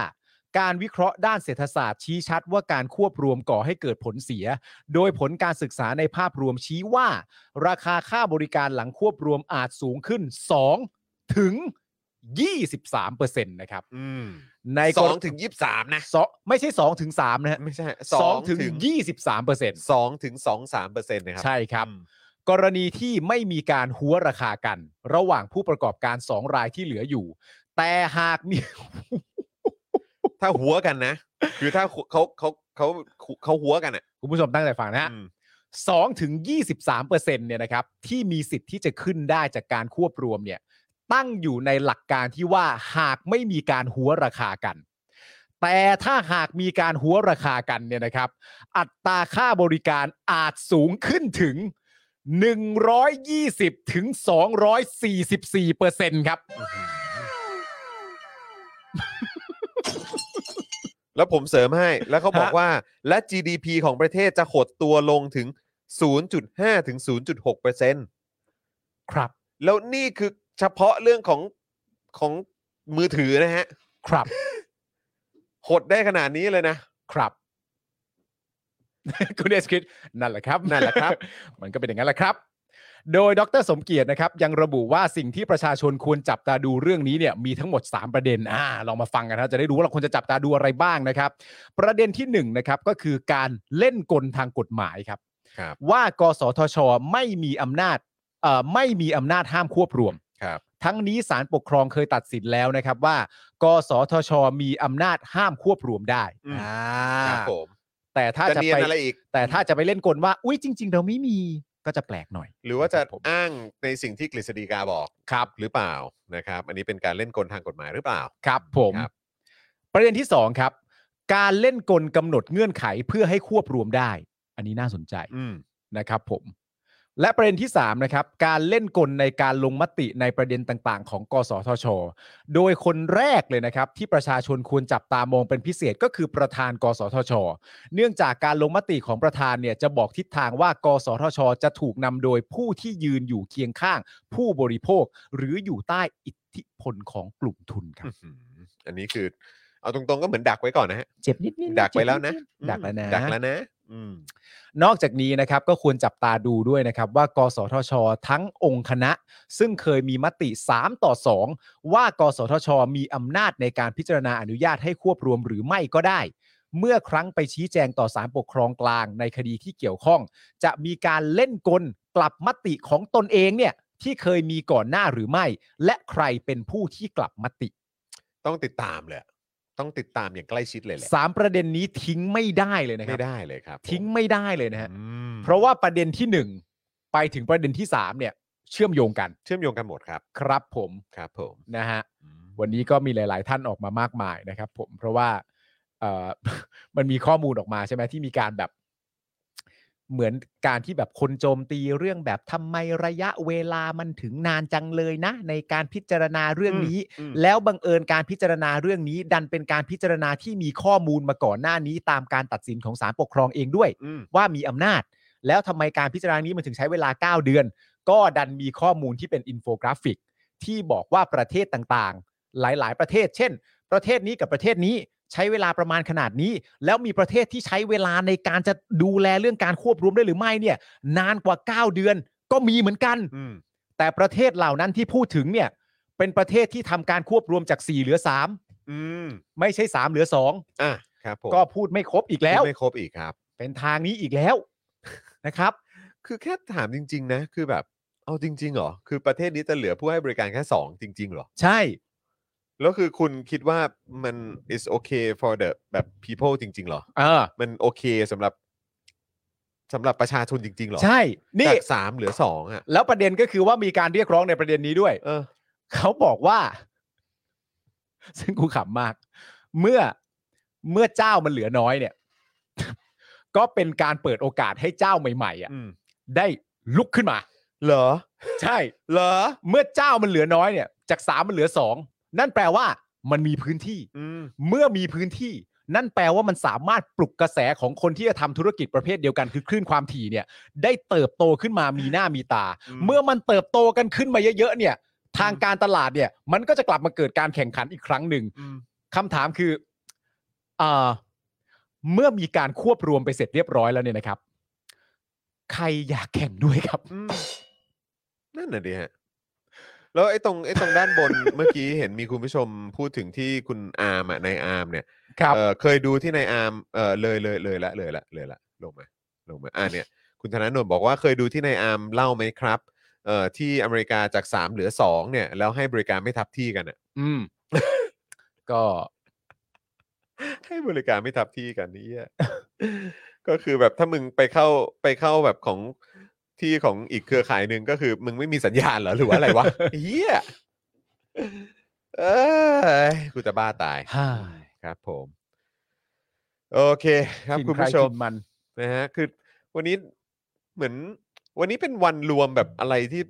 การวิเคราะห์ด้านเศรษฐศาสตร์ชี้ชัดว่าการควบรวมก่อให้เกิดผลเสีย โดยผลการศึกษาในภาพรวมชี้ว่า ราคาค่าบริการหลังควบรวมอาจสูงขึ้น 2 ถึง 23%นะครับ อืม ในก สอ รง ถึงยี่สิบสามนะ สองไม่ใช่ 2 ถึง 3 นะฮะ ไม่ใช่ สองถึงยี่สิบสามเปอร์เซ็นต์ สองถึงสองสามเปอร์เซ็นต์นะครับ ใช่ครับ อืม กรณีที่ไม่มีการหัวราคากัน ระหว่างผู้ประกอบการ 2 รายที่เหลืออยู่ แต่หากมี <laughs> ถ้าหัวกันนะ คือถ้าเขาเขาเขาเขาเขาหัวกันอ่ะ คุณผู้ชมตั้งใจฟังนะฮะ อืม สองถึงยี่สิบสามเปอร์เซ็นต์เนี่ยนะครับ ที่มีสิทธิ์ที่จะขึ้นได้จากการควบรวมเนี่ย ตั้งอยู่ในหลักการที่ว่าหากไม่มีการหัวราคากัน แต่ถ้าหากมีการหัวราคากันเนี่ยนะครับ อัตราค่าบริการอาจสูงขึ้นถึง 120ถึง244เปอร์เซ็นต์ครับ แล้วผมเสริมให้ แล้วเขาบอก ฮะ ว่า และ GDP ของประเทศจะหดตัวลงถึง 0.5 ถึง 0.6เปอร์เซ็นต์ ครับ แล้วนี่คือเฉพาะเรื่องของของมือถือนะฮะ ครับ หดได้ขนาดนี้เลยนะ ครับ คุณเดสคิดนั่นแหละครับ นั่นแหละครับ <laughs> มันก็เป็นอย่างนั้นแหละครับ โดยดรสมเกียรตินะครับ ยังระบุว่าสิ่งที่ประชาชนควรจับตาดูเรื่องนี้เนี่ยมีทั้งหมด 3 ประเด็นอ่าลองมาฟังกันนะจะได้รู้ว่าเราควรจะจับตาดูอะไรบ้างนะครับ ประเด็นที่1นะครับก็คือการเล่นกลทางกฎหมายครับ ครับ ว่ากสทช ไม่มีอำนาจเอ่อไม่มีอำนาจห้ามควบรวม ครับ ทั้งนี้ศาลปกครองเคยตัดสินแล้วนะครับว่า กสทช มีอำนาจห้ามควบรวมได้ อืม อ่า ครับผม แต่ถ้า จะ จะ เนียน ไป อะไรอีก แต่ถ้าจะไปเล่นกลว่าอุ้ยจริง ๆ เราไม่มีก็จะแปลกหน่อย หรือว่าจะ ครับผม อ้างในสิ่งที่กฤษฎีกาบอก ครับ หรือเปล่านะครับ อันนี้เป็นการเล่นกลทางกฎหมายหรือเปล่า ครับผม ครับ ประเด็นที่ 2 ครับ การเล่นกลกำหนดเงื่อนไขเพื่อให้ควบรวมได้ อันนี้น่าสนใจ อืม นะครับ ผม และประเด็นที่ 3 นะครับ การเล่นกลในการลงมติในประเด็นต่างๆ ของ กสทช โดยคนแรกเลยนะครับ ที่ประชาชนควรจับตามองเป็นพิเศษก็คือประธาน กสทช เนื่องจากการลงมติของประธานเนี่ยจะบอกทิศทางว่า กสทช จะถูกนำโดยผู้ที่ยืนอยู่เคียงข้าง ผู้บริโภค หรืออยู่ใต้อิทธิพลของกลุ่มทุนครับ อื้อหืออันนี้คือ เอาตรงๆก็เหมือนดักไว้ก่อนนะฮะ เจ็บนิดนิด ดักไว้แล้วนะ ดักแล้วนะ ดักแล้วนะ อืม นอกจากนี้นะครับก็ควรจับตาดูด้วยนะครับว่ากสทช ทั้งองค์คณะ ซึ่งเคยมีมติ 3 ต่อ 2 ว่ากสทช มีอำนาจในการพิจารณาอนุญาตให้ควบรวมหรือไม่ก็ได้ เมื่อครั้งไปชี้แจงต่อสารปกครองกลางในคดีที่เกี่ยวข้อง จะมีการเล่นกลกลับมติของตนเองเนี่ยที่เคยมีก่อนหน้าหรือไม่ และใครเป็นผู้ที่กลับมติ ต้องติดตามเลยอะต้องติดตามอย่างใกล้ชิดเลยแหละ สามประเด็นนี้ทิ้งไม่ได้เลยนะครั ไม่ บ ได้เลยครับผม ทิ้งไม่ได้เลยนะฮะ อืม เพราะว่าประเด็นที่ 1 ไปถึงประเด็นที่ 3 เนี่ย เชื่อมโยงกัน เชื่อมโยงกันหมดครับ ครับผม ครับผม นะฮะ อืม วันนี้ก็มีหลาย ๆ ท่านออกมามากมายนะครับ ผมเพราะว่าเอ่อ <laughs> มันมีข้อมูลออกมาใช่ไหมที่มีการแบบ เหมือนการที่แบบคนโจมตีเรื่องแบบทำไมระยะเวลามันถึงนานจังเลยนะ ในการพิจารณาเรื่องนี้ อืม แล้วบังเอิญการพิจารณาเรื่องนี้ ดันเป็นการพิจารณาที่มีข้อมูลมาก่อนหน้านี้ ตามการตัดสินของศาลปกครองเองด้วย อืม ว่ามีอำนาจ แล้วทำไมการพิจารณานี้มันถึงใช้เวลา 9 เดือน ก็ดันมีข้อมูลที่เป็นอินโฟกราฟิก ที่บอกว่าประเทศต่างๆ หลายๆ ประเทศ เช่น ประเทศนี้กับประเทศนี้ใช้เวลาประมาณขนาดนี้ แล้วมีประเทศที่ใช้เวลาในการจะดูแลเรื่องการควบรวมได้หรือไม่เนี่ย นานกว่า 9 เดือน ก็มีเหมือนกัน อืม แต่ประเทศเหล่านั้นที่พูดถึงเนี่ยเป็นประเทศที่ทำการควบรวมจาก 4 เหลือ อืม 3 ไม่ใช่ 3 เหลือ อ่ะครับผม 2 ก็พูดไม่ครบอีกแล้ว ไม่ครบอีกครับ เป็นทางนี้อีกแล้ว <laughs> นะครับ คือแค่ถามจริง ๆ นะ คือแบบ เอาจริงๆเหรอ คือประเทศนี้จะเหลือผู้ให้บริการแค่สองจริง ๆ เหรอ ใช่ แล้วคือคุณคิดว่ามัน is okay for the แบบ people จริง ๆ เหรอ เออ มันโอเคสำหรับสำหรับประชาชนจริง ๆ เหรอ ใช่ นี่ จากสามเหลือสองอ่ะ แล้วประเด็นก็คือว่ามีการเรียกร้องในประเด็นนี้ด้วย เออ เขาบอกว่า ซึ่งกูขำมาก เมื่อเมื่อเจ้ามันเหลือน้อยเนี่ย ก็เป็นการเปิดโอกาสให้เจ้าใหม่ๆอ่ะ อืม ได้ลุกขึ้นมา เหรอ ใช่ เหรอ เมื่อเจ้ามันเหลือน้อยเนี่ย จากสามมันเหลือสองนั่นแปลว่า มันมีพื้นที่ อืม เมื่อมีพื้นที่ นั่นแปลว่ามันสามารถปลุกกระแสของคนที่จะทำธุรกิจประเภทเดียวกันคือคลื่นความถี่เนี่ย ได้เติบโตขึ้นมามีหน้ามีตา อืม เมื่อมันเติบโตกันขึ้นมาเยอะๆเนี่ย ทางการตลาดเนี่ย มันก็จะกลับมาเกิดการแข่งขันอีกครั้งหนึ่ง อืม คำถามคือเอ่อเมื่อมีการควบรวมไปเสร็จเรียบร้อยแล้วเนี่ยนะครับ ใครอยากแข่งด้วยครับ อืมนั่นน่ะดิฮะ แล้วไอ้ตรงไอ้ตรงด้านบน เมื่อกี้เห็นมีคุณผู้ชมพูดถึงที่คุณอาร์มอ่ะนายอาร์มเนี่ย เอ่อเคยดูที่ในอาร์มเออเลยเลยเลยละเลยละเลยละลงมาลงมาอ่าเนี่ย คุณธนาโนนบอกว่าเคยดูที่ในอาร์มเล่าไหมครับเอ่อที่อเมริกาจาก 3 เหลือ 2 เนี่ย แล้วให้บริการไม่ทับที่กันอ่ะ อื <laughs> ม ก็ ให้บริการไม่ทับที่กันนี่ก็คือแบบถ้ามึงไปเข้าไปเข้าแบบของที่ของอีกเครือข่ายหนึ่งก็คือ มึงไม่มีสัญญาณเหรอ หรือว่าอะไรวะ เฮียเอ้ยกูจะบ้าตาย ฮ่าย ครับผม โอเค ครับ กิน คุณ ใร ผู้ชม กินมัน นะฮะคือวันนี้เหมือนวันนี้เป็นวันรวมแบบอะไรที่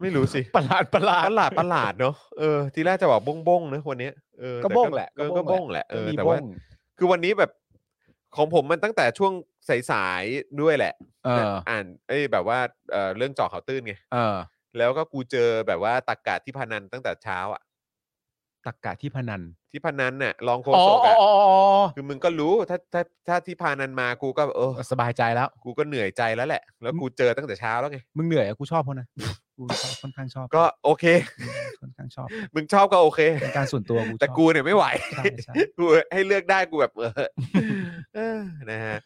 ไม่รู้สิ <laughs> ประหลาดประหลาด ประหลาดประหลาดเนาะเออทีแรกจะบอกบงบงๆนะวันเนี้ยเออ ก็ ต่ บ้งแหละ เออ ก็ ก็ บ้ บ้ง ง แหละเออ มี แต่ว่า บ้ง คือวันนี้แบบของผมมันตั้งแต่ช่วงสายๆด้วยแหละ เอ นะ อ อ่านเอ้ยแบบว่าเออเรื่องเจาะข่าวตื้นไง เออ แล้วก็กูเจอแบบว่าตักกะที่พนันตั้งแต่เช้าอ่ะ ตักกะที่พนัน ที่พนันน่ะลองโค อ๋อ ศก อ๋อ อ่ะ อ๋ออ คือมึงก็รู้ถ้าถ้าถ้าที่พานันมากูก็เออ๋ อสบายใจแล้ว กูก็เหนื่อยใจแล้วแหละ แล้วกูเจอตั้งแต่เช้าแล้วไง มึงเหนื่อยอะกูชอบเขานะ กูชอบค่อนข้างชอบ ก็โอเค ค่อนข้างชอบ มึงชอบก็โอเค เป็นการส่วนตัวกูชอบ แต่กูเนี่ยไม่ไหว ใช่ใช่ <laughs> กูให้เลือกได้กูแบบเออเออนะฮะ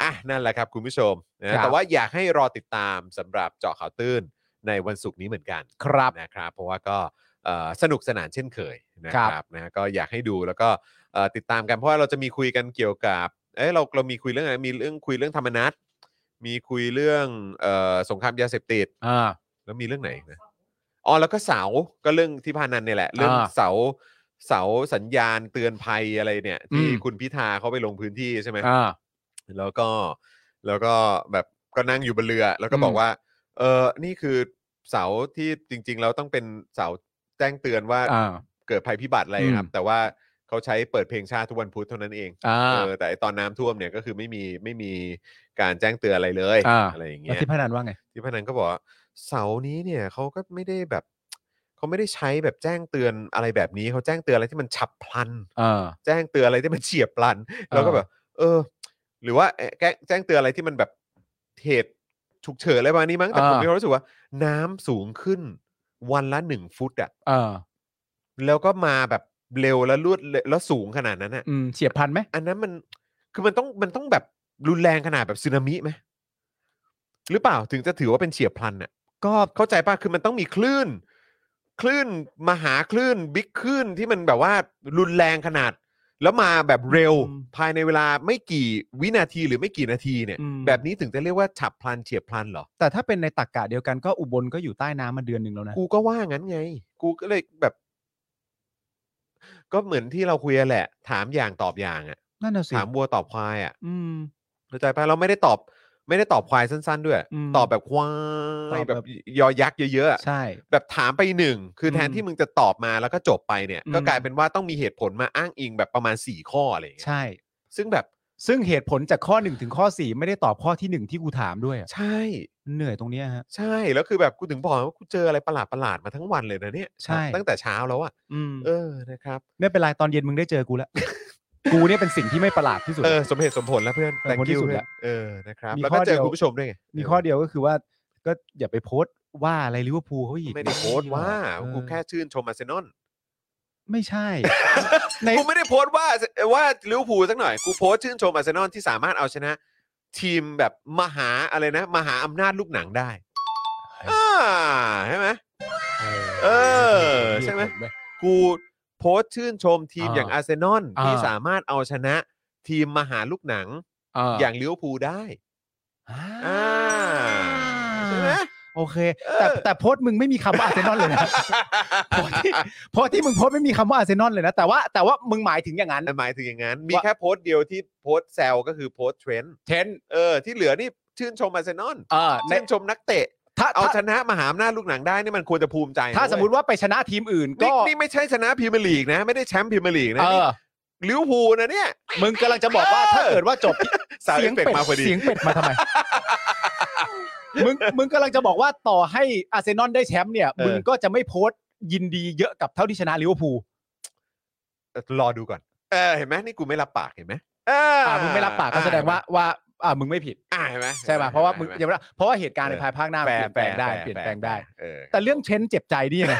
อ่ะนั่นแหละครับคุณผู้ชม ครั นะ บ แต่ว่าอยากให้รอติดตามสำหรับเจาะข่าวตื้นในวันศุกร์นี้เหมือนกัน ครับ นะครับ เพราะว่าก็เอ่อสนุกสนานเช่นเคยนะค ครั รับบ นะก็อยากให้ดูแล้วก็เอ่อติดตามกันเพราะว่าเราจะมีคุยกันเกี่ยวกับเอ้ยเราเรามีคุยเรื่องอะไรมีเรื่องคุยเรื่องธรรมนัตมีคุยเรื่องเอ่อสงครามยาเสพติด อ่า แล้วมีเรื่องไหนอีกนะ อ๋อ แล้วก็เสา ก็เรื่องที่พานันเนี่ยแหละ เรื่อง อ่า เสา เสาสัญญาณเตือนภัยอะไรเนี่ย ที่ อืม คุณพิธาเขาไปลงพื้นที่ใช่ไหม อ่า แล้วก็ แล้วก็แบบก็นั่งอยู่บนเรือ แล้วก็บอก อืม ว่า เออนี่คือเสาที่จริง ๆ แล้วต้องเป็นเสาแจ้งเตือนว่า อ่า เกิดภัยพิบัติอะไรครับ อืม แต่ว่าเขาใช้เปิดเพลงชาติทุกวันพุธเท่านั้นเอง อ่า เออ แต่ไอ้ตอนน้ำท่วมเนี่ยก็คือไม่มีไม่มีการแจ้งเตือนอะไรเลย อ่า อะไรอย่างเงี้ แล้ว ย ที่พนันว่าไง ที่พนันก็บอกว่าเสานี้เนี่ยเขาก็ไม่ได้แบบเขาไม่ได้ใช้แบบแจ้งเตือนอะไรแบบนี้เขาแจ้งเตือนอะไรที่มันฉับพลัน เออ แจ้งเตือนอะไรที่มันเฉียบพลัน แล้วก็แบบ เออ หรือว่าเอ่อแก้แจ้งเตือนอะไรที่มันแบบเหตุฉุกเฉินอะไรประมาณนี้มั้งแต่ผม อ่ามี มีความรู้สึกว่า น้ำสูงขึ้นวันละหนึ่งฟุตอะ เออ แล้วก็มาแบบเร็วและรวดเร็วแล้วสูงขนาดนั้นอะ อืมเฉียบพลันไหม อันนั้นมันคือมันต้องมันต้องแบบรุนแรงขนาดแบบสึนามิไหมหรือเปล่าถึงจะถือว่าเป็นเฉียบพลันอะ ก็ เข้าใจป่ะ คือมันต้องมีคลื่น คลื่นมหาคลื่นบิ๊กคลื่นที่มันแบบว่ารุนแรงขนาด แล้วมาแบบเร็ว อืม ภายในเวลาไม่กี่วินาทีหรือไม่กี่นาทีเนี่ย อืม แบบนี้ถึงจะเรียกว่าฉับพลันเฉียบพลันเหรอ แต่ถ้าเป็นในตักกะเดียวกันก็อุบลก็อยู่ใต้น้ำมาเดือนหนึ่งแล้วนะ กูก็ว่างั้นไง กูก็เลยแบบ ก็เหมือนที่เราคุยกันแหละ ถามอย่างตอบอย่างอะ นั่นน่ะสิ ถามวัวตอบควายอะ อืม เข้าใจป่ะเราไม่ได้ตอบ ไม่ได้ตอบควายสั้น ๆ ด้วย อืม ตอบแบบควา ต ย อบ แบ แบบ บ ยอยักษ์เยอะๆอะ ใช่ แบบถามไปหนึ่งคือแทน อืม ที่มึงจะตอบมาแล้วก็จบไปเนี่ย อืม ก็กลายเป็นว่าต้องมีเหตุผลมาอ้างอิงแบบประมาณ 4 ข้ออะไรอย่างเงี้ย ใช่ ซึ่งแบบ ซึ่งเหตุผลจากข้อ1ถึงข้อ4ไม่ได้ตอบข้อที่ 1 ที่กูถามด้วยอะ ใช่ เหนื่อยตรงเนี้ยฮะ ใช่ แล้วคือแบบกูถึงบอกว่ากูเจออะไรประหลาดประหลาดๆมาทั้งวันเลยนะเนี่ย ใช่ ตั้งแต่เช้าแล้วอะ่ะ อืม เออนะครับ ไม่เป็นไรตอนเย็นมึงได้เจอกูแล้ว <laughs> กูเนี่ยเป็นสิ่งที่ไม่ประหลาดที่สุด เออสมเหตุสมผลแล้วเพื่อน เออ แต่ คนที่ กิ้ว สุด เพื่อน ละ เออนะครับ มี แล้ว ข้ ก็ อ เจอ เดียว คุณผู้ชมด้วยไง มีข้อเดียวก็คือว่า ก็อย่าไปโพสต์ว่าอะไรลิเวอร์พูลเขาอีก ไม่ได้โพสต์ว่า เออ กูแค่ชื่นชมอาร์เซนอล ไม่ <laughs> ใช่ ใน กูไม่ได้โพสต์ว่าว่าลิเวอร์พูลสักหน่อยกูโพสต์ชื่นชมอาร์เซนอลที่สามารถเอาชนะ ทีมแบบมหาอะไรนะ มหาอำนาจลูกหนังได้อ่าใช่ไหม เออใช่ไหม กูโพสต์ชื่นชมทีม อ่า อย่างอาร์เซนอลที่ อ่า สามารถเอาชนะทีมมหาลูกหนังอ อาย่ย่าง งลิเวอร์พูลได้ อ่า อ่าใช่ไหม <laughs> โอเค เออ แต่แต่โพสต์มึงไม่มีคำว่าอาร์เซนอลเลยนะ โพสต์ที่โพสต์ที่มึงโพสต์ไม่มีคำว่าอาร์เซนอลเลยนะ แต่ว่าแต่ว่ามึงหมายถึงอย่างนั้น หมายถึงอย่างนั้น มี ว่า แค่โพสต์เดียวที่โพสต์แซวก็คือโพสต์เทรนด์ เทน เออที่เหลือนี่ชื่นชมอาร์เซนอล เออใน ชื่นชมนักเตะ ถ้า เอา ถ้า ชนะมหาอำนาจลูกหนังได้นี่มันควรจะภูมิใจนะ ถ้าสมมติ เว้ย ว่าไปชนะทีมอื่นก็ นี่นี่ไม่ใช่ชนะพรีเมียร์ลีกนะ ไม่ได้แชมป์พรีเมียร์ลีกนะ เอ นี่ อ ลิเวอร์พูลนะเนี่ย มึงกำลังจะบอกว่าถ้าเกิดว่าจบ Sound effect มาพอดี เสียงเป็ดมาทำไม มึงมึงกำลังจะบอกว่าต่อให้อาร์เซนอลได้แชมป์เนี่ย เออ มึงก็จะไม่โพสต์ยินดีเยอะกับเท่าที่ชนะลิเวอร์พูล รอดูก่อนเออเห็นไหมนี่กูไม่รับปากเห็นไหมเ อ่ะมึงไม่รับปากก็แสดงว่าว่าอ่ามึงไม่ผิด อ่าเห็นไหม ใช่ป่ะเพราะว่ามึง ห็น ยัง ไห ไม่ได้เพราะว่าเหตุการณ์ใน เออ ภายภาคหน้ามันเปลี่ยนแปลงได้เปลี่ยนแปลงได้ เออ แต่เรื่องเทรนด์เจ็บใจนี่ยังไง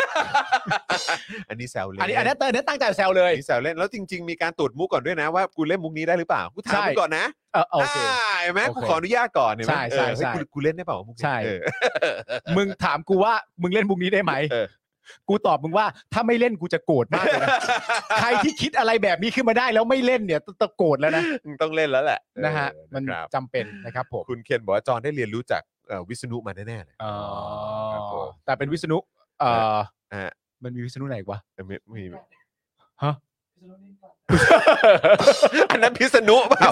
อันนี้แซวเล่น อันนี้อันนี้เตอร์เนี่ยตั้งใจแซวเลย อันนี้แซวเล่นแล้วจริง ๆ มีการตรวจมุกก่อนด้วยนะว่ากูเล่นมุกนี้ได้หรือเปล่า กูถาม ใช่ มึงก่อนนะ เออโอเค าเห็นไหม โอเค กูขออนุญาตก่อนเห็นไหม ใช่เอใช่อเฮ้ย ใช่ กูกูเล่นได้เปล่าวะมุกนี้ ใช่ เออ <laughs> มึงถามกูว่ามึงเล่นมุกนี้ได้ไหม เออ กูตอบมึงว่าถ้าไม่เล่นกูจะโกรธมาก <laughs> เลยนะ ใครที่คิดอะไรแบบนี้ขึ้นมาได้แล้วไม่เล่นเนี่ยตตะโกรธแล้วนะ มึงต้องเล่นแล้วแหละ นะฮะ เออ มัน ครับ จำเป็นนะครับผม คุณเคนบอกว่าจอนได้เรียนรู้จากเอ่อวิษณุมาแน่ๆเลย ครับผม แต่เป็นวิษณุเอ่อ เออ มันมีวิษณุไหนอีกวะ เออมีมี ฮะ <laughs> อันนั้นพิษณุเปล่า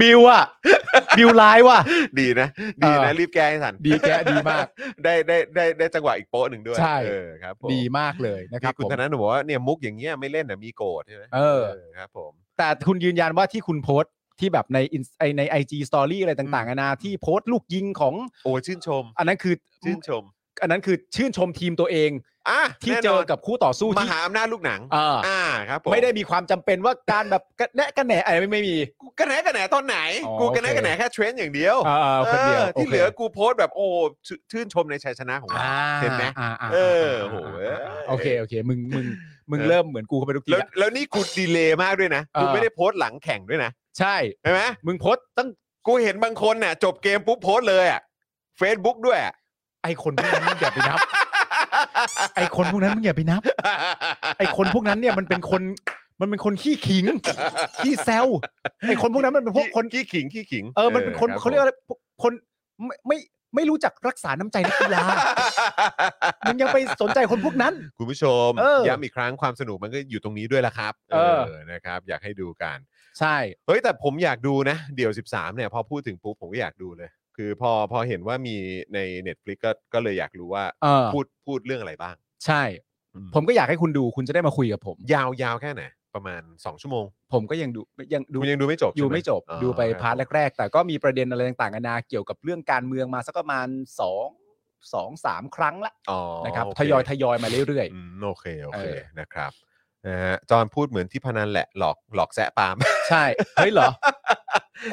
บิวอะบิวร้ายว่ะ ดีนะ ดี เอ นะ อ รีบแก้ให้ทัน ดีแกะดีมาก ได้ได้ได้ได้จังหวะอีกโป๊ะหนึ่งด้วย ใช่ เออครับผม ดีมากเลยนะครับ นี่คุณ ผม ธนาหนูบอกว่าเนี่ยมุกอย่างเงี้ยไม่เล่นน่ะมีโกรธใช่ไหม เออ ครับผม แต่คุณยืนยันว่าที่คุณโพสต์ที่แบบใน Ins- ไอ้ในไอจีสตอรี่อะไรต่างๆนานาที่โพสต์ลูกยิงของ โอ้ชื่นชม อันนั้นคือ ชื่นชม อันนั้นคือชื่นชมทีมตัวเอง อ่ะ ที่ แน่นน เจอกับคู่ต่อสู้ ม ที่ หาอำนาจลูกหนัง เอออ อ่าครับผม ไม่ได้มีความจำเป็นว่าการแบบกระแนะกระแหนอะไรไม่ไม่มี กูกระแหนกระแหนตอนไหน อ๋อ กูกระแหน โอเค กระแหนแค่เทรนด์อย่างเดียว เออคนเดียว เออที่ โค เหลือกูโพสต์แบบโอ้ชื่นชื่นชมในชัยชนะของเรา อ่า เห็นไหม อ่าาา เออโอ้โหเอ้ย โอเคโอเค มึงมึงมึงเริ่มเหมือนกูเข้าไปทุกที แล้ว ละ แล้วนี่กูดีเลย์มากด้วยนะ เออ กูไม่ได้โพสต์หลังแข่งด้วยนะ ใช่ ใช่ไหม มึงโพสต์ตั้ง กูเห็นบางคนน่ะจบเกมปุ๊บโพสต์เลยอ่ะเฟซบุ๊กด้วยอะ ไอคนพวกนั้นมึงอย่าไปนับ ไอคนพวกนั้นมึงอย่าไปนับ ไอคนพวกนั้นเนี่ยมันเป็นคนมันเป็นคนขี้ขิงขี้แซวไอคนพวกนั้นมันเป็นพวกคน ขี้ขิงขี้ขิง เออมันเป็นคน รับ เขาเรียกว่าอะไรคนไม่ไม่ไม่รู้จักรักษาน้ำใจนักกีฬา <laughs> มึงยังไปสนใจคนพวกนั้น คุณผู้ชม เออ ย้ำอีกครั้งความสนุกมันก็อยู่ตรงนี้ด้วยละครับ เออ นะครับ อยากให้ดูกัน ใช่ เฮ้ยแต่ผมอยากดูนะ เดี่ยว 13 เนี่ย พอพูดถึงปุ๊บผมก็อยากดูเลย คือพอพอเห็นว่ามีใน Netflix ก็ก็เลยอยากรู้ว่า เออ พูดพูดเรื่องอะไรบ้าง ใช่ อืม ผมก็อยากให้คุณดูคุณจะได้มาคุยกับผม ยาวยาวแค่ไหน ประมาณ 2 ชั่วโมง ผมก็ยังดูยังดู คุณยังดูไม่จบ อ ใช่ห ยู่ไม่จบ อ๋อ ดูไป ครับ พาร์ทแรก ๆ แต่ก็มีประเด็นอะไรต่างๆนานาเกี่ยวกับเรื่องการเมืองมาสักประมาณสองสองสามครั้งละ อ๋อ นะครับ โเ ทยอยทยอยมาเรื่อย อืมโอเคโอเค เออ นะครับ นะฮะจอนพูดเหมือนที่พนันแหละหลอกหลอกแซะปาล์ม ใช่ เฮ้ยเหรอ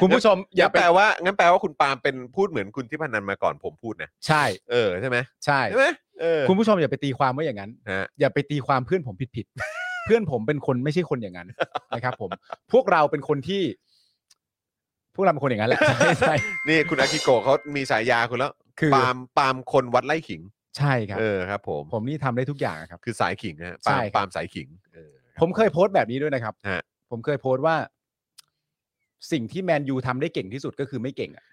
คุณผู้ชมอย่า งั้น ไป แปลว่างั้นแปลว่าคุณปาล์มเป็นพูดเหมือนคุณที่พนันมาก่อนผมพูดนะ ใช่ เออใช่ไหม ใช่ ใช่ไหมเออ คุณผู้ชมอย่าไปตีความว่าอย่างนั้น ฮะ อย่าไปตีความเพื่อนผมผิดผิดๆ เพื่อนผมเป็นคนไม่ใช่คน <laughs> อย่างนั้น นะครับ ผม พวกเราเป็นคนที่ พวกเราเป็นคนอย่างนั้นแหละ <laughs> ใช่ใช่ นี่คุณอากิโกะเขามีฉายาคุณแล้ว คือ ปาล์มปาล์มคนวัดไล่ขิง ใช่ครับ เออครับ ผม ผมนี่ทำได้ทุกอย่างอะครับ คือสายขิงนะฮะปาล์ม ใช่ครับ ปาล์มสายขิงเออ <laughs> ผมเคยโพสต์แบบนี้ด้วยนะครับ ฮะ ผมเคยโพสต์ว่า สิ่งที่แมนยูทำได้เก่งที่สุดก็คือไม่เก่งอะ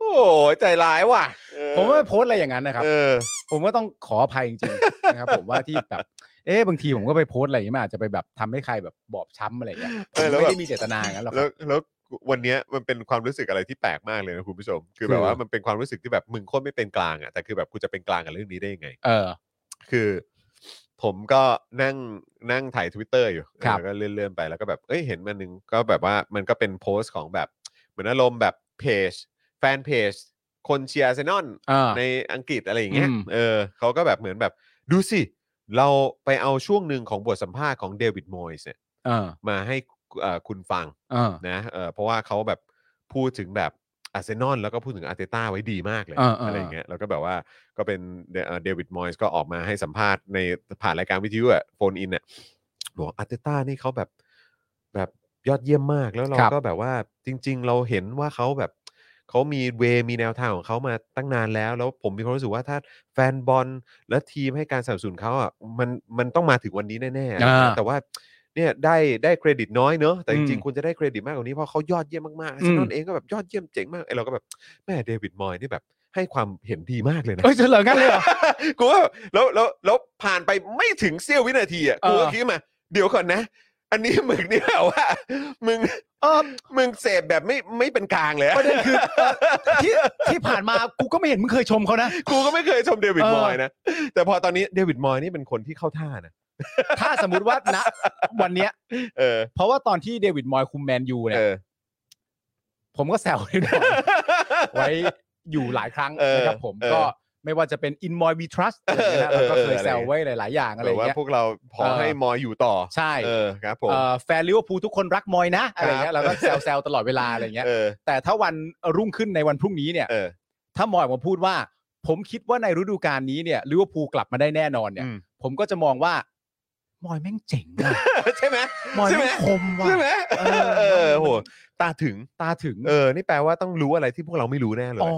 โอ้ยใจร้ายว่ะเออ ผมว่าโพสต์อะไรอย่างนั้นนะครับ เออ ผมก็ต้องขออภัยจริงๆ นะครับ <laughs> ผมว่าที่แบบ เอ๊ะบางทีผมก็ไปโพสต์อะไรอย่างนี้ยมันอาจจะไปแบบทำให้ใครแบบบอบช้ำอะไรอย่างเงี้ย เออแล้ว ไม่ แบบ ได้มีเจตนาอย่างนั้นหรอกค แล้ รั ว บ แล้ววันเนี้ยมันเป็นความรู้สึกอะไรที่แปลกมากเลยนะคุณผู้ชม คือ คื แบบ อ ว่ามันเป็นความรู้สึกที่แบบมึงโคตรไม่เป็นกลางอ่ะแต่คือแบบกูจะเป็นกลางกับเรื่องนี้ได้ยังไง เออ คือผมก็นั่งนั่งถ่าย Twitter อยู่ ครับ แล้วก็เลื่อนๆไปแล้วก็แบบเอ้ยเห็นมันหนึงก็แบบว่ามันก็เป็นโพสต์ของแบบ เหมือนอารมณ์แบบเพจ แฟนเพจ คนเชียร์อาร์เซนอล เออ ในอังกฤษอะไรอย่างเงี้ย อืม เออเขาก็แบบเหมือนแบบ ดูสิ เราไปเอาช่วงหนึ่งของบทสัมภาษณ์ของเดวิดมอยส์เนี่ย เออ มาให้เอ่อคุณฟัง เออ นะเออเพราะว่าเขาแบบพูดถึงแบบอาร์เซนอลแล้วก็พูดถึงอาร์เตต้าไว้ดีมากเลย อ่าๆ ไรย่างเงี้ยแล้วก็แบบว่าก็เป็นเดเอ่อเดวิดมอยส์ก็ออกมาให้สัมภาษณ์ในผ่านรายการวิทยุอะโฟนอินอะบอกอาร์เตต้านี่เขาแบบแบบยอดเยี่ยมมากแล้วเรา ครับ ก็แบบว่าจริง ๆ เราเห็นว่าเขาแบบเขามีเวมีแนวทางของเขามาตั้งนานแล้ว แล้วผมมีความรู้สึกว่าถ้าแฟนบอลและทีมให้การสนับสนุนเขาอ่ะมันมันต้องมาถึงวันนี้แน่ๆอะไรอย่างเงี้ย อ่า แต่ว่า เนี่ยได้ได้เครดิตน้อยเนอะแต่จริง อืม ๆคุณจะได้เครดิตมากกว่านี้เพราะเขายอดเยี่ยมมากๆอาร์อืเซ ม นอลเองก็แบบยอดเยี่ยมเจ๋งมากไอ้เราก็แบบแม่เดวิดมอยนี่แบบให้ความเห็นดีมากเลยนะ เอ้ยเฉลิมกันเลยเหรอ กูว่าแล้วแล้วแล้วผ่านไปไม่ถึงเสี้ยววินาทีอ่ะ เอกูอก็คิดมา เดี๋ยวก่อนนะ อันนี้มึงเนี่ยว่ามึง เออ มึงเสพแบบไม่ไม่เป็นกลางเลยอะ ประเด็นคือเออที่ที่ผ่านมากูก็ไม่เห็นมึงเคยชมเขานะ กูก็ไม่เคยชมเดวิด เออ มอยนะแต่พอตอนนี้เดวิดมอยนี่เป็นคนที่เข้าท่านะ ถ้าสมมติว่าณวันเนี้ย เออ เพราะว่าตอนที่เดวิดมอยคุมแมนยูเนี่ย เออ ผมก็แซวเดวิดมอยไว้อยู่หลายครั้ง เออ นะครับผม เออ ก็ไม่ว่าจะเป็น In Moy We Trust อะไรอย่างเงี้ยนะ เออ เราก็เคย เออ แซวไว้หลาย ๆ อย่างอะไร แบ อบ ย่าง ว่า เงี้ย พวกเราพอ เออ ให้มอยอยู่ต่อ ใช่ เออครับผม เอ่อแฟนลิเวอร์พูลทุกคนรักมอยนะอะไรอย่างเงี้ ครับยเราก็แซวๆตลอดเวลาอะไรอย่างเงี้ย เออ แต่ถ้าวันรุ่งขึ้นในวันพรุ่งนี้เนี่ย เออ ถ้ามอยออกมาพูดว่า ผมคิดว่าในฤดูกาลนี้เนี่ยลิเวอร์พูลกลับมาได้แน่นอนเนี่ย อืม <laughs> ผมก็จะมองว่า มอยแม่งเจ๋งว่ะ ใช่ไหม มอย ใช่ไหม แม่งคมว่ะ ใช่ไหม เอ เอ อ อเออโหตาถึง ตาถึง เออ นี่แปลว่าต้องรู้อะไรที่พวกเราไม่รู้แน่เลย อ๋อ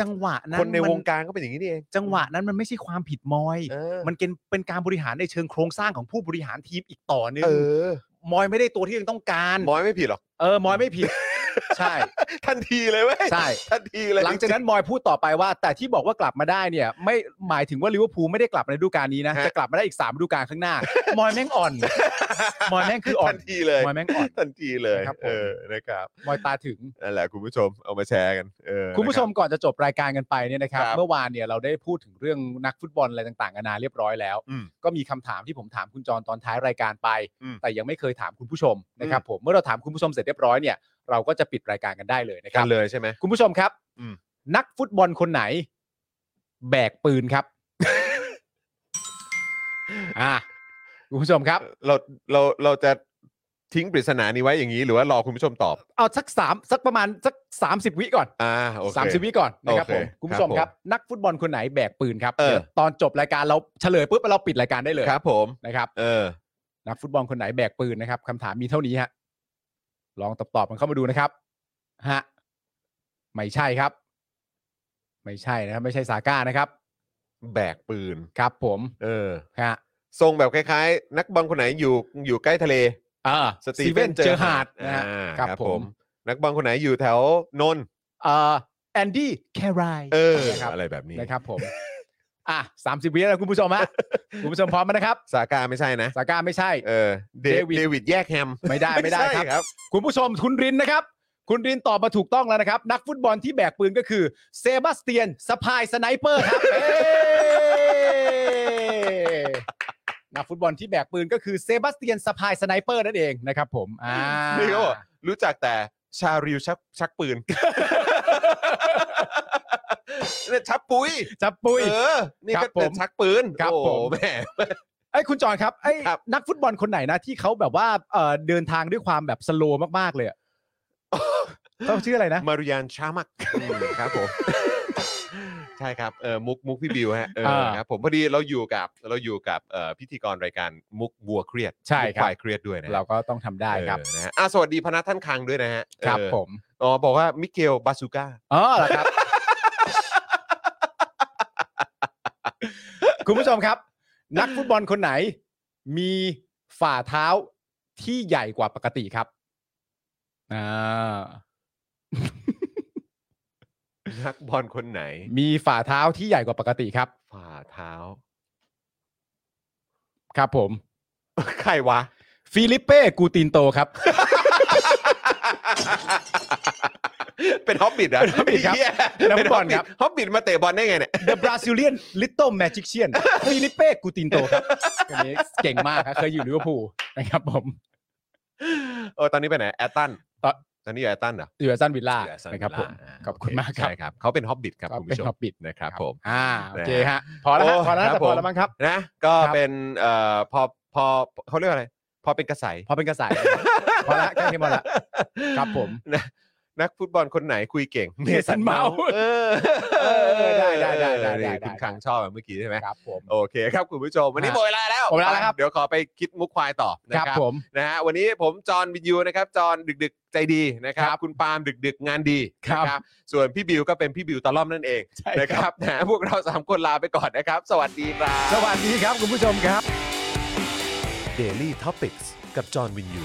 จังหวะนั้น คนใน มั วงการก็เป็นอย่างนี้นี่เอง จังหวะนั้นมันไม่ใช่ความผิดมอย เออ มันเป็นเป็นการบริหารในเชิงโครงสร้างของผู้บริหารทีมอีกต่อหนึง เออ มอยไม่ได้ตัวที่ยังต้องการ มอยไม่ผิดหรอก เออมอยไม่ผิ <laughs> ด ใช่ ทันทีเลยเว้ย ใช่ ทันทีเลย หลังจากนั้นมอยพูดต่อไปว่า แต่ที่บอกว่ากลับมาได้เนี่ย ไม่หมายถึงว่าลิเวอร์พูลไม่ได้กลับมาในฤดูกาลนี้นะจะกลับมาได้อีกสามฤดูกาลข้ <laughs> างหน้า มอยแม่งอ่อน มอยแม่งคืออ่อน ทันทีเลย มอยแม่งอ่อน ทันทีเลย ครับผม เออนะครับ มอยตาถึง นั่นแหละคุณผู้ชมเอามาแชร์กันเออ คุณผู้ชมก่อนจะจบรายการกันไปเนี่ยนะครับ ครับ เมื่อวานเนี่ยเราได้พูดถึงเรื่องนักฟุตบอลอะไรต่างๆนานาเรียบร้อยแล้ว อืม ก็มีคำถามที่ผมถามคุณจรตอนท้ายรายการไป อืม แต่ยังไม่เคยถามคุณผู้ชมนะครับผมเมื่อเราถามคุณผู้ชมเสร็จเรียบร้อยเนี่ยเราก็จะปิดรายการกันได้เลยนะค กั รับ นเลยใช่ไหม คุณผู้ชมครับ อืม นักฟุตบอลคนไหน แบกปืนครับ อ่ะคุณผู้ชมครับ เราเราเราจะทิ้งปริศนานี้ไว้อย่างนี้ หรือว่ารอคุณผู้ชมตอบ เอาสักสามสักประมาณสักสามสิบวิก่อน อ่าโอเค สามสิบวิก่อนนะครับ โอเค ผมคุณผู้ชม ค ค รั รั บบ ผม นักฟุตบอลคนไหนแบกปืนครับ เออ เดี๋ยวตอนจบรายการเราเฉลยปุ๊บเราปิดรายการได้เลย ครับผม นะครับ เออ นักฟุตบอลคนไหนแบกปืนนะครับคำถามมีเท่านี้ฮะลองตอบตอบๆมันเข้ามาดูนะครับฮะไม่ใช่ครับ ไม่ใช่นะครับไม่ใช่สาก้านะครับ แบกปืน ครับ ผม เออ ฮะ ทรงแบบคล้ายๆ นักบอลคนไหนอยู่อยู่ใกล้ทะเล เออ สตี ซี เวนเจอร์ฮาร์ด นะฮะ อ่า ครับผม นักบอลคนไหนอยู่แถวนนท์ เอ่อแอนดี้แคราย เออ นะครับ อะไรแบบนี้ นะครับ <laughs> ผมอ่ะสามสิบวิแล้วคุณผู้ชมฮะคุณผู้ชมพร้อมไหมนะครับ สากาไม่ใช่นะ สาก้าไม่ใช่ เออเด เดวิด เดวิดแยกแฮม ไม่ <laughs> ได้ไม่ได้ ใช่ ครับ คุณผู้ชมคุณรินนะครับ คุณรินตอบมาถูกต้องแล้วนะครับ นักฟุตบอลที่แบกปืนก็คือเซบาสเตียนสปายสไนเปอร์ <laughs> ครับเอ้ยนักฟุตบอลที่แบกปืนก็คือเซบาสเตียนสปายสไนเปอร์นั่นเองนะครับผมอ่า นี่เขาบอกรู้จักแต่ชาริวชักชักปืนเนี่ยชักปุ้ย จับปุย เออ นี่ ครั ก็ บผม ชักปืน ครับ โอ้โห ผม แหม่ ไอ้ยคุณจอนครับไอ้ ครับ นักฟุตบอลคนไหนนะที่เขาแบบว่าเอ่อเดินทางด้วยความแบบสโลว์มาก <laughs> ๆเลยอะเขาชื่ออะไรนะ มาริยานชามักครับผม <laughs> ใช่ครับเออมุกมุกพี่บิวฮะเออ อ่า ครับผมพอดีเราอยู่กับเราอยู่กับเอ่อพิธีกรรายการมุกบัวเครียด ใช่ครัมุกบควายเครียดด้วยนะ เราก็ต้องทำได้ครับ เออนะฮะอ่ะสวัสดีพนัทท่านคังด้วยนะฮะ ครับ เออ ผม อ๋อบอกว่ามิเกลบาซูก้า อ๋อเหรอครับ คุณผู้ชมครับ นักฟุตบอลคนไหน มีฝ่าเท้าที่ใหญ่กว่าปกติครับอ่า นักบอลคนไหน มีฝ่าเท้าที่ใหญ่กว่าปกติครับ ฝ่าเท้า <laughs> ครับผม ใครวะ <laughs> ฟิลิปเป้กูตินโตครับ เป็นฮอบบิทเหรอะ เป็นฮอบบิทครับนักฟุตบอลครับ ฮอบบิทมาเตะบอลได้ไงเนี่ย The Brazilian Little Magician ฟิลิปเป้กูตินโตครับอันนี้เก่งมากครับเคยอยู่ลิเวอร์พูลนะครับผม เออตอนนี้ไปไหนแอตตัน ตอน ตอนนี้อยู่แอตตันเหรอ อยู่แอสตันวิลล่า อยู่แอตตัน นะครับผม อ่า ขอบคุณ โเ มากครับ ใช่ครับเขาเป็นฮอบบิทครับ ก็ คุณ เป็น ผู้ช ฮอ ม บบิท นะครับผม อ่าโอเค นะฮะ ฮะพอแล้วฮะ โ พอแล้ว ค น่า รั จะ บ พ ผ อแล้วมั้งครับ นะก็ ครับ เป็นเอ่อพอพอเขาเรียกว่าอะไร พอเป็นกระใส <laughs> พอเป็นกระแสาย พอละใกล้เคียงพอละ ครับผม นะนักฟุตบอลคนไหนคุยเก่ <laughs> ง Mason Mount เออ เออได้ได้ได้ได้ได้ นี่ ได้ คุณคังชอบแบบเมื่อกี้ใช่ไหม ครับผม โอเคครับคุณผู้ชม วันนี้ ฮะ หมดเวลาแล้ว หมดเวลาแล้วครับ เดี๋ยวขอไปคิดมุกควายต่อนะ ค ค รั รั บบ ผม นะฮะวันนี้ผมจอห์นวินยูนะครับจอห์นดึกๆ ใจดีนะครับ ครับ คุณปาล์มดึกๆ งานดี ครับ นะส่วนพี่บิวก็เป็นพี่บิวตะล่อมนั่นเอง ใช่คนะครัรับบนะฮะพวกเราสามคนลาไปก่อนนะครับ สวัสดีครับ สวัสดีครับคุณผู้ชมครับ Daily Topics กับจอห์นวินยู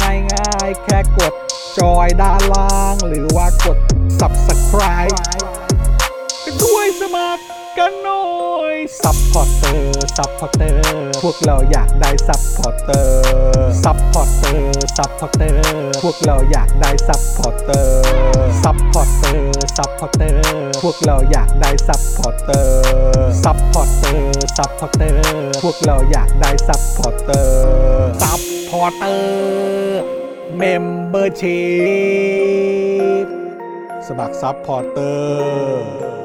ง่ายง่ายๆแค่กดจอยด้านล่าง หรือว่ากด subscribe ไปด้วยสมัครกันหน่อยซัพพอร์เตอร์ซัพพอร์เตอร์ พวกเราอยากได้ซัพพอร์เตอร์ซัพพอร์เตอร์ซัพพอร์เตอร์ พวกเราอยากได้ซัพพอร์เตอร์ซัพพอร์เตอร์ซัพพอร์เตอร์ พวกเราอยากได้ซัพพอร์เตอร์ซัพพอร์เตอร์ซัพพอร์เตอร์ พวกเราอยากได้ซัพพอร์เตอร์ซัพพอร์เตอร์เมมเบอร์ชีพ สมัครซัพพอร์เตอร์